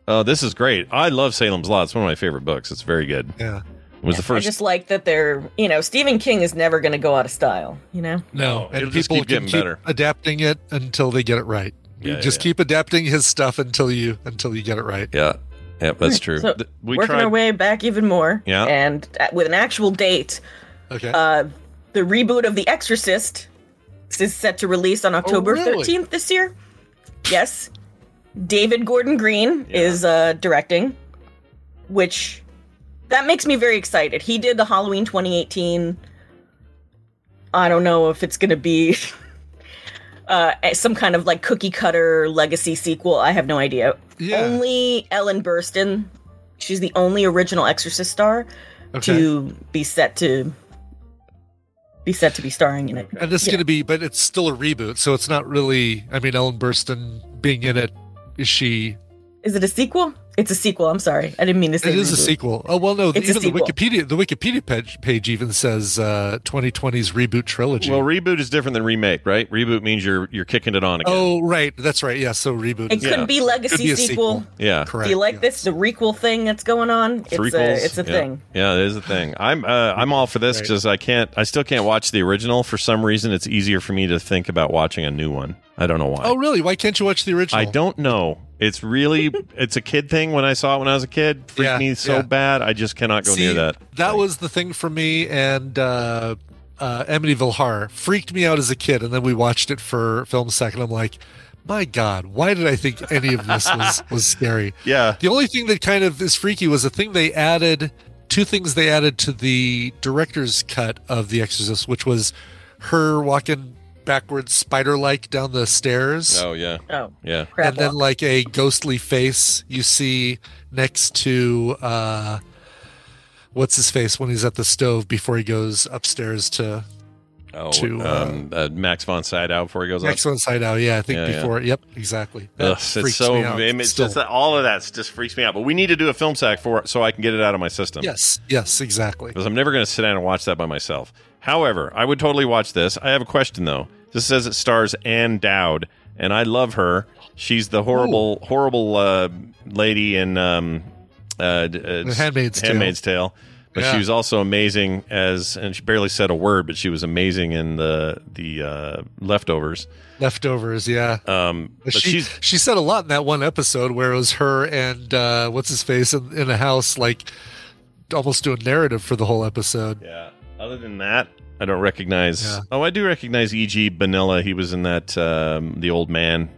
[SPEAKER 1] Oh, this is great. I love Salem's Lot. It's one of my favorite books. It's very good.
[SPEAKER 2] Yeah.
[SPEAKER 1] It was the
[SPEAKER 10] I
[SPEAKER 1] first.
[SPEAKER 10] just like that they're, you know, Stephen King is never going to go out of style. You know,
[SPEAKER 2] No,
[SPEAKER 1] it'll
[SPEAKER 2] and
[SPEAKER 1] just
[SPEAKER 2] people
[SPEAKER 1] keep
[SPEAKER 2] can
[SPEAKER 1] getting
[SPEAKER 2] keep
[SPEAKER 1] better.
[SPEAKER 2] adapting it until they get it right. You
[SPEAKER 1] Yeah,
[SPEAKER 2] just
[SPEAKER 1] yeah.
[SPEAKER 2] keep adapting his stuff until you until you get it right.
[SPEAKER 1] yeah. Yeah, that's true.
[SPEAKER 10] So
[SPEAKER 1] Th-
[SPEAKER 10] working
[SPEAKER 1] tried-
[SPEAKER 10] our way back even more,
[SPEAKER 1] Yeah.
[SPEAKER 10] and uh, with an actual date.
[SPEAKER 2] Okay.
[SPEAKER 10] Uh, the reboot of The Exorcist is set to release
[SPEAKER 12] Oh,
[SPEAKER 10] on October
[SPEAKER 2] really?
[SPEAKER 10] 13th this year. Yes. David Gordon Green is uh, directing, which that makes me very excited. He did the Halloween 2018. I don't know if it's going to be uh, some kind of like cookie cutter legacy sequel. I have no idea.
[SPEAKER 2] Yeah.
[SPEAKER 10] Only Ellen Burstyn, she's the only original Exorcist star to be set to be set to be starring in it.
[SPEAKER 2] And this is going to be, but it's still a reboot, so it's not really. I mean, Ellen Burstyn being in it, is she?
[SPEAKER 10] Is it a sequel? It's a sequel. I'm sorry, I didn't mean to say
[SPEAKER 2] It is a
[SPEAKER 10] reboot.
[SPEAKER 2] sequel. Oh well, no.
[SPEAKER 10] It's a
[SPEAKER 2] even the
[SPEAKER 10] sequel.
[SPEAKER 2] Wikipedia, the Wikipedia page, page even says uh, 2020's reboot trilogy.
[SPEAKER 1] Well, reboot is different than remake, right? Reboot means you're you're kicking it on again.
[SPEAKER 2] oh right, that's right. Yeah, so reboot.
[SPEAKER 10] It
[SPEAKER 2] is-
[SPEAKER 10] could be legacy
[SPEAKER 2] Could be a
[SPEAKER 10] sequel.
[SPEAKER 1] Yeah.
[SPEAKER 10] Do you like this the requel thing that's going on? It's a
[SPEAKER 1] Threequels?
[SPEAKER 10] it's a
[SPEAKER 1] yeah.
[SPEAKER 10] thing.
[SPEAKER 1] Yeah, it is a thing. I'm uh, I'm all for this
[SPEAKER 10] Right.
[SPEAKER 1] because I can't. I still can't watch the original for some reason. It's easier for me to think about watching a new one. I don't know why.
[SPEAKER 2] Oh really? Why can't you watch the original?
[SPEAKER 1] I don't know. It's really it's a kid thing. When I saw it when I was a kid, freaked
[SPEAKER 2] Yeah,
[SPEAKER 1] me so
[SPEAKER 2] yeah.
[SPEAKER 1] bad. I just cannot go
[SPEAKER 2] See,
[SPEAKER 1] near that.
[SPEAKER 2] That was the thing for me and uh, uh, Emily Vilhar freaked me out as a kid, and then we watched it for film sec, and I'm like, my God, why did I think any of this was was scary?
[SPEAKER 1] Yeah.
[SPEAKER 2] The only thing that kind of is freaky was the thing they added. Two things they added to the director's cut of The Exorcist, which was her walking backwards, spider-like down the stairs
[SPEAKER 1] Oh yeah.
[SPEAKER 10] Oh.
[SPEAKER 1] Yeah.
[SPEAKER 2] and then like a ghostly face you see next to uh what's his face when he's at the stove before he goes upstairs to
[SPEAKER 1] Oh,
[SPEAKER 2] to, uh,
[SPEAKER 1] um, uh, Max von Sydow before he goes
[SPEAKER 2] next
[SPEAKER 1] up.
[SPEAKER 2] one side out yeah i think
[SPEAKER 1] Yeah, yeah.
[SPEAKER 2] before yep exactly
[SPEAKER 1] Ugh,
[SPEAKER 2] That
[SPEAKER 1] it's
[SPEAKER 2] freaks
[SPEAKER 1] so
[SPEAKER 2] me out
[SPEAKER 1] it's
[SPEAKER 2] still.
[SPEAKER 1] just that- all of that just freaks me out. But we need to do a film sack for so I can get it out of my system.
[SPEAKER 2] yes yes exactly
[SPEAKER 1] because I'm never going to sit down and watch that by myself. However, I would totally watch this. I have a question though. This says it stars Anne Dowd, and I love her. She's the horrible, horrible uh, lady in um, uh, d- uh,
[SPEAKER 2] The Handmaid's Tale.
[SPEAKER 1] Handmaid's Tale. But she
[SPEAKER 2] Yeah.
[SPEAKER 1] was also amazing as, and she barely said a word, but she was amazing in the the uh, leftovers.
[SPEAKER 2] leftovers yeah
[SPEAKER 1] Um, but
[SPEAKER 2] she
[SPEAKER 1] she's
[SPEAKER 2] she said a lot in that one episode where it was her and uh what's his face in, in a house like almost doing narrative for the whole episode
[SPEAKER 1] yeah other than that I don't recognize. Oh, I do recognize E.G. Benilla. He was in that um, the old man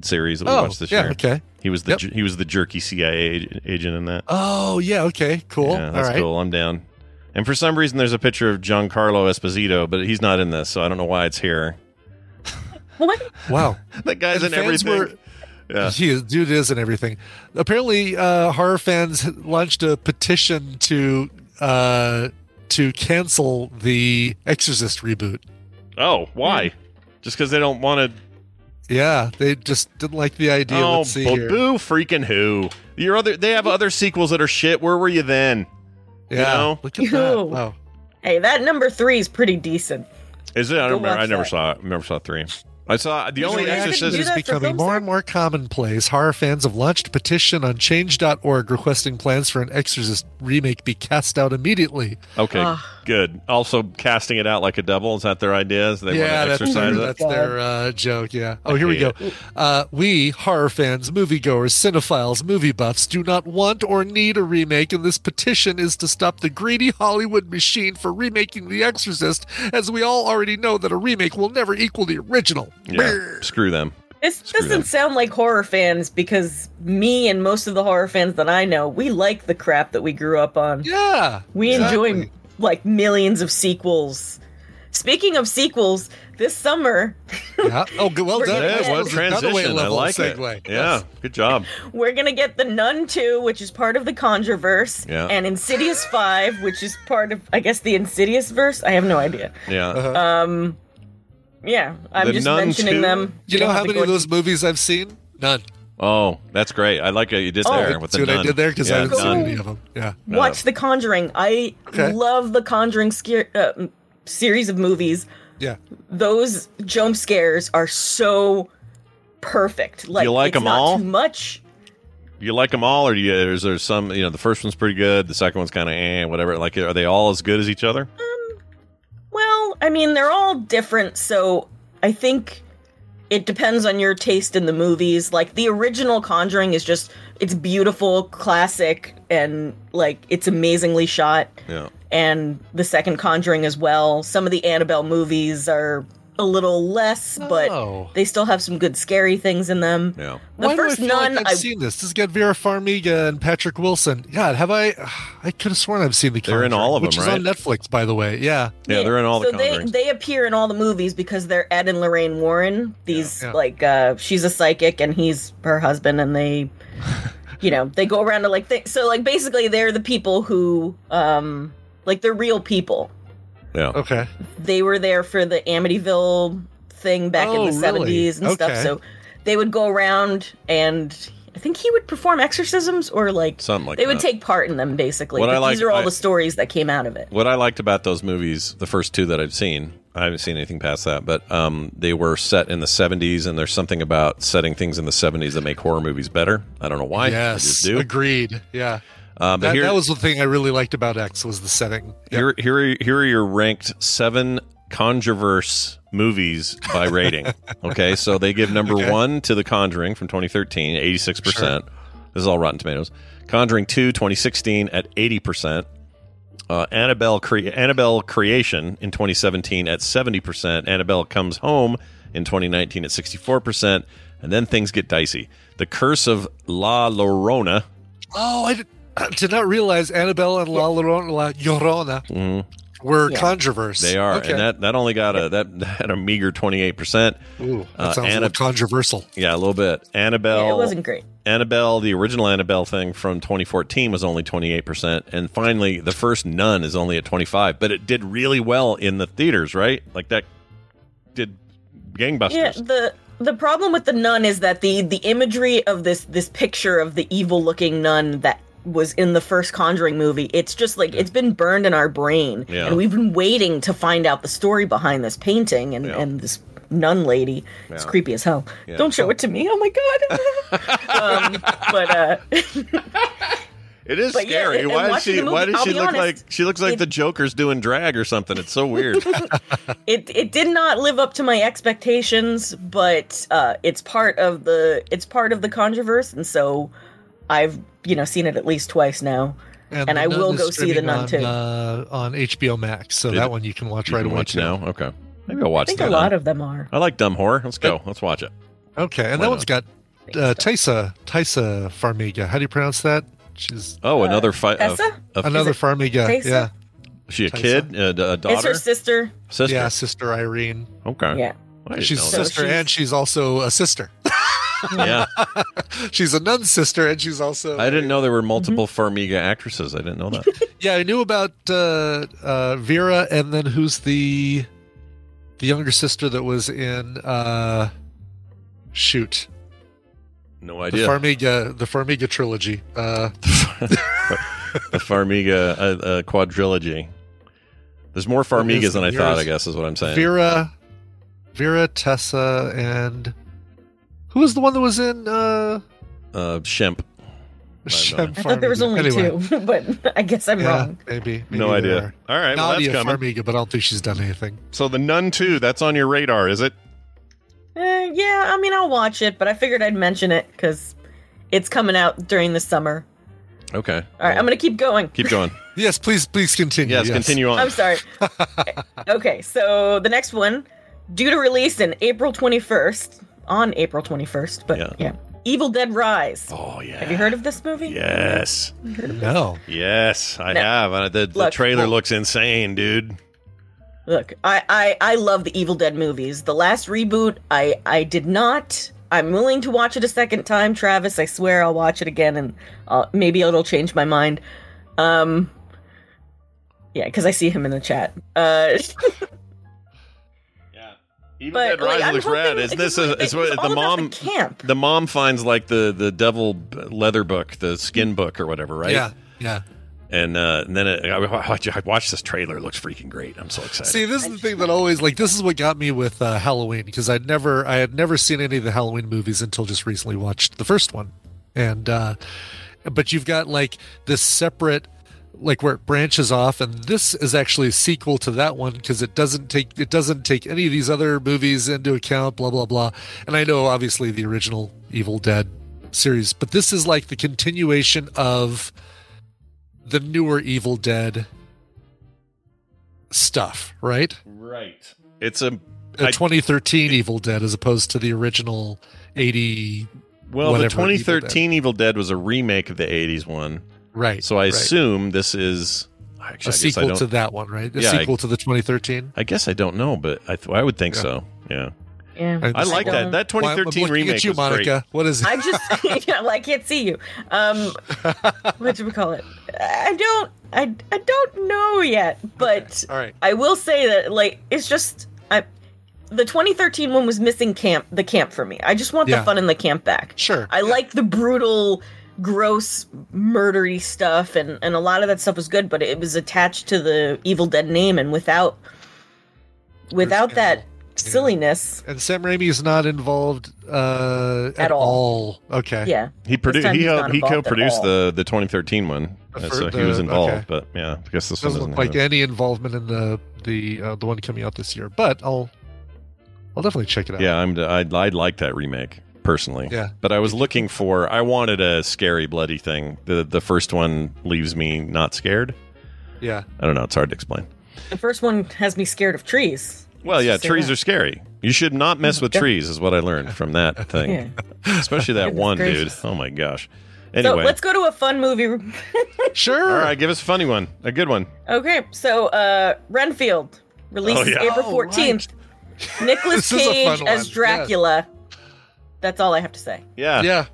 [SPEAKER 1] series that we
[SPEAKER 2] Oh,
[SPEAKER 1] watched this
[SPEAKER 2] yeah,
[SPEAKER 1] year.
[SPEAKER 2] okay.
[SPEAKER 1] He was the ju- he was the jerky CIA ag- agent in that.
[SPEAKER 2] oh yeah okay cool
[SPEAKER 1] Yeah,
[SPEAKER 2] all
[SPEAKER 1] that's
[SPEAKER 2] right
[SPEAKER 1] cool. I'm down. And for some reason, there's a picture of Giancarlo Esposito, but he's not in this, so I don't know why it's here.
[SPEAKER 2] wow
[SPEAKER 1] That guy's
[SPEAKER 2] And
[SPEAKER 1] in
[SPEAKER 2] fans
[SPEAKER 1] everything.
[SPEAKER 2] were-
[SPEAKER 1] yeah.
[SPEAKER 2] He is, dude is and everything. Apparently, uh, horror fans launched a petition to uh, to cancel the Exorcist reboot.
[SPEAKER 1] Oh,
[SPEAKER 2] Hmm.
[SPEAKER 1] why? Just because they don't want to.
[SPEAKER 2] Yeah, they just didn't like the idea.
[SPEAKER 1] Oh,
[SPEAKER 2] Let's see
[SPEAKER 1] but
[SPEAKER 2] here.
[SPEAKER 1] boo freaking who? Your other they have other sequels that are shit. Where were you then?
[SPEAKER 2] Yeah,
[SPEAKER 1] You know?
[SPEAKER 2] look at that.
[SPEAKER 10] Ew.
[SPEAKER 2] Wow.
[SPEAKER 10] Hey, that number three is pretty decent.
[SPEAKER 1] Is it? I
[SPEAKER 10] Go
[SPEAKER 1] don't remember. I
[SPEAKER 10] watch
[SPEAKER 1] never
[SPEAKER 10] that.
[SPEAKER 1] saw. it. Never saw three. I saw the
[SPEAKER 10] You
[SPEAKER 1] only
[SPEAKER 10] know, yeah, I
[SPEAKER 1] Exorcist.
[SPEAKER 10] didn't do
[SPEAKER 2] It's
[SPEAKER 10] that for
[SPEAKER 2] becoming
[SPEAKER 10] film
[SPEAKER 2] more and more commonplace. Horror fans have launched a petition on change.org requesting plans for an Exorcist remake be cast out immediately.
[SPEAKER 1] Okay,
[SPEAKER 2] Ah.
[SPEAKER 1] good. Also, casting it out like a devil is that their idea? Is they
[SPEAKER 2] yeah,
[SPEAKER 1] want
[SPEAKER 2] that's
[SPEAKER 1] to exercise
[SPEAKER 2] their,
[SPEAKER 1] it?
[SPEAKER 2] that's their uh, joke. Yeah. Oh, here we
[SPEAKER 1] Yeah.
[SPEAKER 2] go. Uh, we horror fans, moviegoers, cinephiles, movie buffs do not want or need a remake, and this petition is to stop the greedy Hollywood machine for remaking The Exorcist, as we all already know that a remake will never equal the original.
[SPEAKER 1] Yeah, screw them.
[SPEAKER 10] This
[SPEAKER 1] Screw
[SPEAKER 10] doesn't
[SPEAKER 1] them.
[SPEAKER 10] sound like horror fans because me and most of the horror fans that I know, we like the crap that we grew up on.
[SPEAKER 2] Yeah.
[SPEAKER 10] We enjoy like millions of sequels. Speaking of sequels, this summer
[SPEAKER 2] Yeah. Oh, good. Well
[SPEAKER 10] We're
[SPEAKER 2] done.
[SPEAKER 10] gonna
[SPEAKER 1] Yeah,
[SPEAKER 2] That
[SPEAKER 1] well,
[SPEAKER 2] was another way
[SPEAKER 1] transition. I
[SPEAKER 2] level
[SPEAKER 1] like
[SPEAKER 2] segue.
[SPEAKER 1] it. Yeah, good job.
[SPEAKER 10] we're gonna get the Nun Two, which is part of the Conjureverse,
[SPEAKER 1] Yeah.
[SPEAKER 10] and Insidious Five, which is part of I guess the Insidious verse. I have no idea.
[SPEAKER 1] Yeah.
[SPEAKER 10] Um, yeah, I'm
[SPEAKER 1] The
[SPEAKER 10] just
[SPEAKER 1] Nun
[SPEAKER 10] mentioning
[SPEAKER 1] 2?
[SPEAKER 10] them.
[SPEAKER 2] You
[SPEAKER 10] Don't
[SPEAKER 2] know how
[SPEAKER 10] have to
[SPEAKER 2] many
[SPEAKER 10] go
[SPEAKER 2] of those movies I've seen? None.
[SPEAKER 1] Oh, that's great. I like what you did
[SPEAKER 10] Oh.
[SPEAKER 1] there with
[SPEAKER 2] See
[SPEAKER 1] the
[SPEAKER 2] what I
[SPEAKER 1] nun.
[SPEAKER 2] did there? 'Cause I
[SPEAKER 1] Yeah,
[SPEAKER 2] haven't seen
[SPEAKER 1] nun.
[SPEAKER 2] any of them. Yeah.
[SPEAKER 1] Oh.
[SPEAKER 10] Watch The Conjuring. I
[SPEAKER 2] Okay.
[SPEAKER 10] love The Conjuring sca- uh, m- series of movies.
[SPEAKER 2] Yeah.
[SPEAKER 10] Those jump scares are so perfect. Like
[SPEAKER 1] You like
[SPEAKER 10] it's
[SPEAKER 1] 'em
[SPEAKER 10] not
[SPEAKER 1] all?
[SPEAKER 10] Too much.
[SPEAKER 1] You like them all, or do you, is there some? You know, the first one's pretty good. The second one's kind of eh, whatever. Like, are they all as good as each other?
[SPEAKER 10] Mm. Well, I mean, they're all different, so I think it depends on your taste in the movies. Like the original Conjuring is just it's beautiful, classic, and like it's amazingly shot.
[SPEAKER 1] Yeah.
[SPEAKER 10] and the second Conjuring as well. Some of the Annabelle movies are a little less,
[SPEAKER 2] Oh.
[SPEAKER 10] but they still have some good scary things in them.
[SPEAKER 1] Yeah.
[SPEAKER 10] The
[SPEAKER 2] Why
[SPEAKER 10] first
[SPEAKER 2] do I feel
[SPEAKER 10] nun,
[SPEAKER 2] like
[SPEAKER 10] I,
[SPEAKER 2] I've seen this. This has got Vera Farmiga and Patrick Wilson. God, have I? I could have sworn I've seen the.
[SPEAKER 1] They're in
[SPEAKER 2] Conjuring,
[SPEAKER 1] all of
[SPEAKER 2] which is
[SPEAKER 1] them,
[SPEAKER 2] on Netflix, by the way. Yeah,
[SPEAKER 1] Yeah, they're in all
[SPEAKER 10] so
[SPEAKER 1] the
[SPEAKER 10] they
[SPEAKER 1] Conjurings.
[SPEAKER 10] they appear in all the movies because they're Ed and Lorraine Warren. These
[SPEAKER 2] Yeah.
[SPEAKER 10] like uh, she's a psychic and he's her husband, and they, you know, they go around to like thi- so like basically they're the people who um like they're real people.
[SPEAKER 1] yeah.
[SPEAKER 2] Okay.
[SPEAKER 10] they were there for the Amityville thing back
[SPEAKER 2] Oh,
[SPEAKER 10] in the
[SPEAKER 2] really?
[SPEAKER 10] 70s and stuff.
[SPEAKER 2] Okay.
[SPEAKER 10] So they would go around and I think he would perform exorcisms or like
[SPEAKER 1] Something like
[SPEAKER 10] they would
[SPEAKER 1] that.
[SPEAKER 10] take part in them basically.
[SPEAKER 1] What I
[SPEAKER 10] But
[SPEAKER 1] like-
[SPEAKER 10] these are all
[SPEAKER 1] I-
[SPEAKER 10] the stories that came out of it.
[SPEAKER 1] What I liked about those movies, the first two that I've seen, I haven't seen anything past that, but um, they were set in the 70s, and there's something about setting things in the 70s that make horror movies better. I don't know why. I just
[SPEAKER 2] yes,
[SPEAKER 1] do.
[SPEAKER 2] agreed. Yeah,
[SPEAKER 1] Uh, but
[SPEAKER 2] that,
[SPEAKER 1] here,
[SPEAKER 2] that was the thing I really liked about X was the setting.
[SPEAKER 1] here, here, are, here are your ranked seven Controverse movies by rating. okay, so they give number
[SPEAKER 11] Okay.
[SPEAKER 1] one to The Conjuring from 2013, 86%.
[SPEAKER 11] Sure.
[SPEAKER 1] This is all Rotten Tomatoes. Conjuring 2, 2016, at 80%. Uh, Annabelle, Cre- Annabelle Creation in 2017 at 70%. Annabelle Comes Home in 2019 at 64%. And then things get dicey. The Curse of La Llorona.
[SPEAKER 2] Oh, I did, I did not realize Annabelle and La Llorona, La Llorona
[SPEAKER 1] Mhm.
[SPEAKER 2] were controversial.
[SPEAKER 1] They are,
[SPEAKER 2] Okay.
[SPEAKER 1] and that, that only got a that that had a meager twenty eight percent. Uh,
[SPEAKER 2] Ooh, that sounds a little controversial.
[SPEAKER 1] Yeah, a little bit. Annabelle.
[SPEAKER 10] Yeah, it wasn't great.
[SPEAKER 1] Annabelle, the original Annabelle thing from 2014 was only 28%. And finally, the first Nun is only at 25, but it did really well in the theaters, right? Like that did gangbusters.
[SPEAKER 10] Yeah, the the problem with the nun is that the the imagery of this this picture of the evil looking nun that was in the first Conjuring movie, it's just like it's been burned in our brain,
[SPEAKER 13] Yeah.
[SPEAKER 10] and we've been waiting to find out the story behind this painting and and this nun lady. It's
[SPEAKER 13] Yeah.
[SPEAKER 10] creepy as hell.
[SPEAKER 13] Yeah.
[SPEAKER 10] Don't show it to me. Oh my god. um, but uh,
[SPEAKER 1] It is
[SPEAKER 10] But yeah,
[SPEAKER 1] scary.
[SPEAKER 10] and- and
[SPEAKER 1] why does
[SPEAKER 10] watching
[SPEAKER 1] she
[SPEAKER 10] the movie,
[SPEAKER 1] why does
[SPEAKER 10] I'll
[SPEAKER 1] she
[SPEAKER 10] be
[SPEAKER 1] look
[SPEAKER 10] honest,
[SPEAKER 1] like she looks like
[SPEAKER 10] it-
[SPEAKER 1] the Joker's doing drag or something? It's so weird.
[SPEAKER 10] it it did not live up to my expectations, but uh, it's part of the it's part of the controversy, and so I've you know seen it at least twice now, and,
[SPEAKER 2] The
[SPEAKER 10] I
[SPEAKER 2] Nun
[SPEAKER 10] will
[SPEAKER 2] is
[SPEAKER 10] go see the
[SPEAKER 2] streaming
[SPEAKER 10] nun
[SPEAKER 2] on,
[SPEAKER 10] too.
[SPEAKER 2] uh, on HBO Max, so
[SPEAKER 1] Did
[SPEAKER 2] that
[SPEAKER 1] it?
[SPEAKER 2] one you can watch
[SPEAKER 1] You
[SPEAKER 2] right
[SPEAKER 1] can
[SPEAKER 2] away.
[SPEAKER 1] watch
[SPEAKER 2] too.
[SPEAKER 1] now. Okay. Maybe I'll watch
[SPEAKER 10] I think
[SPEAKER 1] that.
[SPEAKER 10] a lot of them are.
[SPEAKER 1] I like Dumb Whore. Let's go. Let's watch it.
[SPEAKER 2] Okay, and that one's got uh, Taisa Taisa Farmiga. How do you pronounce that? She's
[SPEAKER 1] Oh, another fight.
[SPEAKER 10] Uh, Tessa?
[SPEAKER 2] another
[SPEAKER 10] Is it
[SPEAKER 2] Farmiga.
[SPEAKER 10] Taisa?
[SPEAKER 2] Yeah,
[SPEAKER 1] Is she a
[SPEAKER 2] Tyson.
[SPEAKER 1] kid? A, a daughter?
[SPEAKER 10] It's her sister.
[SPEAKER 1] Sister.
[SPEAKER 2] yeah, sister Irene.
[SPEAKER 1] Okay.
[SPEAKER 10] Yeah.
[SPEAKER 1] I didn't
[SPEAKER 2] She's
[SPEAKER 1] know
[SPEAKER 2] a
[SPEAKER 1] that.
[SPEAKER 2] sister, and she's also a sister.
[SPEAKER 1] yeah.
[SPEAKER 2] she's a nun sister, and she's also.
[SPEAKER 1] I didn't know there
[SPEAKER 10] Mm-hmm.
[SPEAKER 1] were multiple Farmiga actresses. I didn't know that.
[SPEAKER 2] Yeah, I knew about uh, uh, Vera, and then who's the the younger sister that was in uh, shoot
[SPEAKER 1] No
[SPEAKER 2] the
[SPEAKER 1] idea.
[SPEAKER 2] Farmiga the Farmiga trilogy. Uh,
[SPEAKER 1] the Farmiga uh, uh, quadrilogy. There's more Farmigas than I thought, I guess, is what I'm saying.
[SPEAKER 2] Vera, Vera, Tessa, and who was the one that was in? Uh,
[SPEAKER 1] Uh, Shemp.
[SPEAKER 2] Shem
[SPEAKER 10] I thought there was
[SPEAKER 2] Farmiga.
[SPEAKER 10] only
[SPEAKER 2] Anyway,
[SPEAKER 10] two, but I guess I'm
[SPEAKER 2] yeah,
[SPEAKER 10] wrong.
[SPEAKER 2] Maybe, maybe
[SPEAKER 1] No
[SPEAKER 2] there
[SPEAKER 1] idea.
[SPEAKER 2] are.
[SPEAKER 1] All right, well, that's
[SPEAKER 2] Nadia
[SPEAKER 1] coming.
[SPEAKER 2] Farmiga, but I don't think she's done anything.
[SPEAKER 1] So the Nun 2, that's on your radar, is it?
[SPEAKER 10] Eh, yeah, I mean I'll watch it, but I figured I'd mention it because it's coming out during the summer.
[SPEAKER 1] Okay.
[SPEAKER 10] All right, I'm gonna keep going.
[SPEAKER 1] Keep going.
[SPEAKER 2] yes, please, please continue.
[SPEAKER 1] Yes,
[SPEAKER 2] yes.
[SPEAKER 1] continue on.
[SPEAKER 10] I'm sorry. okay, so the next one, due to release in April 21st, on April 21st, but yeah. Evil Dead Rise.
[SPEAKER 1] Oh, yeah.
[SPEAKER 10] Have you heard of this movie?
[SPEAKER 1] Yes.
[SPEAKER 2] No.
[SPEAKER 1] Yes, I
[SPEAKER 10] No.
[SPEAKER 1] have. Uh, The, the
[SPEAKER 10] Look,
[SPEAKER 1] trailer
[SPEAKER 10] well-
[SPEAKER 1] looks insane, dude.
[SPEAKER 10] Look, I, I, I love the Evil Dead movies. The last reboot, I, I did not. I'm willing to watch it a second time, Travis. I swear I'll watch it again and uh, maybe it'll change my mind. Um, yeah, because I see him in the chat. Uh,
[SPEAKER 1] Even
[SPEAKER 10] But,
[SPEAKER 1] Dead Rising
[SPEAKER 10] like, I'm
[SPEAKER 1] looks
[SPEAKER 10] hoping-
[SPEAKER 1] rad. Is this a, is what the
[SPEAKER 10] all about the
[SPEAKER 1] mom
[SPEAKER 10] camp.
[SPEAKER 1] the mom finds like the the devil b- leather book, the
[SPEAKER 10] Mm.
[SPEAKER 1] skin book or whatever, right?
[SPEAKER 2] Yeah, yeah.
[SPEAKER 1] And uh, and then it, I, I I watched this trailer. It looks freaking great. I'm so excited.
[SPEAKER 2] See, this is the thing that always like this is what got me with uh, Halloween because I'd never I had never seen any of the Halloween movies until just recently watched the first one, and uh, but you've got like this separate like where it branches off and this is actually a sequel to that one because it doesn't take it doesn't take any of these other movies into account blah blah blah and i know obviously the original evil dead series but this is like the continuation of the newer evil dead stuff right
[SPEAKER 1] right. It's a
[SPEAKER 2] the
[SPEAKER 1] I-
[SPEAKER 2] 2013 Evil Dead as opposed to the original 80.
[SPEAKER 1] well, the
[SPEAKER 2] whatever Evil Dead.
[SPEAKER 1] 2013 Evil Dead. was a remake of the 80s one,
[SPEAKER 2] Right,
[SPEAKER 1] So I
[SPEAKER 2] right.
[SPEAKER 1] assume this is actually,
[SPEAKER 2] a
[SPEAKER 1] I guess I
[SPEAKER 2] sequel
[SPEAKER 1] don't-
[SPEAKER 2] to that one, right? A
[SPEAKER 1] yeah,
[SPEAKER 2] sequel
[SPEAKER 1] I,
[SPEAKER 2] to the 2013.
[SPEAKER 1] I guess I don't know, but I th- I would think
[SPEAKER 2] Yeah.
[SPEAKER 1] so. Yeah.
[SPEAKER 10] yeah,
[SPEAKER 1] I like that. That
[SPEAKER 2] Why- I'm
[SPEAKER 1] 2013
[SPEAKER 2] looking at
[SPEAKER 1] remake
[SPEAKER 2] you,
[SPEAKER 1] was great.
[SPEAKER 2] Monica. What is it?
[SPEAKER 10] I just yeah, well, I can't see you. Um, what do we call it? I don't I, I don't know yet, but I will say that like it's just I the 2013 one was missing camp the camp for me. I just want
[SPEAKER 13] Yeah.
[SPEAKER 10] the fun in the camp back.
[SPEAKER 2] Sure.
[SPEAKER 10] I like the brutal gross murdery stuff and and a lot of that stuff was good, but it was attached to the Evil Dead name and without without that silliness.
[SPEAKER 2] And Sam Raimi is not involved uh,
[SPEAKER 10] At
[SPEAKER 2] at, all.
[SPEAKER 10] all.
[SPEAKER 2] Okay.
[SPEAKER 1] He produced. He, helped- he co-produced the the 2013 one,
[SPEAKER 2] The fir-
[SPEAKER 1] Uh, so he
[SPEAKER 2] the-
[SPEAKER 1] was involved.
[SPEAKER 2] okay.
[SPEAKER 1] But yeah, I guess this
[SPEAKER 2] doesn't
[SPEAKER 1] one doesn't
[SPEAKER 2] look like
[SPEAKER 1] have-
[SPEAKER 2] any involvement in the the uh, the one coming out this year. But I'll I'll definitely check it out.
[SPEAKER 1] Yeah, I'm. I'd, I'd like that remake personally.
[SPEAKER 2] Yeah.
[SPEAKER 1] But I was looking for. I wanted a scary, bloody thing. The the first one leaves me not scared.
[SPEAKER 2] Yeah.
[SPEAKER 1] I don't know. It's hard to explain.
[SPEAKER 10] The first one has me scared of trees.
[SPEAKER 1] Well, yeah,
[SPEAKER 10] Just say
[SPEAKER 1] trees
[SPEAKER 10] that.
[SPEAKER 1] are scary. You should not mess with
[SPEAKER 10] Yeah.
[SPEAKER 1] trees, is what I learned from that thing. Especially that
[SPEAKER 10] Goodness
[SPEAKER 1] one,
[SPEAKER 10] gracious.
[SPEAKER 1] dude. Oh my gosh.
[SPEAKER 10] So
[SPEAKER 1] Anyway,
[SPEAKER 10] let's go to a fun movie.
[SPEAKER 2] sure.
[SPEAKER 1] all right, give us a funny one, a good one.
[SPEAKER 10] Okay, so uh, Renfield released
[SPEAKER 1] Oh, yeah.
[SPEAKER 10] April
[SPEAKER 1] Oh,
[SPEAKER 10] fourteenth. Nicholas
[SPEAKER 1] This is a
[SPEAKER 10] Cage
[SPEAKER 1] fun
[SPEAKER 10] as
[SPEAKER 1] one, yeah.
[SPEAKER 10] Dracula. That's all I have to say.
[SPEAKER 1] Yeah,
[SPEAKER 2] yeah,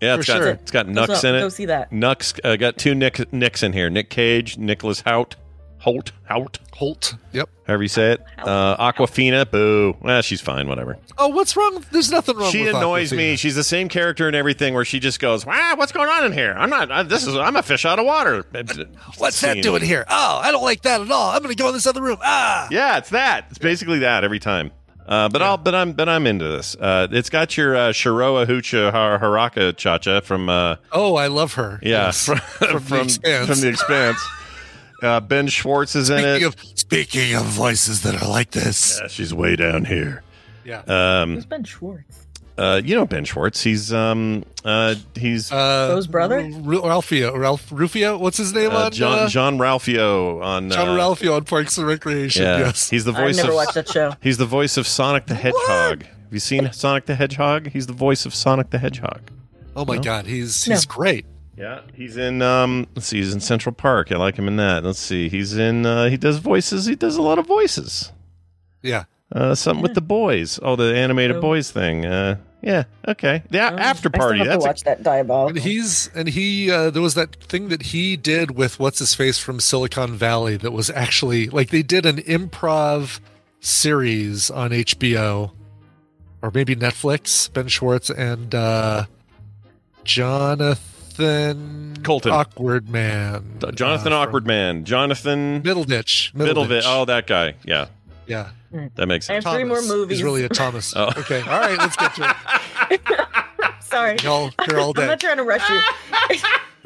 [SPEAKER 1] yeah. It's
[SPEAKER 10] For
[SPEAKER 1] got
[SPEAKER 10] sure.
[SPEAKER 1] it's got
[SPEAKER 10] Go-
[SPEAKER 1] Nux in it.
[SPEAKER 10] go see that.
[SPEAKER 1] Nux uh, got two Nick Nicks in here. Nick Cage, Nicholas Hout, Holt, Hout,
[SPEAKER 2] Holt. Yep.
[SPEAKER 1] However you say it. Uh, Aquafina. Boo. Well, she's fine. Whatever.
[SPEAKER 2] Oh, what's wrong? There's nothing wrong.
[SPEAKER 1] She
[SPEAKER 2] with
[SPEAKER 1] annoys me. She's the same character in everything. Where she just goes, "Wow, what's going on in here? I'm not. I, this is. I'm a fish out of water."
[SPEAKER 2] What's that doing here? Oh, I don't like that at all. I'm going to go in this other room. Ah.
[SPEAKER 1] Yeah, it's that. It's basically that every time. Uh, but I'll, but I'm, but I'm into this. Uh, it's got your uh, Shiroa Hucha Har- Haraka Chacha from, uh,
[SPEAKER 2] Oh, I love her.
[SPEAKER 1] yeah,
[SPEAKER 2] Yes.
[SPEAKER 1] from,
[SPEAKER 2] From The
[SPEAKER 1] from,
[SPEAKER 2] Expanse.
[SPEAKER 1] from the Expanse. uh, ben Schwartz is in it.
[SPEAKER 2] Speaking of, speaking of voices that are like this,
[SPEAKER 1] yeah, she's way down here.
[SPEAKER 2] Yeah.
[SPEAKER 1] Um,
[SPEAKER 10] Ben Schwartz.
[SPEAKER 1] uh, you know Ben Schwartz. He's, um, uh, he's
[SPEAKER 2] Uh,
[SPEAKER 10] Bo's brother?
[SPEAKER 2] R- Ralphio, Ralph Rufio. What's his name
[SPEAKER 1] uh,
[SPEAKER 2] on
[SPEAKER 1] John
[SPEAKER 2] uh,
[SPEAKER 1] John Ralphio on
[SPEAKER 2] John
[SPEAKER 1] uh,
[SPEAKER 2] Ralphio on Parks and Recreation.
[SPEAKER 1] Yeah,
[SPEAKER 2] Yes,
[SPEAKER 1] he's the voice
[SPEAKER 10] I never
[SPEAKER 1] of
[SPEAKER 10] watched that show.
[SPEAKER 1] he's the voice of Sonic the Hedgehog. Have you seen Sonic the Hedgehog? He's the voice of Sonic the Hedgehog.
[SPEAKER 2] Oh my
[SPEAKER 1] No?
[SPEAKER 2] God, he's
[SPEAKER 10] No.
[SPEAKER 2] he's great.
[SPEAKER 1] Yeah, he's in. Um, let's see, he's in Central Park. I like him in that. Let's see, he's in. Uh, he does voices. He does a lot of voices.
[SPEAKER 2] Yeah,
[SPEAKER 1] Uh, something with the boys. Oh, the animated
[SPEAKER 2] Oh.
[SPEAKER 1] boys thing. Uh, yeah. Okay. Yeah. after
[SPEAKER 10] I still
[SPEAKER 1] party.
[SPEAKER 10] have
[SPEAKER 1] That's
[SPEAKER 10] to
[SPEAKER 1] a-
[SPEAKER 10] watch that diabolical.
[SPEAKER 2] and he's and he uh, there was that thing that he did with what's his face from Silicon Valley that was actually like they did an improv series on HBO or maybe Netflix. Ben Schwartz and uh, Jonathan
[SPEAKER 1] Colton.
[SPEAKER 2] Awkward Man.
[SPEAKER 1] D- Jonathan Awkward Man. Jonathan
[SPEAKER 2] Middleditch.
[SPEAKER 1] Middlevich.
[SPEAKER 2] Middleditch.
[SPEAKER 1] Oh, that guy. Yeah,
[SPEAKER 2] Yeah.
[SPEAKER 1] that makes
[SPEAKER 10] Hmm. I have
[SPEAKER 1] sense.
[SPEAKER 10] three more
[SPEAKER 2] Thomas.
[SPEAKER 10] movies.
[SPEAKER 2] He's really a Thomas.
[SPEAKER 1] Oh.
[SPEAKER 2] Okay. All right. Let's get to it.
[SPEAKER 10] Sorry,
[SPEAKER 2] Y'all, you're all
[SPEAKER 10] I'm
[SPEAKER 2] dead.
[SPEAKER 10] not trying to rush you.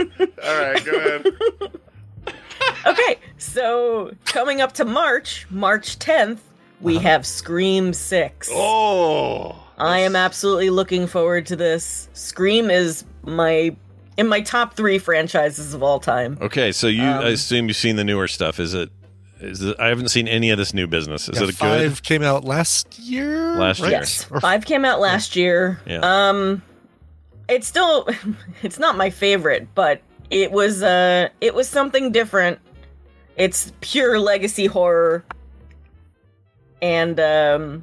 [SPEAKER 1] All right. Go ahead.
[SPEAKER 10] Okay, so coming up to March, March 10th, we
[SPEAKER 2] Uh-huh.
[SPEAKER 10] have Scream 6.
[SPEAKER 1] Oh.
[SPEAKER 10] I am absolutely looking forward to this. Scream is my in my top 3 franchises of all time.
[SPEAKER 1] Okay. So you,
[SPEAKER 2] Um,
[SPEAKER 1] I assume you've seen the newer stuff. Is it? Is it, I haven't seen any of this new business. Is
[SPEAKER 2] Yeah,
[SPEAKER 1] it a
[SPEAKER 2] five
[SPEAKER 1] good?
[SPEAKER 2] came out last year.
[SPEAKER 1] Last
[SPEAKER 2] right?
[SPEAKER 1] year.
[SPEAKER 10] Yes. 5 came out last year.
[SPEAKER 1] Yeah.
[SPEAKER 10] Um it's still it's not my favorite, but it was uh it was something different. It's pure legacy horror. And um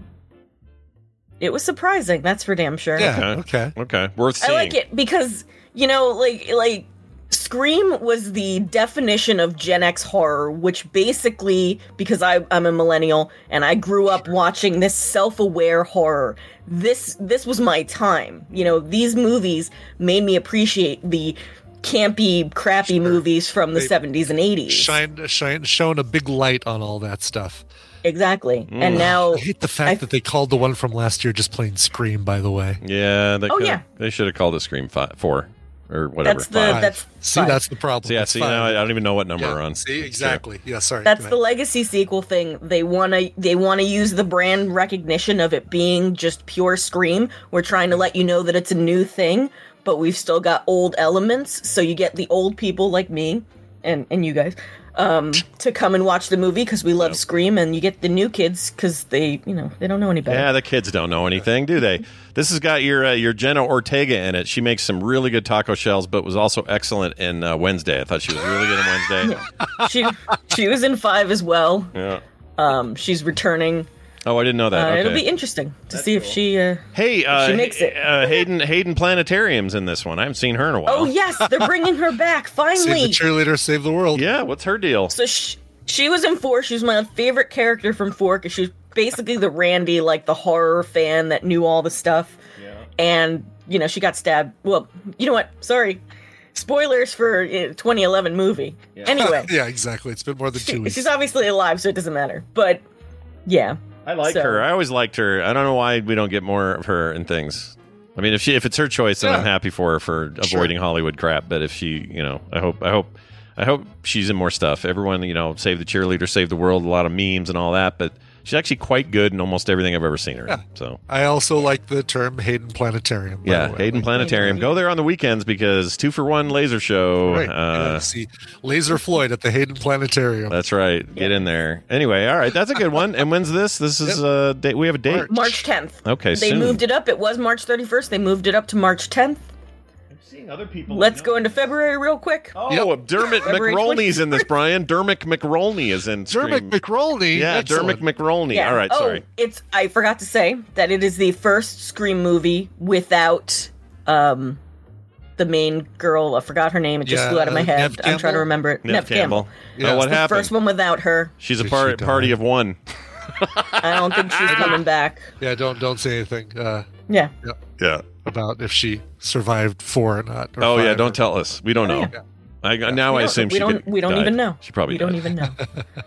[SPEAKER 10] it was surprising, that's for damn sure.
[SPEAKER 2] Yeah. Okay.
[SPEAKER 1] Okay. Worth seeing.
[SPEAKER 10] I like it because you know, like like Scream was the definition of Gen X horror, which basically because I, I'm a millennial and I grew up watching this self-aware horror. This this was my time. You know, these movies made me appreciate the campy, crappy movies from the
[SPEAKER 2] They-
[SPEAKER 10] 70s and 80s.
[SPEAKER 2] Shined, shined, shone a big light on all that stuff.
[SPEAKER 10] Exactly. And
[SPEAKER 1] Mm.
[SPEAKER 10] now
[SPEAKER 2] I hate the fact that they called the one from last year just plain Scream. By the way,
[SPEAKER 1] Yeah, they
[SPEAKER 10] Oh,
[SPEAKER 1] could,
[SPEAKER 10] yeah.
[SPEAKER 1] They should have called it Scream five, Four or whatever.
[SPEAKER 10] That's the-
[SPEAKER 1] five.
[SPEAKER 10] that's
[SPEAKER 2] see
[SPEAKER 10] fine.
[SPEAKER 2] that's the problem.
[SPEAKER 1] so yeah,
[SPEAKER 2] It's
[SPEAKER 1] see,
[SPEAKER 2] fine.
[SPEAKER 1] now I don't even know what number
[SPEAKER 2] Yeah,
[SPEAKER 1] we're on.
[SPEAKER 2] See exactly. Yeah. Sorry.
[SPEAKER 10] That's
[SPEAKER 2] go
[SPEAKER 10] the
[SPEAKER 2] ahead.
[SPEAKER 10] legacy sequel thing. They wanna they wanna use the brand recognition of it being just pure Scream. We're trying to let you know that it's a new thing, but we've still got old elements. So you get the old people like me and and you guys um, to come and watch the movie because we love Scream, and you get the new kids because they you know they don't know any better.
[SPEAKER 1] Yeah, the kids don't know anything, do they? This has got your uh, your Jenna Ortega in it. She makes some really good taco shells, but was also excellent in uh, Wednesday. I thought she was really good in Wednesday.
[SPEAKER 10] she she was in five as well.
[SPEAKER 1] yeah.
[SPEAKER 10] Um, she's returning.
[SPEAKER 1] Oh, I didn't know
[SPEAKER 10] Uh,
[SPEAKER 1] that.
[SPEAKER 10] It'll
[SPEAKER 1] Okay.
[SPEAKER 10] be interesting to see if she. Uh,
[SPEAKER 1] hey, uh,
[SPEAKER 10] She makes it.
[SPEAKER 1] uh, Hayden Hayden Planetarium's in this one. I haven't seen her in a while.
[SPEAKER 10] oh yes, they're bringing her back
[SPEAKER 2] Save the
[SPEAKER 10] Oh, finally.
[SPEAKER 2] cheerleader, save the world.
[SPEAKER 1] yeah. What's her deal?
[SPEAKER 10] So she, she was in four. She was my favorite character from four because she was basically the Randy, like the horror fan that knew all the stuff. And you know she got stabbed. Well, you know what? Sorry, spoilers for uh, 2011 movie. Anyway,
[SPEAKER 2] yeah. Exactly. It's been more than two
[SPEAKER 10] she-
[SPEAKER 2] weeks.
[SPEAKER 10] she's obviously alive, so it doesn't matter. But yeah,
[SPEAKER 1] I like
[SPEAKER 10] So-
[SPEAKER 1] her. I always liked her. I don't know why we don't get more of her and things. I mean, if she if it's her choice, then I'm
[SPEAKER 10] Yeah.
[SPEAKER 1] happy for her for avoiding Hollywood crap. But if she, you know, I hope I hope I hope she's in more stuff. Everyone, you know, save the cheerleader, save the world, a lot of memes and all that. But she's actually quite good in almost everything I've ever seen her. in. So
[SPEAKER 2] I also like the term Hayden Planetarium. by
[SPEAKER 1] yeah,
[SPEAKER 2] the way.
[SPEAKER 1] Hayden Planetarium. Go there on the weekends because two for one laser show.
[SPEAKER 2] Right.
[SPEAKER 1] Uh,
[SPEAKER 2] See Laser Floyd at the Hayden Planetarium.
[SPEAKER 1] that's right. Get in there. Anyway, all right, that's a good one. And when's this? This is uh, date. We have a date.
[SPEAKER 10] March 10th.
[SPEAKER 1] Okay,
[SPEAKER 10] They
[SPEAKER 1] soon.
[SPEAKER 10] moved it up. It was March 31st. They moved it up to March 10th. I'm
[SPEAKER 1] seeing other people.
[SPEAKER 10] Let's go into February real quick.
[SPEAKER 1] Oh, Dermot
[SPEAKER 10] February
[SPEAKER 1] McRolney's in this, Brian. Dermot McRolney is in. Stream.
[SPEAKER 10] Dermot
[SPEAKER 2] McRolney.
[SPEAKER 1] Yeah,
[SPEAKER 10] Excellent.
[SPEAKER 1] Dermot McRolney.
[SPEAKER 10] Yeah.
[SPEAKER 1] All right,
[SPEAKER 10] oh,
[SPEAKER 1] sorry.
[SPEAKER 10] It's I forgot to say that it is the first Scream movie without um the main girl. I forgot her name. It just
[SPEAKER 1] Yeah,
[SPEAKER 10] flew out of my
[SPEAKER 1] uh,
[SPEAKER 10] head.
[SPEAKER 1] Nev
[SPEAKER 10] I'm trying
[SPEAKER 1] Campbell?
[SPEAKER 10] to remember it.
[SPEAKER 1] Nev Campbell. Yeah. Oh, what
[SPEAKER 10] It's the
[SPEAKER 1] happened?
[SPEAKER 10] First one without her.
[SPEAKER 1] She's a par- party of one.
[SPEAKER 10] I don't think she's coming back.
[SPEAKER 2] Yeah, don't don't say anything. Uh,
[SPEAKER 10] Yeah.
[SPEAKER 1] Yeah.
[SPEAKER 2] About if she survived four or not. or
[SPEAKER 1] Oh yeah,
[SPEAKER 2] five.
[SPEAKER 1] don't tell us. We don't
[SPEAKER 2] Oh,
[SPEAKER 1] know.
[SPEAKER 2] yeah.
[SPEAKER 1] I, now
[SPEAKER 10] We
[SPEAKER 1] I
[SPEAKER 10] don't-
[SPEAKER 1] assume
[SPEAKER 10] we
[SPEAKER 1] she
[SPEAKER 10] don't.
[SPEAKER 1] did-
[SPEAKER 10] we don't
[SPEAKER 1] died.
[SPEAKER 10] even know.
[SPEAKER 1] She probably
[SPEAKER 10] We don't
[SPEAKER 1] died.
[SPEAKER 10] even know.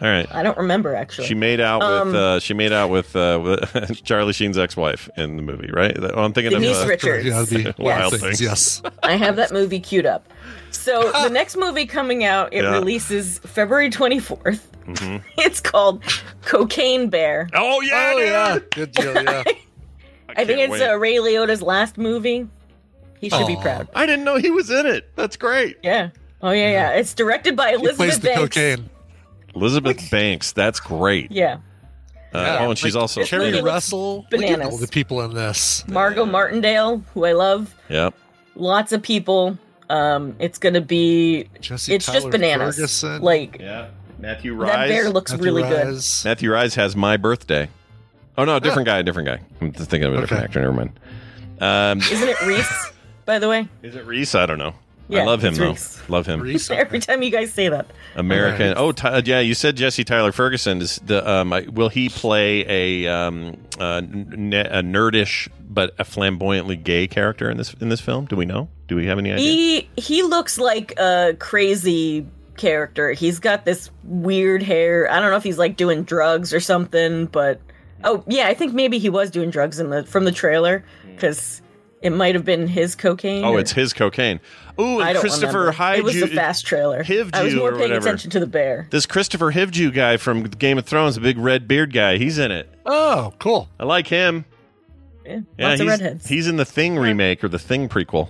[SPEAKER 1] All right.
[SPEAKER 10] I don't remember actually.
[SPEAKER 1] She made out
[SPEAKER 10] Um,
[SPEAKER 1] with uh, she made out with, uh, with Charlie Sheen's ex-wife in the movie, right? That- Oh, I'm thinking
[SPEAKER 10] Denise
[SPEAKER 1] of uh,
[SPEAKER 10] Richards. Yeah, the
[SPEAKER 1] Wild
[SPEAKER 10] Things,
[SPEAKER 1] Things.
[SPEAKER 2] Yes.
[SPEAKER 10] I have that movie queued up. So the next movie coming out, it
[SPEAKER 1] Yeah.
[SPEAKER 10] releases February 24th.
[SPEAKER 1] Mhm.
[SPEAKER 10] It's called Cocaine Bear.
[SPEAKER 1] Oh yeah,
[SPEAKER 2] oh yeah, good deal. Yeah.
[SPEAKER 10] I, think
[SPEAKER 2] can't
[SPEAKER 10] it's uh,
[SPEAKER 2] wait.
[SPEAKER 10] Ray Liotta's last movie. He should be
[SPEAKER 2] Aw.
[SPEAKER 10] proud.
[SPEAKER 1] I didn't know he was in it. That's great.
[SPEAKER 10] Yeah. Oh yeah, yeah. It's directed by
[SPEAKER 2] He plays
[SPEAKER 10] Elizabeth
[SPEAKER 2] the
[SPEAKER 10] Banks.
[SPEAKER 2] cocaine.
[SPEAKER 1] Elizabeth Banks. That's great.
[SPEAKER 10] Yeah.
[SPEAKER 1] Uh,
[SPEAKER 2] Yeah,
[SPEAKER 1] oh, and she's
[SPEAKER 2] like
[SPEAKER 1] also
[SPEAKER 2] Kerry
[SPEAKER 10] movie looks
[SPEAKER 2] Russell. Look at all
[SPEAKER 10] bananas.
[SPEAKER 2] the people in this.
[SPEAKER 10] Margot Martindale, who I love.
[SPEAKER 1] Yep.
[SPEAKER 10] Lots of people. Um, it's gonna be.
[SPEAKER 2] Jesse
[SPEAKER 10] it's just
[SPEAKER 2] Tyler
[SPEAKER 10] bananas.
[SPEAKER 2] Ferguson.
[SPEAKER 10] Like
[SPEAKER 1] Yeah. Matthew
[SPEAKER 10] that bear looks
[SPEAKER 2] Matthew
[SPEAKER 10] really good.
[SPEAKER 2] Rhys.
[SPEAKER 1] Matthew Rise has my birthday. Oh no,
[SPEAKER 2] Ah.
[SPEAKER 1] different guy, different guy. I'm just thinking of a different actor. Never mind. Um,
[SPEAKER 10] Isn't it Reese? by the way.
[SPEAKER 1] is it Reese? I don't know.
[SPEAKER 10] Yeah,
[SPEAKER 1] I love him
[SPEAKER 10] it's
[SPEAKER 1] though.
[SPEAKER 10] Reese.
[SPEAKER 1] Love him.
[SPEAKER 10] Every time you guys say that.
[SPEAKER 1] American. Oh, Ty- yeah. You said Jesse Tyler Ferguson is the. Um, I- will he play a um, uh, ne- a nerdish but a flamboyantly gay character in this in this film? Do we know? Do we have any idea?
[SPEAKER 10] He he looks like a crazy character. He's got this weird hair. I don't know if he's like doing drugs or something, but oh yeah, I think maybe he was doing drugs in the from the trailer because it might have been his cocaine.
[SPEAKER 1] Hmm. oh,
[SPEAKER 10] or-
[SPEAKER 1] it's his cocaine. Ooh,
[SPEAKER 10] I
[SPEAKER 1] and
[SPEAKER 10] don't
[SPEAKER 1] Christopher
[SPEAKER 10] remember. It was the
[SPEAKER 1] Hivju.
[SPEAKER 10] fast trailer. I was
[SPEAKER 1] Hivju
[SPEAKER 10] more
[SPEAKER 1] or
[SPEAKER 10] paying
[SPEAKER 1] whatever.
[SPEAKER 10] attention to the bear.
[SPEAKER 1] This Christopher Hivju guy from Game of Thrones, the big red beard guy. He's in it.
[SPEAKER 2] Oh, cool.
[SPEAKER 1] I like him.
[SPEAKER 10] Yeah,
[SPEAKER 1] Yeah,
[SPEAKER 10] lots of
[SPEAKER 1] he's,
[SPEAKER 10] redheads.
[SPEAKER 1] he's in the Thing remake or the Thing prequel.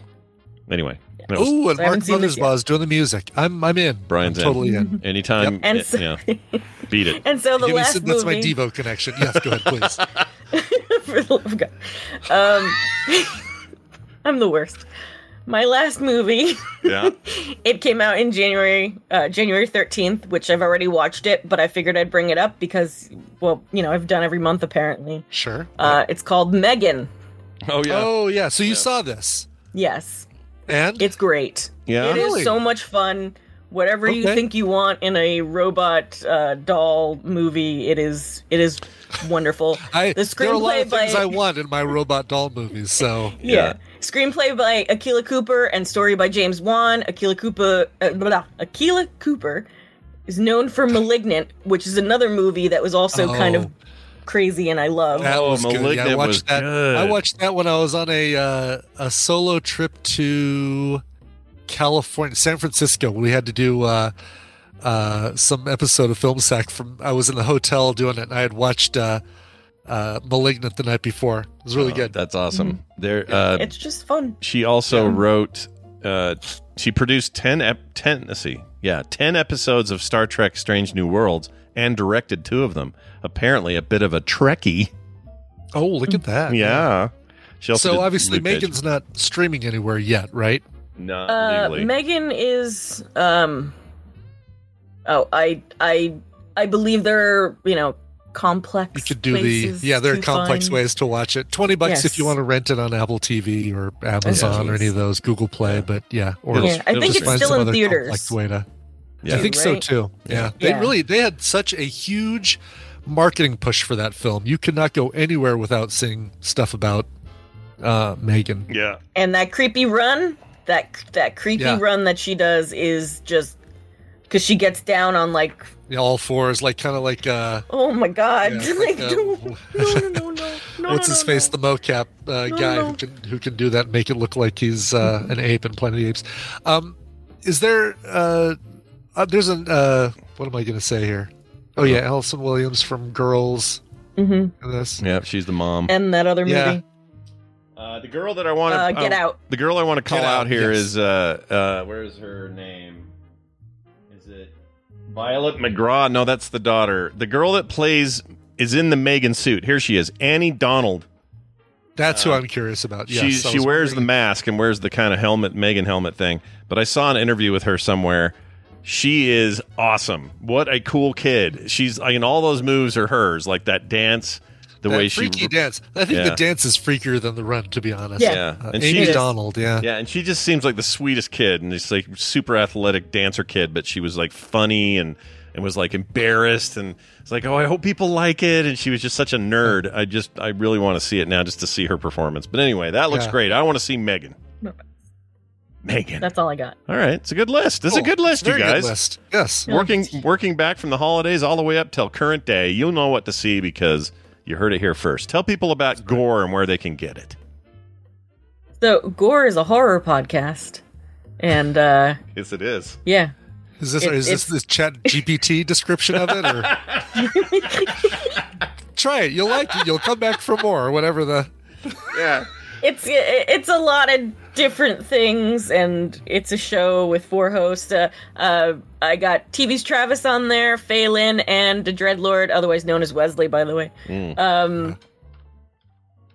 [SPEAKER 1] Anyway, that was-
[SPEAKER 2] Ooh, and
[SPEAKER 10] I haven't
[SPEAKER 2] Mark
[SPEAKER 10] seen this
[SPEAKER 2] Mothersbaugh is doing the music. I'm I'm in.
[SPEAKER 1] Brian's
[SPEAKER 2] I'm totally
[SPEAKER 1] in.
[SPEAKER 2] in.
[SPEAKER 1] Anytime,
[SPEAKER 2] Yep.
[SPEAKER 10] And
[SPEAKER 1] eh,
[SPEAKER 10] so-
[SPEAKER 1] yeah, beat it.
[SPEAKER 10] And so the
[SPEAKER 2] Give me
[SPEAKER 10] last
[SPEAKER 2] some- that's
[SPEAKER 10] movie
[SPEAKER 2] my Devo connection. Yes, go ahead, please.
[SPEAKER 10] for the love of God. Um, I'm the worst. My last movie.
[SPEAKER 1] Yeah.
[SPEAKER 10] It came out in January, uh, January 13th, which I've already watched it, but I figured I'd bring it up because, well, you know, I've done every month apparently.
[SPEAKER 2] Sure.
[SPEAKER 10] Uh, it's called Megan.
[SPEAKER 1] Oh yeah.
[SPEAKER 2] Oh yeah. So you saw this,
[SPEAKER 10] Yes.
[SPEAKER 2] and
[SPEAKER 10] It's great.
[SPEAKER 1] Yeah?
[SPEAKER 10] It is
[SPEAKER 1] Really?
[SPEAKER 10] so much fun. Whatever you
[SPEAKER 1] Okay.
[SPEAKER 10] think you want in a robot uh, doll movie, it is it is wonderful.
[SPEAKER 2] I
[SPEAKER 10] the
[SPEAKER 2] there are a lot
[SPEAKER 10] screenplay
[SPEAKER 2] of things I
[SPEAKER 10] by
[SPEAKER 2] want in my robot doll movies. So
[SPEAKER 10] Yeah. Screenplay by Akila Cooper and story by James Wan. Akila Cooper, uh, blah, blah. Akila Cooper is known for *Malignant*, which is another movie that was also kind
[SPEAKER 2] Oh.
[SPEAKER 10] of crazy and I love.
[SPEAKER 2] That was good. Yeah, I
[SPEAKER 1] Malignant
[SPEAKER 2] watched
[SPEAKER 1] was
[SPEAKER 2] that.
[SPEAKER 1] good.
[SPEAKER 2] I watched that when I was on a uh, a solo trip to California, San Francisco. We had to do uh, uh, some episode of Film Sack. From I was in the hotel doing it, and I had watched uh, uh, *Malignant* the night before. It was really
[SPEAKER 1] Oh,
[SPEAKER 2] good.
[SPEAKER 1] That's awesome. There, uh,
[SPEAKER 10] Mm-hmm. It's just fun.
[SPEAKER 1] she also wrote. Uh, she produced ten, ep- ten. Let's see, yeah, ten episodes of Star Trek: Strange New Worlds and directed two of them. Apparently, a bit of a Trekkie.
[SPEAKER 2] Oh, look at that!
[SPEAKER 1] Yeah. She also
[SPEAKER 2] So
[SPEAKER 1] did
[SPEAKER 2] obviously,
[SPEAKER 1] Luke Cage.
[SPEAKER 2] Megan's not streaming anywhere yet, right?
[SPEAKER 1] not
[SPEAKER 10] Uh,
[SPEAKER 1] legally.
[SPEAKER 10] Megan is. um Oh, I, I, I believe they're you know complex.
[SPEAKER 2] You could do the yeah. There are complex ways to watch it. Twenty bucks if
[SPEAKER 10] Yes.
[SPEAKER 2] you want to rent it on Apple TV or Amazon or any of those Google Play. But yeah, or
[SPEAKER 10] Yeah, I
[SPEAKER 2] just
[SPEAKER 10] think it's
[SPEAKER 2] find
[SPEAKER 10] still
[SPEAKER 2] some
[SPEAKER 10] in
[SPEAKER 2] other
[SPEAKER 10] theaters.
[SPEAKER 2] complex way to-
[SPEAKER 1] Yeah.
[SPEAKER 2] I think so
[SPEAKER 10] Right?
[SPEAKER 2] too. Yeah,
[SPEAKER 10] Yeah.
[SPEAKER 2] they really they had such a huge marketing push for that film. You could not go anywhere without seeing stuff about uh Megan.
[SPEAKER 1] Yeah,
[SPEAKER 10] and that creepy run that that creepy
[SPEAKER 2] Yeah.
[SPEAKER 10] run that she does is just because she gets down on like
[SPEAKER 2] Yeah, all four is like kind of like uh,
[SPEAKER 10] Oh my god.
[SPEAKER 2] Yeah,
[SPEAKER 10] like,
[SPEAKER 2] um,
[SPEAKER 10] no,
[SPEAKER 2] what's his face, the mocap uh,
[SPEAKER 10] No,
[SPEAKER 2] guy
[SPEAKER 10] no.
[SPEAKER 2] who can who can do that, make it look like he's uh, an ape in Planet of the Apes. Um, is there? Uh, uh, there's an. Uh, what am I going to say here? Oh yeah, Allison Williams from Girls.
[SPEAKER 10] Mhm.
[SPEAKER 2] and This.
[SPEAKER 1] Yeah, she's the mom.
[SPEAKER 10] and that other
[SPEAKER 1] Yeah.
[SPEAKER 10] movie.
[SPEAKER 1] Uh, the girl that I oh, want
[SPEAKER 10] uh, get out.
[SPEAKER 1] The girl I want to call
[SPEAKER 2] Get out,
[SPEAKER 1] out here
[SPEAKER 2] yes.
[SPEAKER 1] is uh, uh, where is her name? Is it Violet McGraw? No, that's the daughter. The girl that plays is in the Megan suit. Here she is, Annie Donald.
[SPEAKER 2] That's who I'm curious about. Yes,
[SPEAKER 1] Uh, she
[SPEAKER 2] I
[SPEAKER 1] she
[SPEAKER 2] was
[SPEAKER 1] wears the mask and wears the kind of helmet Megan helmet thing. But I saw an interview with her somewhere. She is awesome. What a cool kid. She's I mean all those moves are hers, like that dance, the
[SPEAKER 2] That
[SPEAKER 1] way
[SPEAKER 2] freaky
[SPEAKER 1] she
[SPEAKER 2] dance. I think
[SPEAKER 1] Yeah.
[SPEAKER 2] the dance is freakier than the run, to be honest.
[SPEAKER 1] Yeah.
[SPEAKER 2] Uh,
[SPEAKER 1] And
[SPEAKER 2] Amy
[SPEAKER 1] she-
[SPEAKER 2] Donald. Yeah.
[SPEAKER 1] Yeah, and she just seems like the sweetest kid and this like super athletic dancer kid, but she was like funny and and was like embarrassed and it's like, "Oh, I hope people like it." And she was just such a nerd. I just I really want to see it now just to see her performance. But anyway, that looks
[SPEAKER 10] Yeah.
[SPEAKER 1] great. I want to see Megan. Megan.
[SPEAKER 10] That's all I got.
[SPEAKER 1] All right, it's a good list. This is a
[SPEAKER 10] Cool.
[SPEAKER 1] good list,
[SPEAKER 10] Very
[SPEAKER 1] you
[SPEAKER 10] good
[SPEAKER 1] guys.
[SPEAKER 10] list.
[SPEAKER 2] Yes.
[SPEAKER 1] Working working back from the holidays all the way up till current day, you'll know what to see because you heard it here first. Tell people about gore and where they can get it.
[SPEAKER 10] So Gore is a horror podcast. And uh
[SPEAKER 1] Yes, it is.
[SPEAKER 10] yeah.
[SPEAKER 2] Is this
[SPEAKER 10] It-
[SPEAKER 2] is this
[SPEAKER 10] it's-
[SPEAKER 2] the Chat GPT description of it? Or try it. You'll like it. You'll come back for more. Or whatever the.
[SPEAKER 1] Yeah.
[SPEAKER 10] It's it's a lot of different things, and it's a show with four hosts. Uh, uh, I got TV's Travis on there, Phelan, and the Dreadlord, otherwise known as Wesley, by the way.
[SPEAKER 1] Mm.
[SPEAKER 10] Um,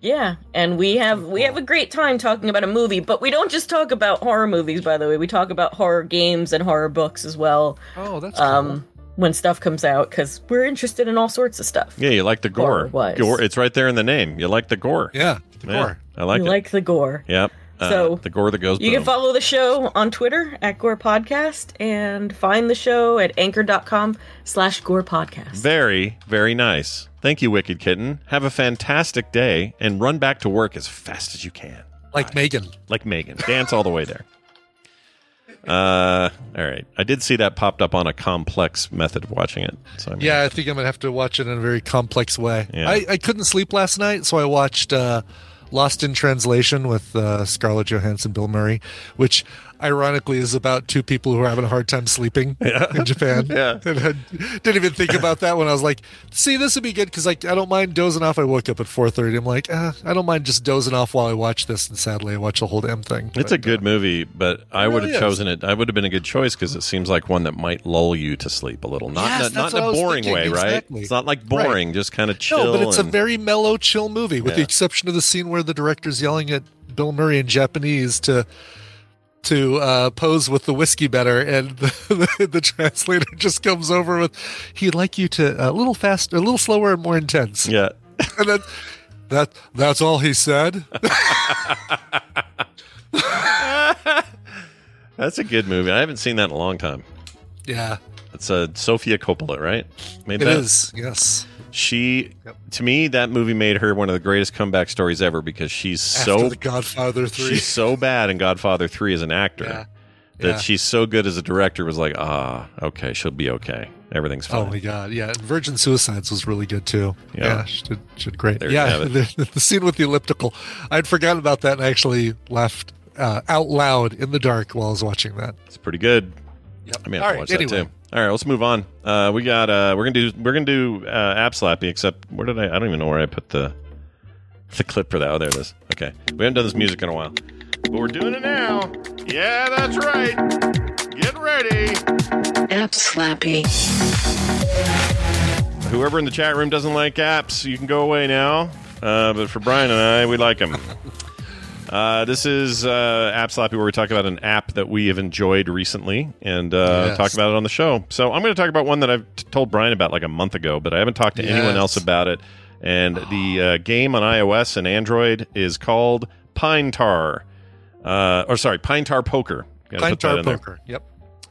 [SPEAKER 10] yeah, and we have we have a great time talking about a movie, but we don't just talk about horror movies. By the way, we talk about horror games and horror books as well.
[SPEAKER 2] Oh, that's
[SPEAKER 10] um, when stuff comes out because we're interested in all sorts of stuff.
[SPEAKER 1] Yeah, you like the gore.
[SPEAKER 10] Gore-wise.
[SPEAKER 1] Gore, it's right there in the name. You like the gore.
[SPEAKER 2] Yeah,
[SPEAKER 1] the
[SPEAKER 10] gore.
[SPEAKER 1] I like
[SPEAKER 10] we
[SPEAKER 1] it.
[SPEAKER 10] like the gore.
[SPEAKER 1] yep. Uh,
[SPEAKER 10] So,
[SPEAKER 1] the gore that goes.
[SPEAKER 10] You can
[SPEAKER 1] boom.
[SPEAKER 10] follow the show on Twitter at Gore Podcast and find the show at anchor.com slash Gore Podcast.
[SPEAKER 1] Very, very nice. Thank you, Wicked Kitten. Have a fantastic day and run back to work as fast as you can.
[SPEAKER 2] Like Megan.
[SPEAKER 1] Like Megan. Dance all the way there. Uh, all right. I did see that popped up on a complex method of watching it. So I'm
[SPEAKER 2] Yeah, I think I'm gonna have to watch it in a very complex way.
[SPEAKER 1] Yeah.
[SPEAKER 2] I, I couldn't sleep last night, so I watched uh, Lost in Translation with uh, Scarlett Johansson, Bill Murray, which ironically is about two people who are having a hard time sleeping in Japan.
[SPEAKER 1] Yeah.
[SPEAKER 2] and I didn't even think about that when I was like, "See, this would be good because like I don't mind dozing off." I woke up at 4:30. I'm like, ah, I don't mind just dozing off while I watch this, and sadly, I watch the whole damn thing.
[SPEAKER 1] It's a good movie, but I would
[SPEAKER 2] really
[SPEAKER 1] have
[SPEAKER 2] is.
[SPEAKER 1] chosen it. I would have been a good choice because it seems like one that might lull you to sleep a little. Not
[SPEAKER 2] Yes,
[SPEAKER 1] not, not
[SPEAKER 2] that's
[SPEAKER 1] in
[SPEAKER 2] what I
[SPEAKER 1] a
[SPEAKER 2] was
[SPEAKER 1] boring
[SPEAKER 2] thinking,
[SPEAKER 1] way, right?
[SPEAKER 2] exactly.
[SPEAKER 1] It's not like boring, just kind of chill.
[SPEAKER 2] No, but it's a
[SPEAKER 1] and-
[SPEAKER 2] very mellow, chill movie, with the
[SPEAKER 1] Yeah.
[SPEAKER 2] exception of the scene where the director's yelling at Bill Murray in Japanese to to uh, pose with the whiskey better, and the, the, translator just comes over with, "He'd like you to a little faster, a little slower, and more intense."
[SPEAKER 1] yeah.
[SPEAKER 2] and then that that's all he said.
[SPEAKER 1] That's a good movie. I haven't seen that in a long time.
[SPEAKER 2] yeah,
[SPEAKER 1] It's a Sofia Coppola, right? Made
[SPEAKER 2] it
[SPEAKER 1] that?
[SPEAKER 2] is. Yes,
[SPEAKER 1] She, to me, that movie made her one of the greatest comeback stories ever because she's
[SPEAKER 2] after
[SPEAKER 1] so
[SPEAKER 2] the Godfather three.
[SPEAKER 1] she's so bad in Godfather Three as an actor
[SPEAKER 2] Yeah.
[SPEAKER 1] that
[SPEAKER 2] Yeah.
[SPEAKER 1] she's so good as a director. Was like, ah, okay, she'll be okay. Everything's fine.
[SPEAKER 2] Oh my god, yeah. And Virgin Suicides was really good too.
[SPEAKER 1] Yeah.
[SPEAKER 2] Yeah, she, did, she did great.
[SPEAKER 1] There you
[SPEAKER 2] yeah,
[SPEAKER 1] have it.
[SPEAKER 2] the, the scene with the elliptical. I'd forgotten about that and I actually laughed uh, out loud in the dark while I was watching that.
[SPEAKER 1] It's pretty good. I mean,
[SPEAKER 2] All
[SPEAKER 1] I have to
[SPEAKER 2] right,
[SPEAKER 1] watch that
[SPEAKER 2] anyway.
[SPEAKER 1] too. All right, let's move on. Uh, we got uh, we're gonna do we're gonna do uh, app slappy. Except where did I? I don't even know where I put the the clip for that. Oh, there it is. Okay, we haven't done this music in a while. But we're doing it now. Yeah, that's right. Get ready.
[SPEAKER 11] App Slappy.
[SPEAKER 1] Whoever in the chat room doesn't like apps, you can go away now. Uh, but for Brian and I, we like them. Uh, this is uh, App Slappy, where we talk about an app that we have enjoyed recently and uh,
[SPEAKER 2] Yes.
[SPEAKER 1] talk about it on the show. So I'm going to talk about one that I've t- told Brian about like a month ago, but I haven't talked to anyone
[SPEAKER 2] Yes.
[SPEAKER 1] else about it. And the uh, game on iOS and Android is called Pine Tar, uh, or sorry, Pine Tar Poker. Gotta
[SPEAKER 2] Pine
[SPEAKER 1] put that
[SPEAKER 2] Tar
[SPEAKER 1] in there.
[SPEAKER 2] Poker. Yep.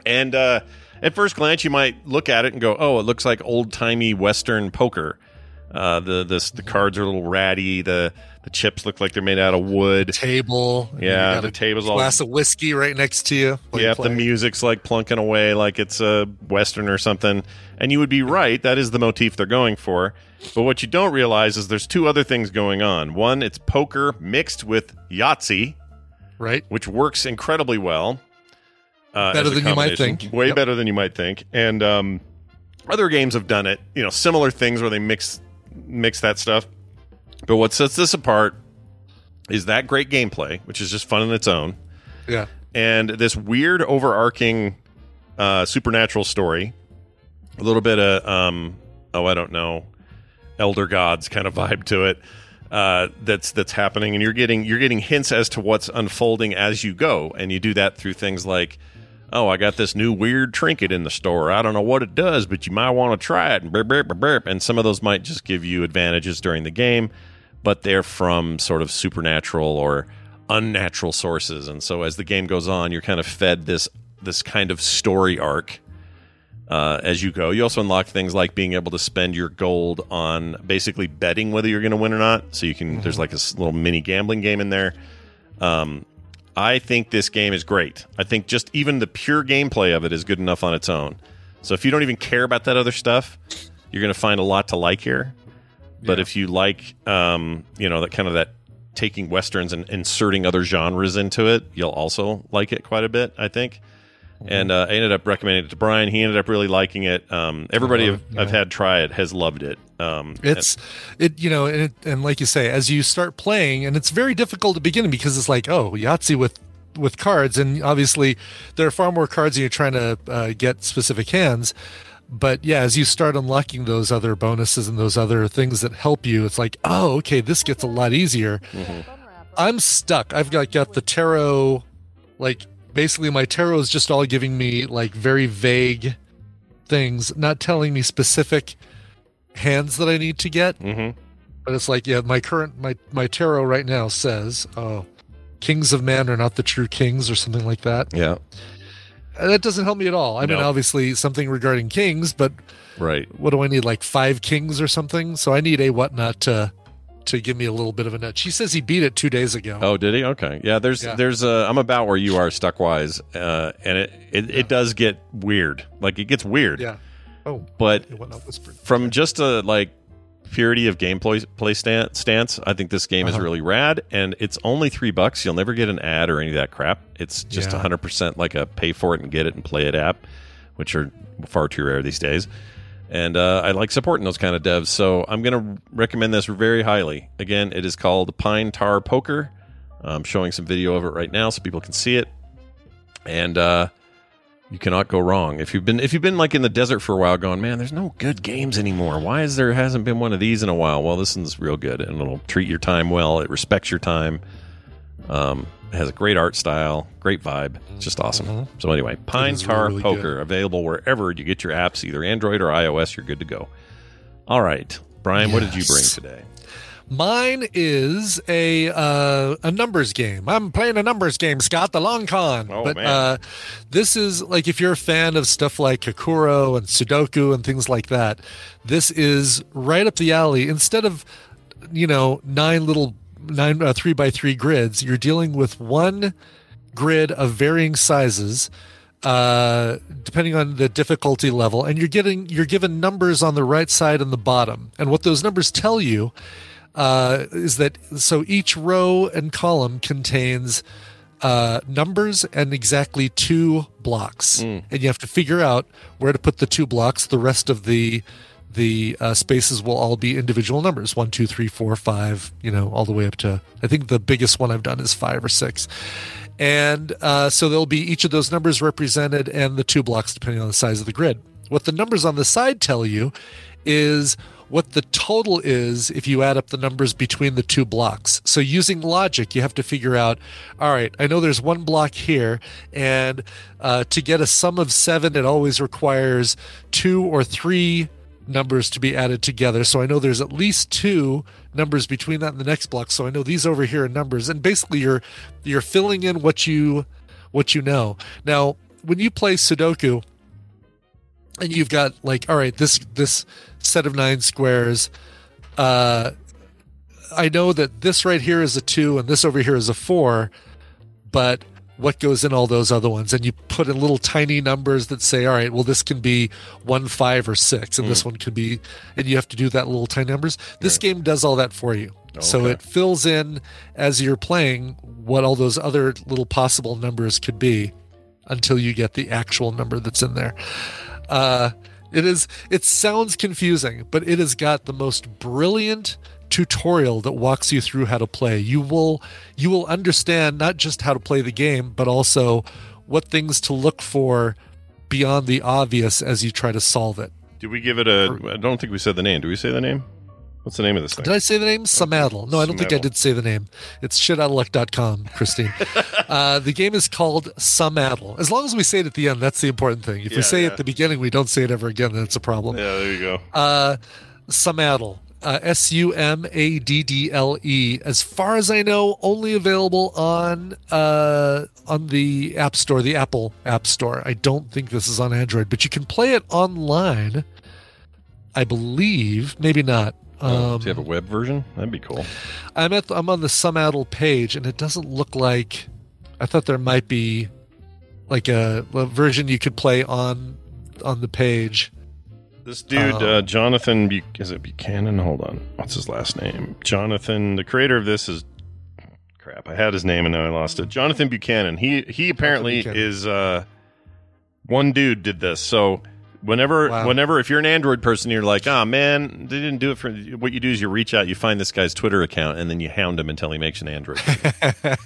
[SPEAKER 1] And uh, at first glance, you might look at it and go, "Oh, it looks like old timey Western poker." Uh, the this the cards are a little ratty. The The chips look like they're made out of wood.
[SPEAKER 2] Table.
[SPEAKER 1] Yeah,
[SPEAKER 2] You got
[SPEAKER 1] the
[SPEAKER 2] a
[SPEAKER 1] table's all
[SPEAKER 2] glass of whiskey right next to you. Like,
[SPEAKER 1] yeah, if the
[SPEAKER 2] like-
[SPEAKER 1] music's like plunking away like it's a western or something. And you would be right, that is the motif they're going for. But what you don't realize is there's two other things going on. One, it's poker mixed with Yahtzee,
[SPEAKER 2] right?
[SPEAKER 1] Which works incredibly well. Uh,
[SPEAKER 2] Better
[SPEAKER 1] as a
[SPEAKER 2] than you might
[SPEAKER 1] combination.
[SPEAKER 2] think.
[SPEAKER 1] Way
[SPEAKER 2] Yep.
[SPEAKER 1] better than you might think. And um, other games have done it, you know, similar things where they mix mix that stuff. But what sets this apart is that great gameplay, which is just fun in its own
[SPEAKER 2] yeah.
[SPEAKER 1] and this weird overarching uh, supernatural story. A little bit of um, oh, I don't know, elder gods kind of vibe to it. Uh, that's that's happening, and you're getting you're getting hints as to what's unfolding as you go, and you do that through things like. Oh, I got this new weird trinket in the store. I don't know what it does, but you might want to try it. And, burp, burp, burp, burp. and some of those might just give you advantages during the game, but they're from sort of supernatural or unnatural sources. And so as the game goes on, you're kind of fed this this kind of story arc uh, as you go. You also unlock things like being able to spend your gold on basically betting whether you're going to win or not. So you can there's like a s- little mini gambling game in there. Um, I think this game is great. I think just even the pure gameplay of it is good enough on its own. So if you don't even care about that other stuff, you're going to find a lot to like here. But if you like, um, you know, that kind of that taking westerns and inserting other genres into it, you'll also like it quite a bit. I think. And uh, I ended up recommending it to Brian. He ended up really liking it. Um, everybody
[SPEAKER 2] Uh-huh,
[SPEAKER 1] I've, I've had try it has loved it. Um,
[SPEAKER 2] It's it you know and, it, and like you say as you start playing and it's very difficult at the beginning because it's like oh Yahtzee with with cards and obviously there are far more cards and you're trying to uh, get specific hands but yeah as you start unlocking those other bonuses and those other things that help you it's like oh okay this gets a lot easier I'm stuck I've got got the tarot like basically my tarot is just all giving me like very vague things not telling me specific hands that I need to get.
[SPEAKER 1] Mm-hmm.
[SPEAKER 2] But it's like, yeah, my current my my tarot right now says, oh, kings of man are not the true kings or something like that.
[SPEAKER 1] yeah,
[SPEAKER 2] And that doesn't help me at all. I mean,
[SPEAKER 1] No.
[SPEAKER 2] obviously something regarding kings, but
[SPEAKER 1] right.
[SPEAKER 2] what do I need? Like five kings or something. So I need a whatnot to to give me a little bit of a nudge. She says he beat it two days ago.
[SPEAKER 1] Oh, did he? Okay. Yeah. There's
[SPEAKER 2] Yeah.
[SPEAKER 1] there's uh, I'm about where you are stuck wise, uh, and it it, it does get weird. Like it gets weird.
[SPEAKER 2] Yeah. Oh,
[SPEAKER 1] But
[SPEAKER 2] it went up whispered.
[SPEAKER 1] from just a like purity of gameplay play stance, stance I think this game is
[SPEAKER 2] Uh-huh.
[SPEAKER 1] really rad, and it's only three bucks. You'll never get an ad or any of that crap. It's just
[SPEAKER 2] Yeah.
[SPEAKER 1] 100 percent like a pay for it and get it and play it app, which are far too rare these days. And uh, I like supporting those kind of devs, so I'm going to recommend this very highly. Again, it is called Pine Tar Poker. I'm showing some video of it right now so people can see it, and uh, you cannot go wrong. If you've been if you've been like in the desert for a while, going, man, there's no good games anymore. Why is there hasn't been one of these in a while? Well, this one's real good, and it'll treat your time well. It respects your time. Um, it has a great art style, great vibe. It's just awesome. So anyway,
[SPEAKER 2] Mm-hmm.
[SPEAKER 1] Pine
[SPEAKER 2] is
[SPEAKER 1] Tar
[SPEAKER 2] really
[SPEAKER 1] Poker available wherever you get your apps, either Android or iOS. You're good to go. All right, Brian, what did you bring
[SPEAKER 2] Yes.
[SPEAKER 1] today?
[SPEAKER 2] Mine is a uh, a numbers game. I'm playing a numbers game, Scott, the long con.
[SPEAKER 1] Oh,
[SPEAKER 2] but
[SPEAKER 1] man.
[SPEAKER 2] uh this is like if you're a fan of stuff like Kakuro and Sudoku and things like that, this is right up the alley. Instead of you know, nine little nine uh, three by three grids, you're dealing with one grid of varying sizes uh depending on the difficulty level and you're getting you're given numbers on the right side and the bottom and what those numbers tell you uh, is that so each row and column contains uh, numbers and exactly two blocks, and you have to figure out where to put the two blocks. The rest of the the uh, spaces will all be individual numbers one, two, three, four, five. You know, all the way up to I think the biggest one I've done is five or six. And uh, so there'll be each of those numbers represented and the two blocks depending on the size of the grid. What the numbers on the side tell you is what the total is if you add up the numbers between the two blocks. So using logic, you have to figure out all right, I know there's one block here, and uh, to get a sum of seven, it always requires two or three numbers to be added together. So I know there's at least two numbers between that and the next block. So I know these over here are numbers. And basically you're you're filling in what you what you know. Now, when you play Sudoku, and you've got like all right this this set of nine squares uh I know that this right here is a two and this over here is a four, but what goes in all those other ones? And you put in little tiny numbers that say, all right, well, this can be one, five, or six, and this one could be, and you have to do that little tiny numbers. This game does all that for you. So
[SPEAKER 13] Okay.
[SPEAKER 2] it fills in as you're playing what all those other little possible numbers could be until you get the actual number that's in there. Uh, it is. It sounds confusing, but it has got the most brilliant tutorial that walks you through how to play. You will you will understand not just how to play the game, but also what things to look for beyond the obvious as you try to solve it.
[SPEAKER 1] Did we give it a? I don't think we said the name. Do we say the name? What's the name of this thing?
[SPEAKER 2] Did I say the name? Samadl. No, I don't think I
[SPEAKER 1] Samadl.
[SPEAKER 2] did say the name. It's shitoutofluck.com, Christine. uh, the game is called Samadl. As long as we say it at the end, that's the important thing. If
[SPEAKER 1] Yeah,
[SPEAKER 2] we say it
[SPEAKER 1] yeah.
[SPEAKER 2] at the beginning, we don't say it ever again, then it's a problem.
[SPEAKER 1] yeah, there you go.
[SPEAKER 2] Uh, Sumadl. Uh, S U M A D D L E. As far as I know, only available on uh, on the App Store, the Apple App Store. I don't think this is on Android, but you can play it online. I believe, maybe not.
[SPEAKER 1] Oh,
[SPEAKER 2] Um,
[SPEAKER 1] do you have a web version? That'd be cool.
[SPEAKER 2] I'm at I'm on the Sumadl page, and it doesn't look like. I thought there might be like a, a version you could play on on the page.
[SPEAKER 1] This dude,
[SPEAKER 2] Um,
[SPEAKER 1] uh, Jonathan, Bu- is it Buchanan? Hold on. What's his last name? Jonathan, the creator of this is crap. I had his name and now I lost it. Jonathan Buchanan. He he apparently
[SPEAKER 13] Buchanan.
[SPEAKER 1] is uh, one dude did this. So whenever whenever if you're an Android person, you're like, ah man, they didn't do it for. What you do is you reach out, you find this guy's Twitter account, and then you hound him until he makes an Android. version.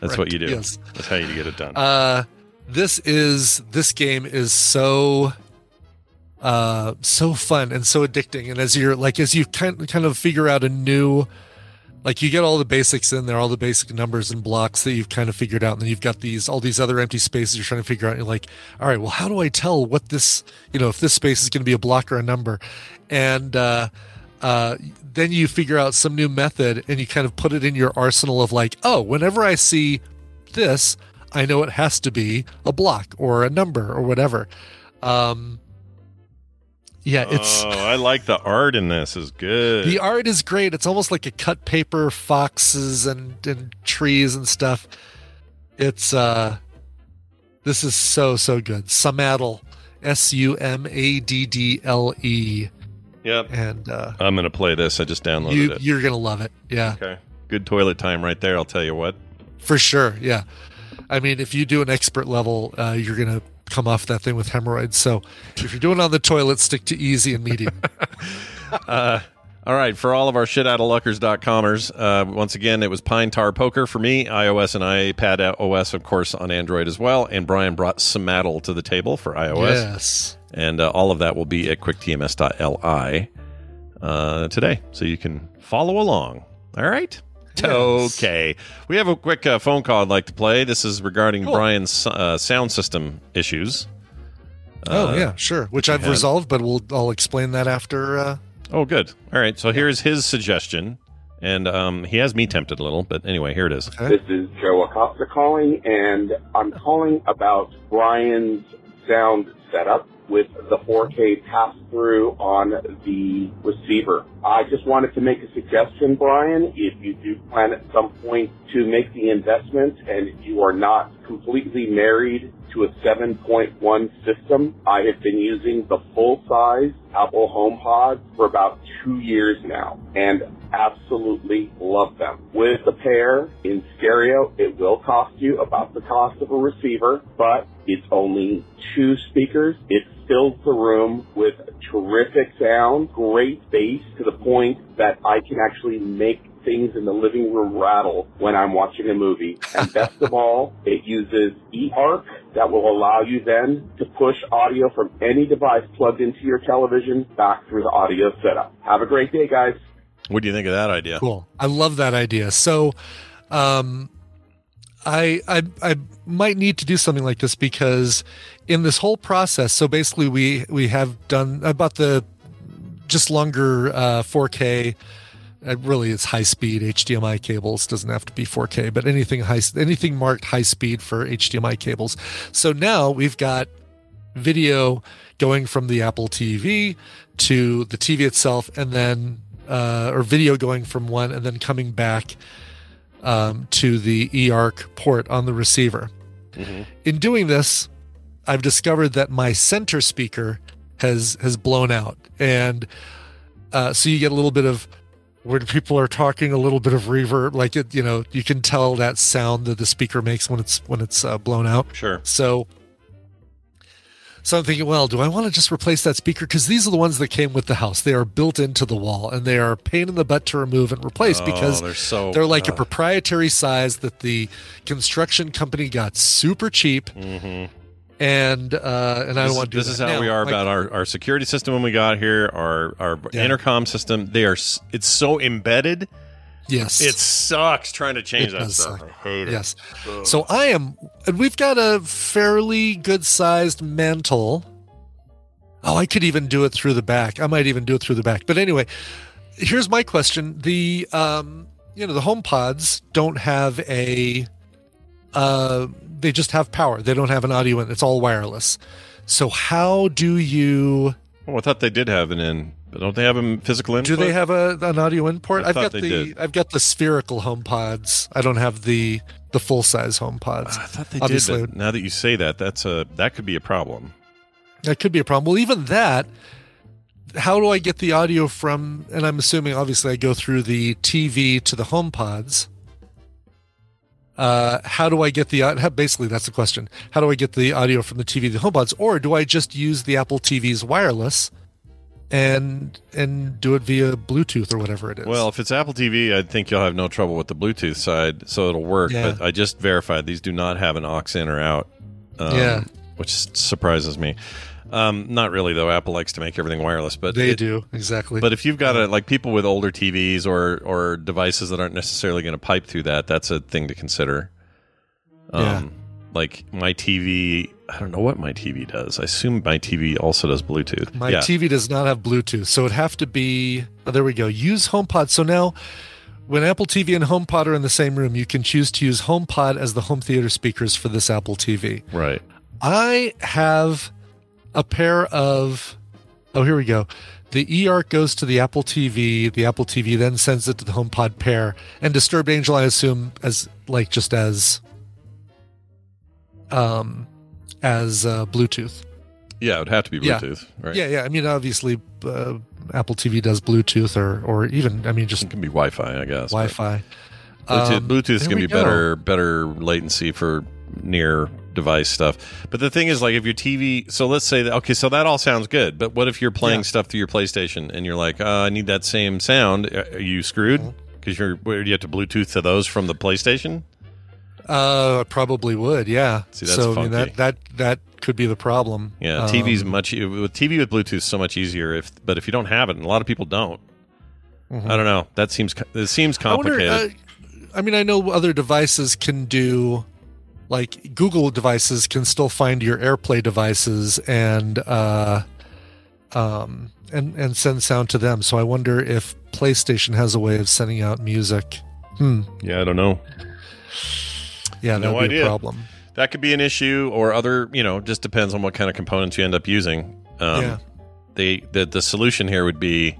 [SPEAKER 1] That's what you do.
[SPEAKER 2] yes.
[SPEAKER 1] That's how you get it done.
[SPEAKER 2] Uh, this is this game is so uh so fun and so addicting and as you're like as you kind kind of figure out a new like you get all the basics in there all the basic numbers and blocks that you've kind of figured out and then you've got these all these other empty spaces you're trying to figure out and you're like all right well how do i tell what this you know if this space is going to be a block or a number and uh uh, then you figure out some new method and you kind of put it in your arsenal of like, oh, whenever I see this, I know it has to be a block or a number or whatever. Um, yeah, it's
[SPEAKER 1] oh, I like the art in this. is good.
[SPEAKER 2] the art is great. It's almost like a cut paper, foxes and and trees and stuff. It's uh, this is so so good. Sumadle, S U M A D D L E.
[SPEAKER 1] Yep.
[SPEAKER 2] And uh,
[SPEAKER 1] I'm gonna play this. I just downloaded
[SPEAKER 2] you
[SPEAKER 1] it.
[SPEAKER 2] you're gonna love it. Yeah.
[SPEAKER 1] Okay. Good toilet time right there. I'll tell you what.
[SPEAKER 2] For sure, yeah. I mean, if you do an expert level, uh, you're gonna come off that thing with hemorrhoids. So if you're doing it on the toilet, stick to easy and medium.
[SPEAKER 1] Uh, all right, for all of our shit out of luckers.comers, uh, once again, it was Pine Tar Poker for me, iOS and iPad OS, of course, on Android as well. And Brian brought Samadl to the table for iOS.
[SPEAKER 2] Yes.
[SPEAKER 1] And uh, all of that will be at quicktms.li uh, today, so you can follow along. All right. Okay. We have a quick uh, phone call I'd like to play. This is regarding Brian's uh, sound system issues.
[SPEAKER 2] oh
[SPEAKER 1] Uh,
[SPEAKER 2] yeah, sure. Which
[SPEAKER 1] I
[SPEAKER 2] I've
[SPEAKER 1] had-
[SPEAKER 2] resolved, but we'll I'll explain that after. Uh,
[SPEAKER 1] Oh, good. All right. So here's his suggestion. And um, he has me tempted a little, but anyway, here it is.
[SPEAKER 14] This is Joe Acosta calling, and I'm calling about Brian's sound setup with the 4K pass through on the receiver. I just wanted to make a suggestion, Brian, if you do plan at some point to make the investment and you are not completely married to a 7.1 system, I have been using the full size Apple HomePod for about two years now and absolutely love them. With the pair in stereo, it will cost you about the cost of a receiver, but it's only two speakers. It fills the room with terrific sound, great bass to the point that I can actually make things in the living room rattle when I'm watching a movie. And best of all, it uses eARC that will allow you then to push audio from any device plugged into your television back through the audio setup. Have a great day, guys.
[SPEAKER 1] What do you think of that idea?
[SPEAKER 2] Cool. I love that idea. So, um, I, I I might need to do something like this because in this whole process, so basically we we have done about the just longer uh, 4K. It really is high speed HDMI cables. Doesn't have to be 4K, but anything high anything marked high speed for HDMI cables. So now we've got video going from the Apple TV to the TV itself, and then uh, or video going from one and then coming back um, to the EARC port on the receiver.
[SPEAKER 1] Mm-hmm.
[SPEAKER 2] In doing this, I've discovered that my center speaker has has blown out, and uh, so you get a little bit of when people are talking, a little bit of reverb. Like it, you know, you can tell that sound that the speaker makes when it's when it's uh, blown out.
[SPEAKER 1] Sure.
[SPEAKER 2] So, so I'm thinking, well, do I want to just replace that speaker? Because these are the ones that came with the house. They are built into the wall, and they are a pain in the butt to remove and replace
[SPEAKER 1] Oh,
[SPEAKER 2] because
[SPEAKER 1] they're so-
[SPEAKER 2] they're like a
[SPEAKER 1] ugh.
[SPEAKER 2] proprietary size that the construction company got super cheap. And uh, and I
[SPEAKER 1] Mm-hmm. this,
[SPEAKER 2] don't want to do
[SPEAKER 1] this is
[SPEAKER 2] that.
[SPEAKER 1] how we
[SPEAKER 2] Now,
[SPEAKER 1] are
[SPEAKER 2] my-
[SPEAKER 1] about our, our security system when we got here, our our
[SPEAKER 2] Yeah.
[SPEAKER 1] intercom system. They are s- it's so embedded.
[SPEAKER 2] Yes.
[SPEAKER 1] it sucks trying to change
[SPEAKER 2] It
[SPEAKER 1] that
[SPEAKER 2] does
[SPEAKER 1] stuff.
[SPEAKER 2] suck.
[SPEAKER 1] I hate it.
[SPEAKER 2] Yes.
[SPEAKER 1] Ugh.
[SPEAKER 2] So I am, and we've got a fairly good sized mantle. Oh, I could even do it through the back. I might even do it through the back. But anyway, here's my question: the um, you know, the home pods don't have a, uh, they just have power. They don't have an audio in. It's all wireless. So how do you?
[SPEAKER 1] Oh, I thought they did have an in, but don't they have a physical input?
[SPEAKER 2] Do they have a, an audio in port?
[SPEAKER 1] I
[SPEAKER 2] I've
[SPEAKER 1] thought
[SPEAKER 2] got
[SPEAKER 1] they
[SPEAKER 2] the
[SPEAKER 1] did.
[SPEAKER 2] I've got the spherical home pods. I don't have the the full size home pods. I
[SPEAKER 1] thought They did, but now that you say that, that's a that could be a problem.
[SPEAKER 2] That could be a problem. Well, even that, how do I get the audio from? And I'm assuming, obviously, I go through the TV to the home pods. Uh, how do I get the au- how- basically that's the question. How do I get the audio from the TV to the home pods, or do I just use the Apple TV's wireless and and do it via Bluetooth or whatever it is?
[SPEAKER 1] Well, if it's Apple TV, I think you'll have no trouble with the Bluetooth side, so it'll work.
[SPEAKER 2] Yeah.
[SPEAKER 1] But I just verified these do not have an aux in or out. um,
[SPEAKER 2] Yeah.
[SPEAKER 1] which surprises me. Um, not really though. Apple likes to make everything wireless, but
[SPEAKER 2] they
[SPEAKER 1] it-
[SPEAKER 2] do exactly.
[SPEAKER 1] But if you've got a, like people with older TVs or or devices that aren't necessarily going to pipe through that, that's a thing to consider. Um,
[SPEAKER 2] Yeah.
[SPEAKER 1] Like my TV, I don't know what my TV does. I assume my TV also does Bluetooth.
[SPEAKER 2] My
[SPEAKER 1] yeah.
[SPEAKER 2] TV does not have Bluetooth, so it'd have to be. oh, there we go. Use HomePod. So now, when Apple TV and HomePod are in the same room, you can choose to use HomePod as the home theater speakers for this Apple TV.
[SPEAKER 1] Right.
[SPEAKER 2] I have a pair of. Oh, here we go. The ER goes to the Apple TV. The Apple TV then sends it to the HomePod pair. And Disturbed Angel, I assume, as like just as, um, as uh, Bluetooth.
[SPEAKER 1] Yeah, it would have to be Bluetooth,
[SPEAKER 2] Yeah.
[SPEAKER 1] right?
[SPEAKER 2] Yeah, yeah. I mean, obviously, uh, Apple TV does Bluetooth, or or even I mean, just it
[SPEAKER 1] can be Wi-Fi, I guess. but-
[SPEAKER 2] Wi-Fi.
[SPEAKER 1] Bluetooth,
[SPEAKER 2] Um,
[SPEAKER 1] Bluetooth is
[SPEAKER 2] there
[SPEAKER 1] going
[SPEAKER 2] we
[SPEAKER 1] to be
[SPEAKER 2] go.
[SPEAKER 1] better, better latency for near device stuff. But the thing is, like, if your TV, so let's say that, okay, so that all sounds good, but what if you're playing
[SPEAKER 2] Yeah.
[SPEAKER 1] stuff through your PlayStation and you're like, uh, I need that same sound? Are you
[SPEAKER 2] Uh-huh.
[SPEAKER 1] screwed? Because you're, where do you have to Bluetooth to those from the PlayStation?
[SPEAKER 2] Uh, I probably would. Yeah.
[SPEAKER 1] See, that's
[SPEAKER 2] so I mean,
[SPEAKER 1] funky.
[SPEAKER 2] that that that could be the problem.
[SPEAKER 1] Yeah,
[SPEAKER 2] Um,
[SPEAKER 1] TV's much e, with TV with Bluetooth is so much easier. If but if you don't have it, and a lot of people don't,
[SPEAKER 2] Mhm.
[SPEAKER 1] I don't know. That seems it seems
[SPEAKER 2] I wonder,
[SPEAKER 1] complicated.
[SPEAKER 2] uh, I mean, I know other devices can do, like Google devices can still find your AirPlay devices and uh, um, and and send sound to them. So I wonder if PlayStation has a way of sending out music. Hmm.
[SPEAKER 1] yeah, I don't know.
[SPEAKER 2] Yeah, that
[SPEAKER 1] no
[SPEAKER 2] would be
[SPEAKER 1] idea.
[SPEAKER 2] a problem.
[SPEAKER 1] That could be an issue, or other. You know, just depends on what kind of components you end up using. Um,
[SPEAKER 2] Yeah.
[SPEAKER 1] They the the solution here would be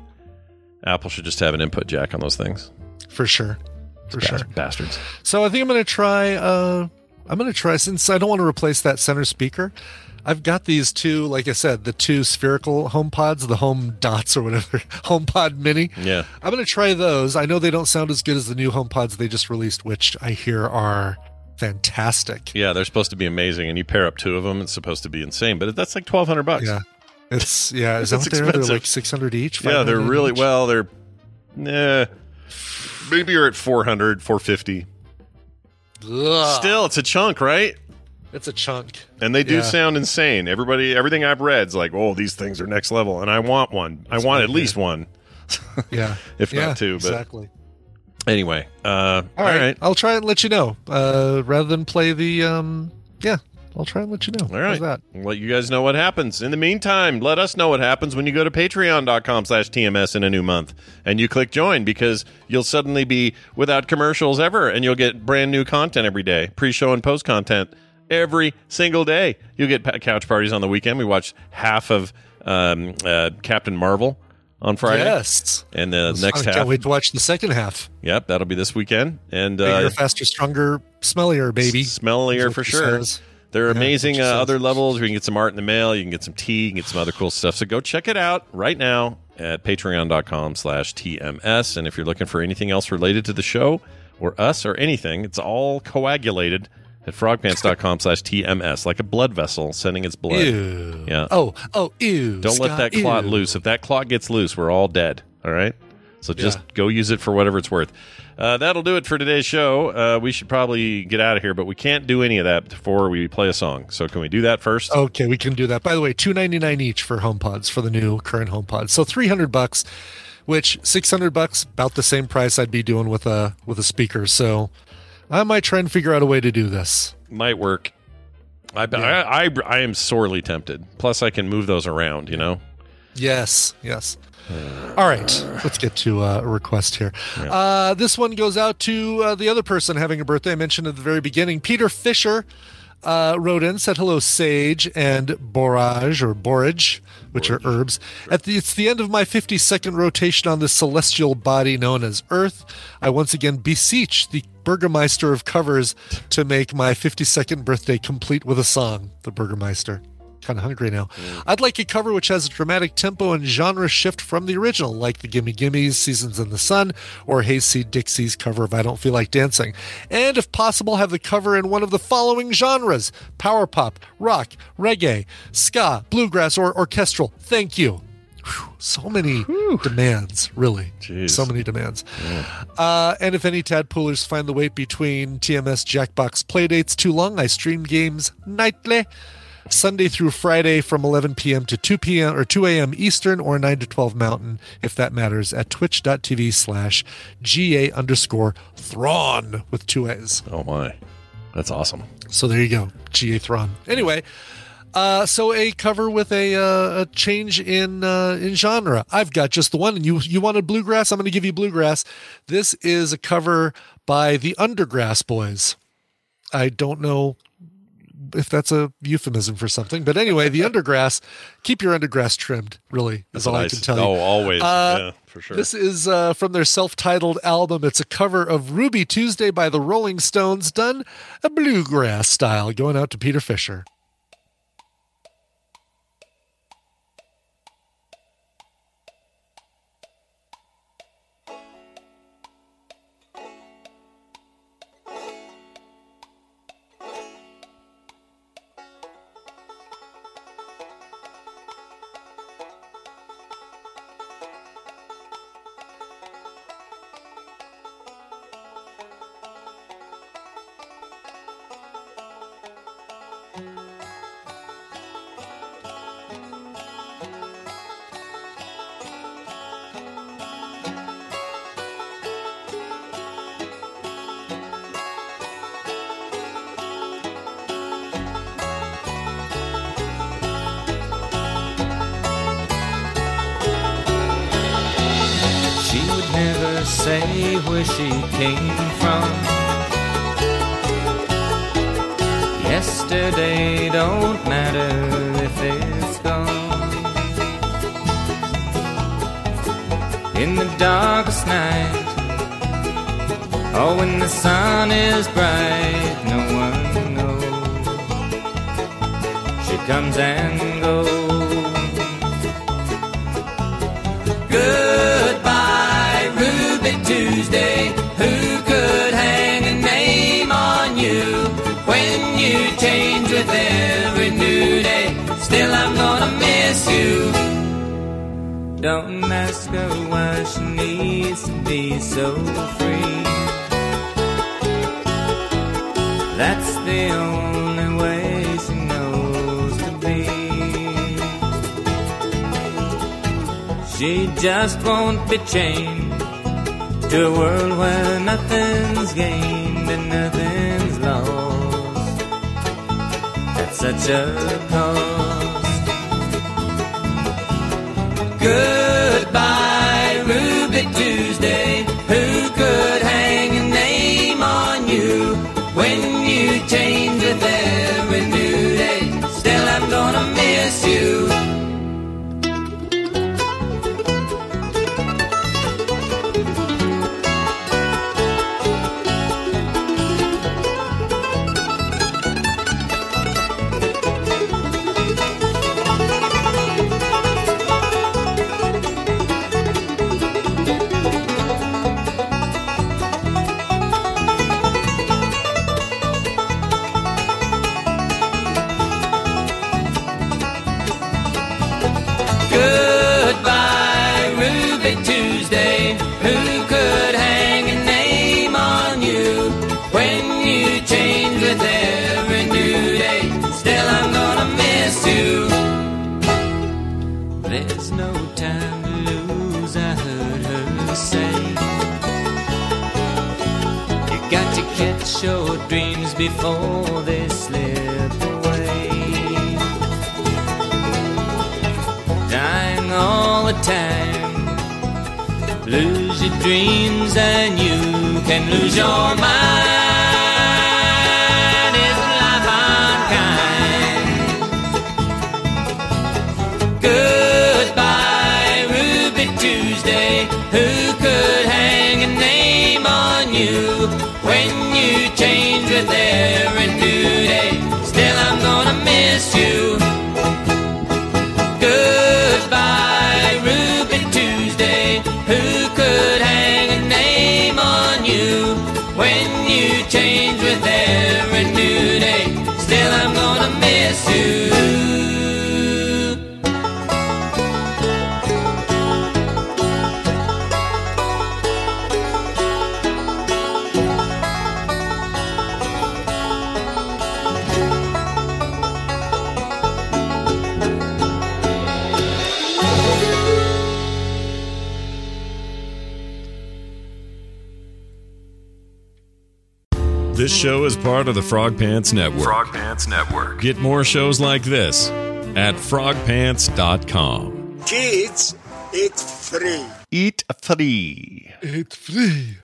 [SPEAKER 1] Apple should just have an input jack on those things.
[SPEAKER 2] for sure for
[SPEAKER 1] Bas-
[SPEAKER 2] sure
[SPEAKER 1] bastards.
[SPEAKER 2] so i think i'm gonna try uh i'm gonna try since i don't want to replace that center speaker i've got these two like i said the two spherical home pods the home dots or whatever home pod mini
[SPEAKER 1] Yeah.
[SPEAKER 2] i'm gonna try those i know they don't sound as good as the new home pods they just released which i hear are fantastic
[SPEAKER 1] Yeah, they're supposed to be amazing, and you pair up two of them, it's supposed to be insane. But that's like twelve hundred bucks.
[SPEAKER 2] yeah it's yeah is that
[SPEAKER 1] That's
[SPEAKER 2] what they're, they're
[SPEAKER 1] expensive.
[SPEAKER 2] like 600 each
[SPEAKER 1] Yeah, they're
[SPEAKER 2] 500
[SPEAKER 1] really
[SPEAKER 2] each?
[SPEAKER 1] well. They're nah, maybe you're at 400, 450.
[SPEAKER 2] Ugh.
[SPEAKER 1] Still, it's a chunk, right?
[SPEAKER 2] it's a chunk
[SPEAKER 1] And they do
[SPEAKER 2] Yeah.
[SPEAKER 1] sound insane. Everybody, everything I've read is like, "Oh, these things are next level," and I want one. I want at least one,
[SPEAKER 2] yeah
[SPEAKER 1] if
[SPEAKER 2] Yeah,
[SPEAKER 1] not two. But
[SPEAKER 2] exactly
[SPEAKER 1] anyway, uh,
[SPEAKER 2] All right. I'll try and let you know. Uh, rather than play the um yeah, I'll try and let you know.
[SPEAKER 1] all right. We'll Let you guys know what happens. In the meantime, let us know what happens when you go to Patreon.com/tms in a new month and you click join because you'll suddenly be without commercials ever, and you'll get brand new content every day, pre-show and post content every single day. You'll get pa- couch parties on the weekend. We watched half of um, uh, Captain Marvel on Friday.
[SPEAKER 2] Yes.
[SPEAKER 1] And the next
[SPEAKER 2] I can't
[SPEAKER 1] half.
[SPEAKER 2] wait to watch the second half.
[SPEAKER 1] Yep, that'll be this weekend. And
[SPEAKER 2] Bigger,
[SPEAKER 1] uh,
[SPEAKER 2] faster, stronger, smellier, baby.
[SPEAKER 1] smellier
[SPEAKER 2] That's
[SPEAKER 1] for
[SPEAKER 2] what she
[SPEAKER 1] sure.
[SPEAKER 2] says.
[SPEAKER 1] There are
[SPEAKER 2] Yeah, that's
[SPEAKER 1] amazing
[SPEAKER 2] what
[SPEAKER 1] uh,
[SPEAKER 2] she
[SPEAKER 1] other levels. You can get some art in the mail. You can get some tea. You can get some other cool stuff. So go check it out right now at patreon.com slash TMS. And if you're looking for anything else related to the show or us or anything, it's all coagulated at frogpants.com slash TMS, like a blood vessel sending its blood.
[SPEAKER 2] Ew.
[SPEAKER 1] Yeah.
[SPEAKER 2] Oh, oh, ew.
[SPEAKER 1] Don't
[SPEAKER 2] Scott,
[SPEAKER 1] let that clot
[SPEAKER 2] ew.
[SPEAKER 1] loose. If that clot gets loose, we're all dead. All right. So just go use it for whatever it's worth. Uh, that'll do it for today's show. Uh, we should probably get out of here, but we can't do any of that before we play a song. So can we do that first?
[SPEAKER 2] Okay, we can do that. By the way, two ninety nine each for HomePods for the new current HomePods. So three hundred bucks, which six hundred bucks about the same price I'd be doing with a with a speaker. So I might try and figure out a way to do this.
[SPEAKER 1] Might work. I, I, I I am sorely tempted. Plus, I can move those around. You know.
[SPEAKER 2] Yes, yes. All right, let's get to uh, a request here.
[SPEAKER 1] Yeah.
[SPEAKER 2] Uh, this one goes out to uh, the other person having a birthday I mentioned at the very beginning. Peter Fisher uh, wrote in, said hello, sage and borage or borage, which are herbs. At the, it's the end of my 52nd rotation on this celestial body known as Earth. I once again beseech the Burgermeister of covers to make my 52nd birthday complete with a song. The Burgermeister kind of hungry now. I'd like a cover which has a dramatic tempo and genre shift from the original, like the Gimme Gimme's Seasons in the Sun or Hayseed Dixie's cover of I Don't Feel Like Dancing. And if possible, have the cover in one of the following genres power pop, rock, reggae, ska, bluegrass, or orchestral. Thank you. Whew, so many demands, really. So many demands. Uh, and if any tadpoolers find the wait between TMS Jackbox playdates too long, I stream games nightly. Sunday through Friday from 11 p.m. to 2 p.m. or 2 a.m. Eastern or 9 to 12 Mountain, if that matters, at twitch.tv slash GA underscore Thrawn with two A's.
[SPEAKER 1] Oh, my. That's awesome.
[SPEAKER 2] So there you go, GA Thrawn. Anyway, uh, so a cover with a, uh, a change in uh, in genre. I've got just the one, and you you wanted bluegrass. I'm going to give you bluegrass. This is a cover by the Undergrass Boys. I don't know if that's a euphemism for something, but anyway, the Undergrass. Keep your undergrass trimmed. Really, is
[SPEAKER 1] That's
[SPEAKER 2] all I
[SPEAKER 1] nice.
[SPEAKER 2] can tell you.
[SPEAKER 1] Oh, always.
[SPEAKER 2] Uh,
[SPEAKER 1] yeah, for sure.
[SPEAKER 2] This is uh, from their self-titled album. It's a cover of Ruby Tuesday by the Rolling Stones, done a bluegrass style. Going out to Peter Fisher.
[SPEAKER 13] She would never say where she came from. Yesterday don't matter if it's gone. In the darkest night, or when the sun is bright, no one knows. She comes and goes.
[SPEAKER 15] Goodbye, Ruby Tuesday. Who could hang a name on you when you change with every new day? Still, I'm gonna miss you.
[SPEAKER 13] Don't ask her why she needs to be so free. That's the only way she knows to be. She just won't be chained to a world where nothing's gained and nothing's lost. That's such a cost.
[SPEAKER 15] Goodbye, Ruby Tuesday. Who could hang a name on you when you change with every new day? Still, I'm gonna miss you.
[SPEAKER 13] chase your dreams before they slip away. Dying all the time, lose your dreams and you can lose your mind. Isn't life unkind? Goodbye, Ruby Tuesday. Who could hang a name on you when you change with every new day? Still, I'm gonna miss you. Goodbye, Ruby Tuesday. Who could hang a name on you when you change with every new day? Still, I'm gonna miss you.
[SPEAKER 1] This show is part of the Frog Pants Network.
[SPEAKER 5] Frog Pants Network.
[SPEAKER 1] Get more shows like this at frogpants.com.
[SPEAKER 16] Kids, it's free.
[SPEAKER 1] Eat free.
[SPEAKER 2] It's free.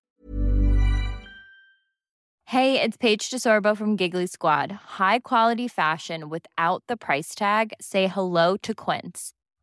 [SPEAKER 17] Hey, it's Paige DeSorbo from Giggly Squad. High quality fashion without the price tag. Say hello to Quince.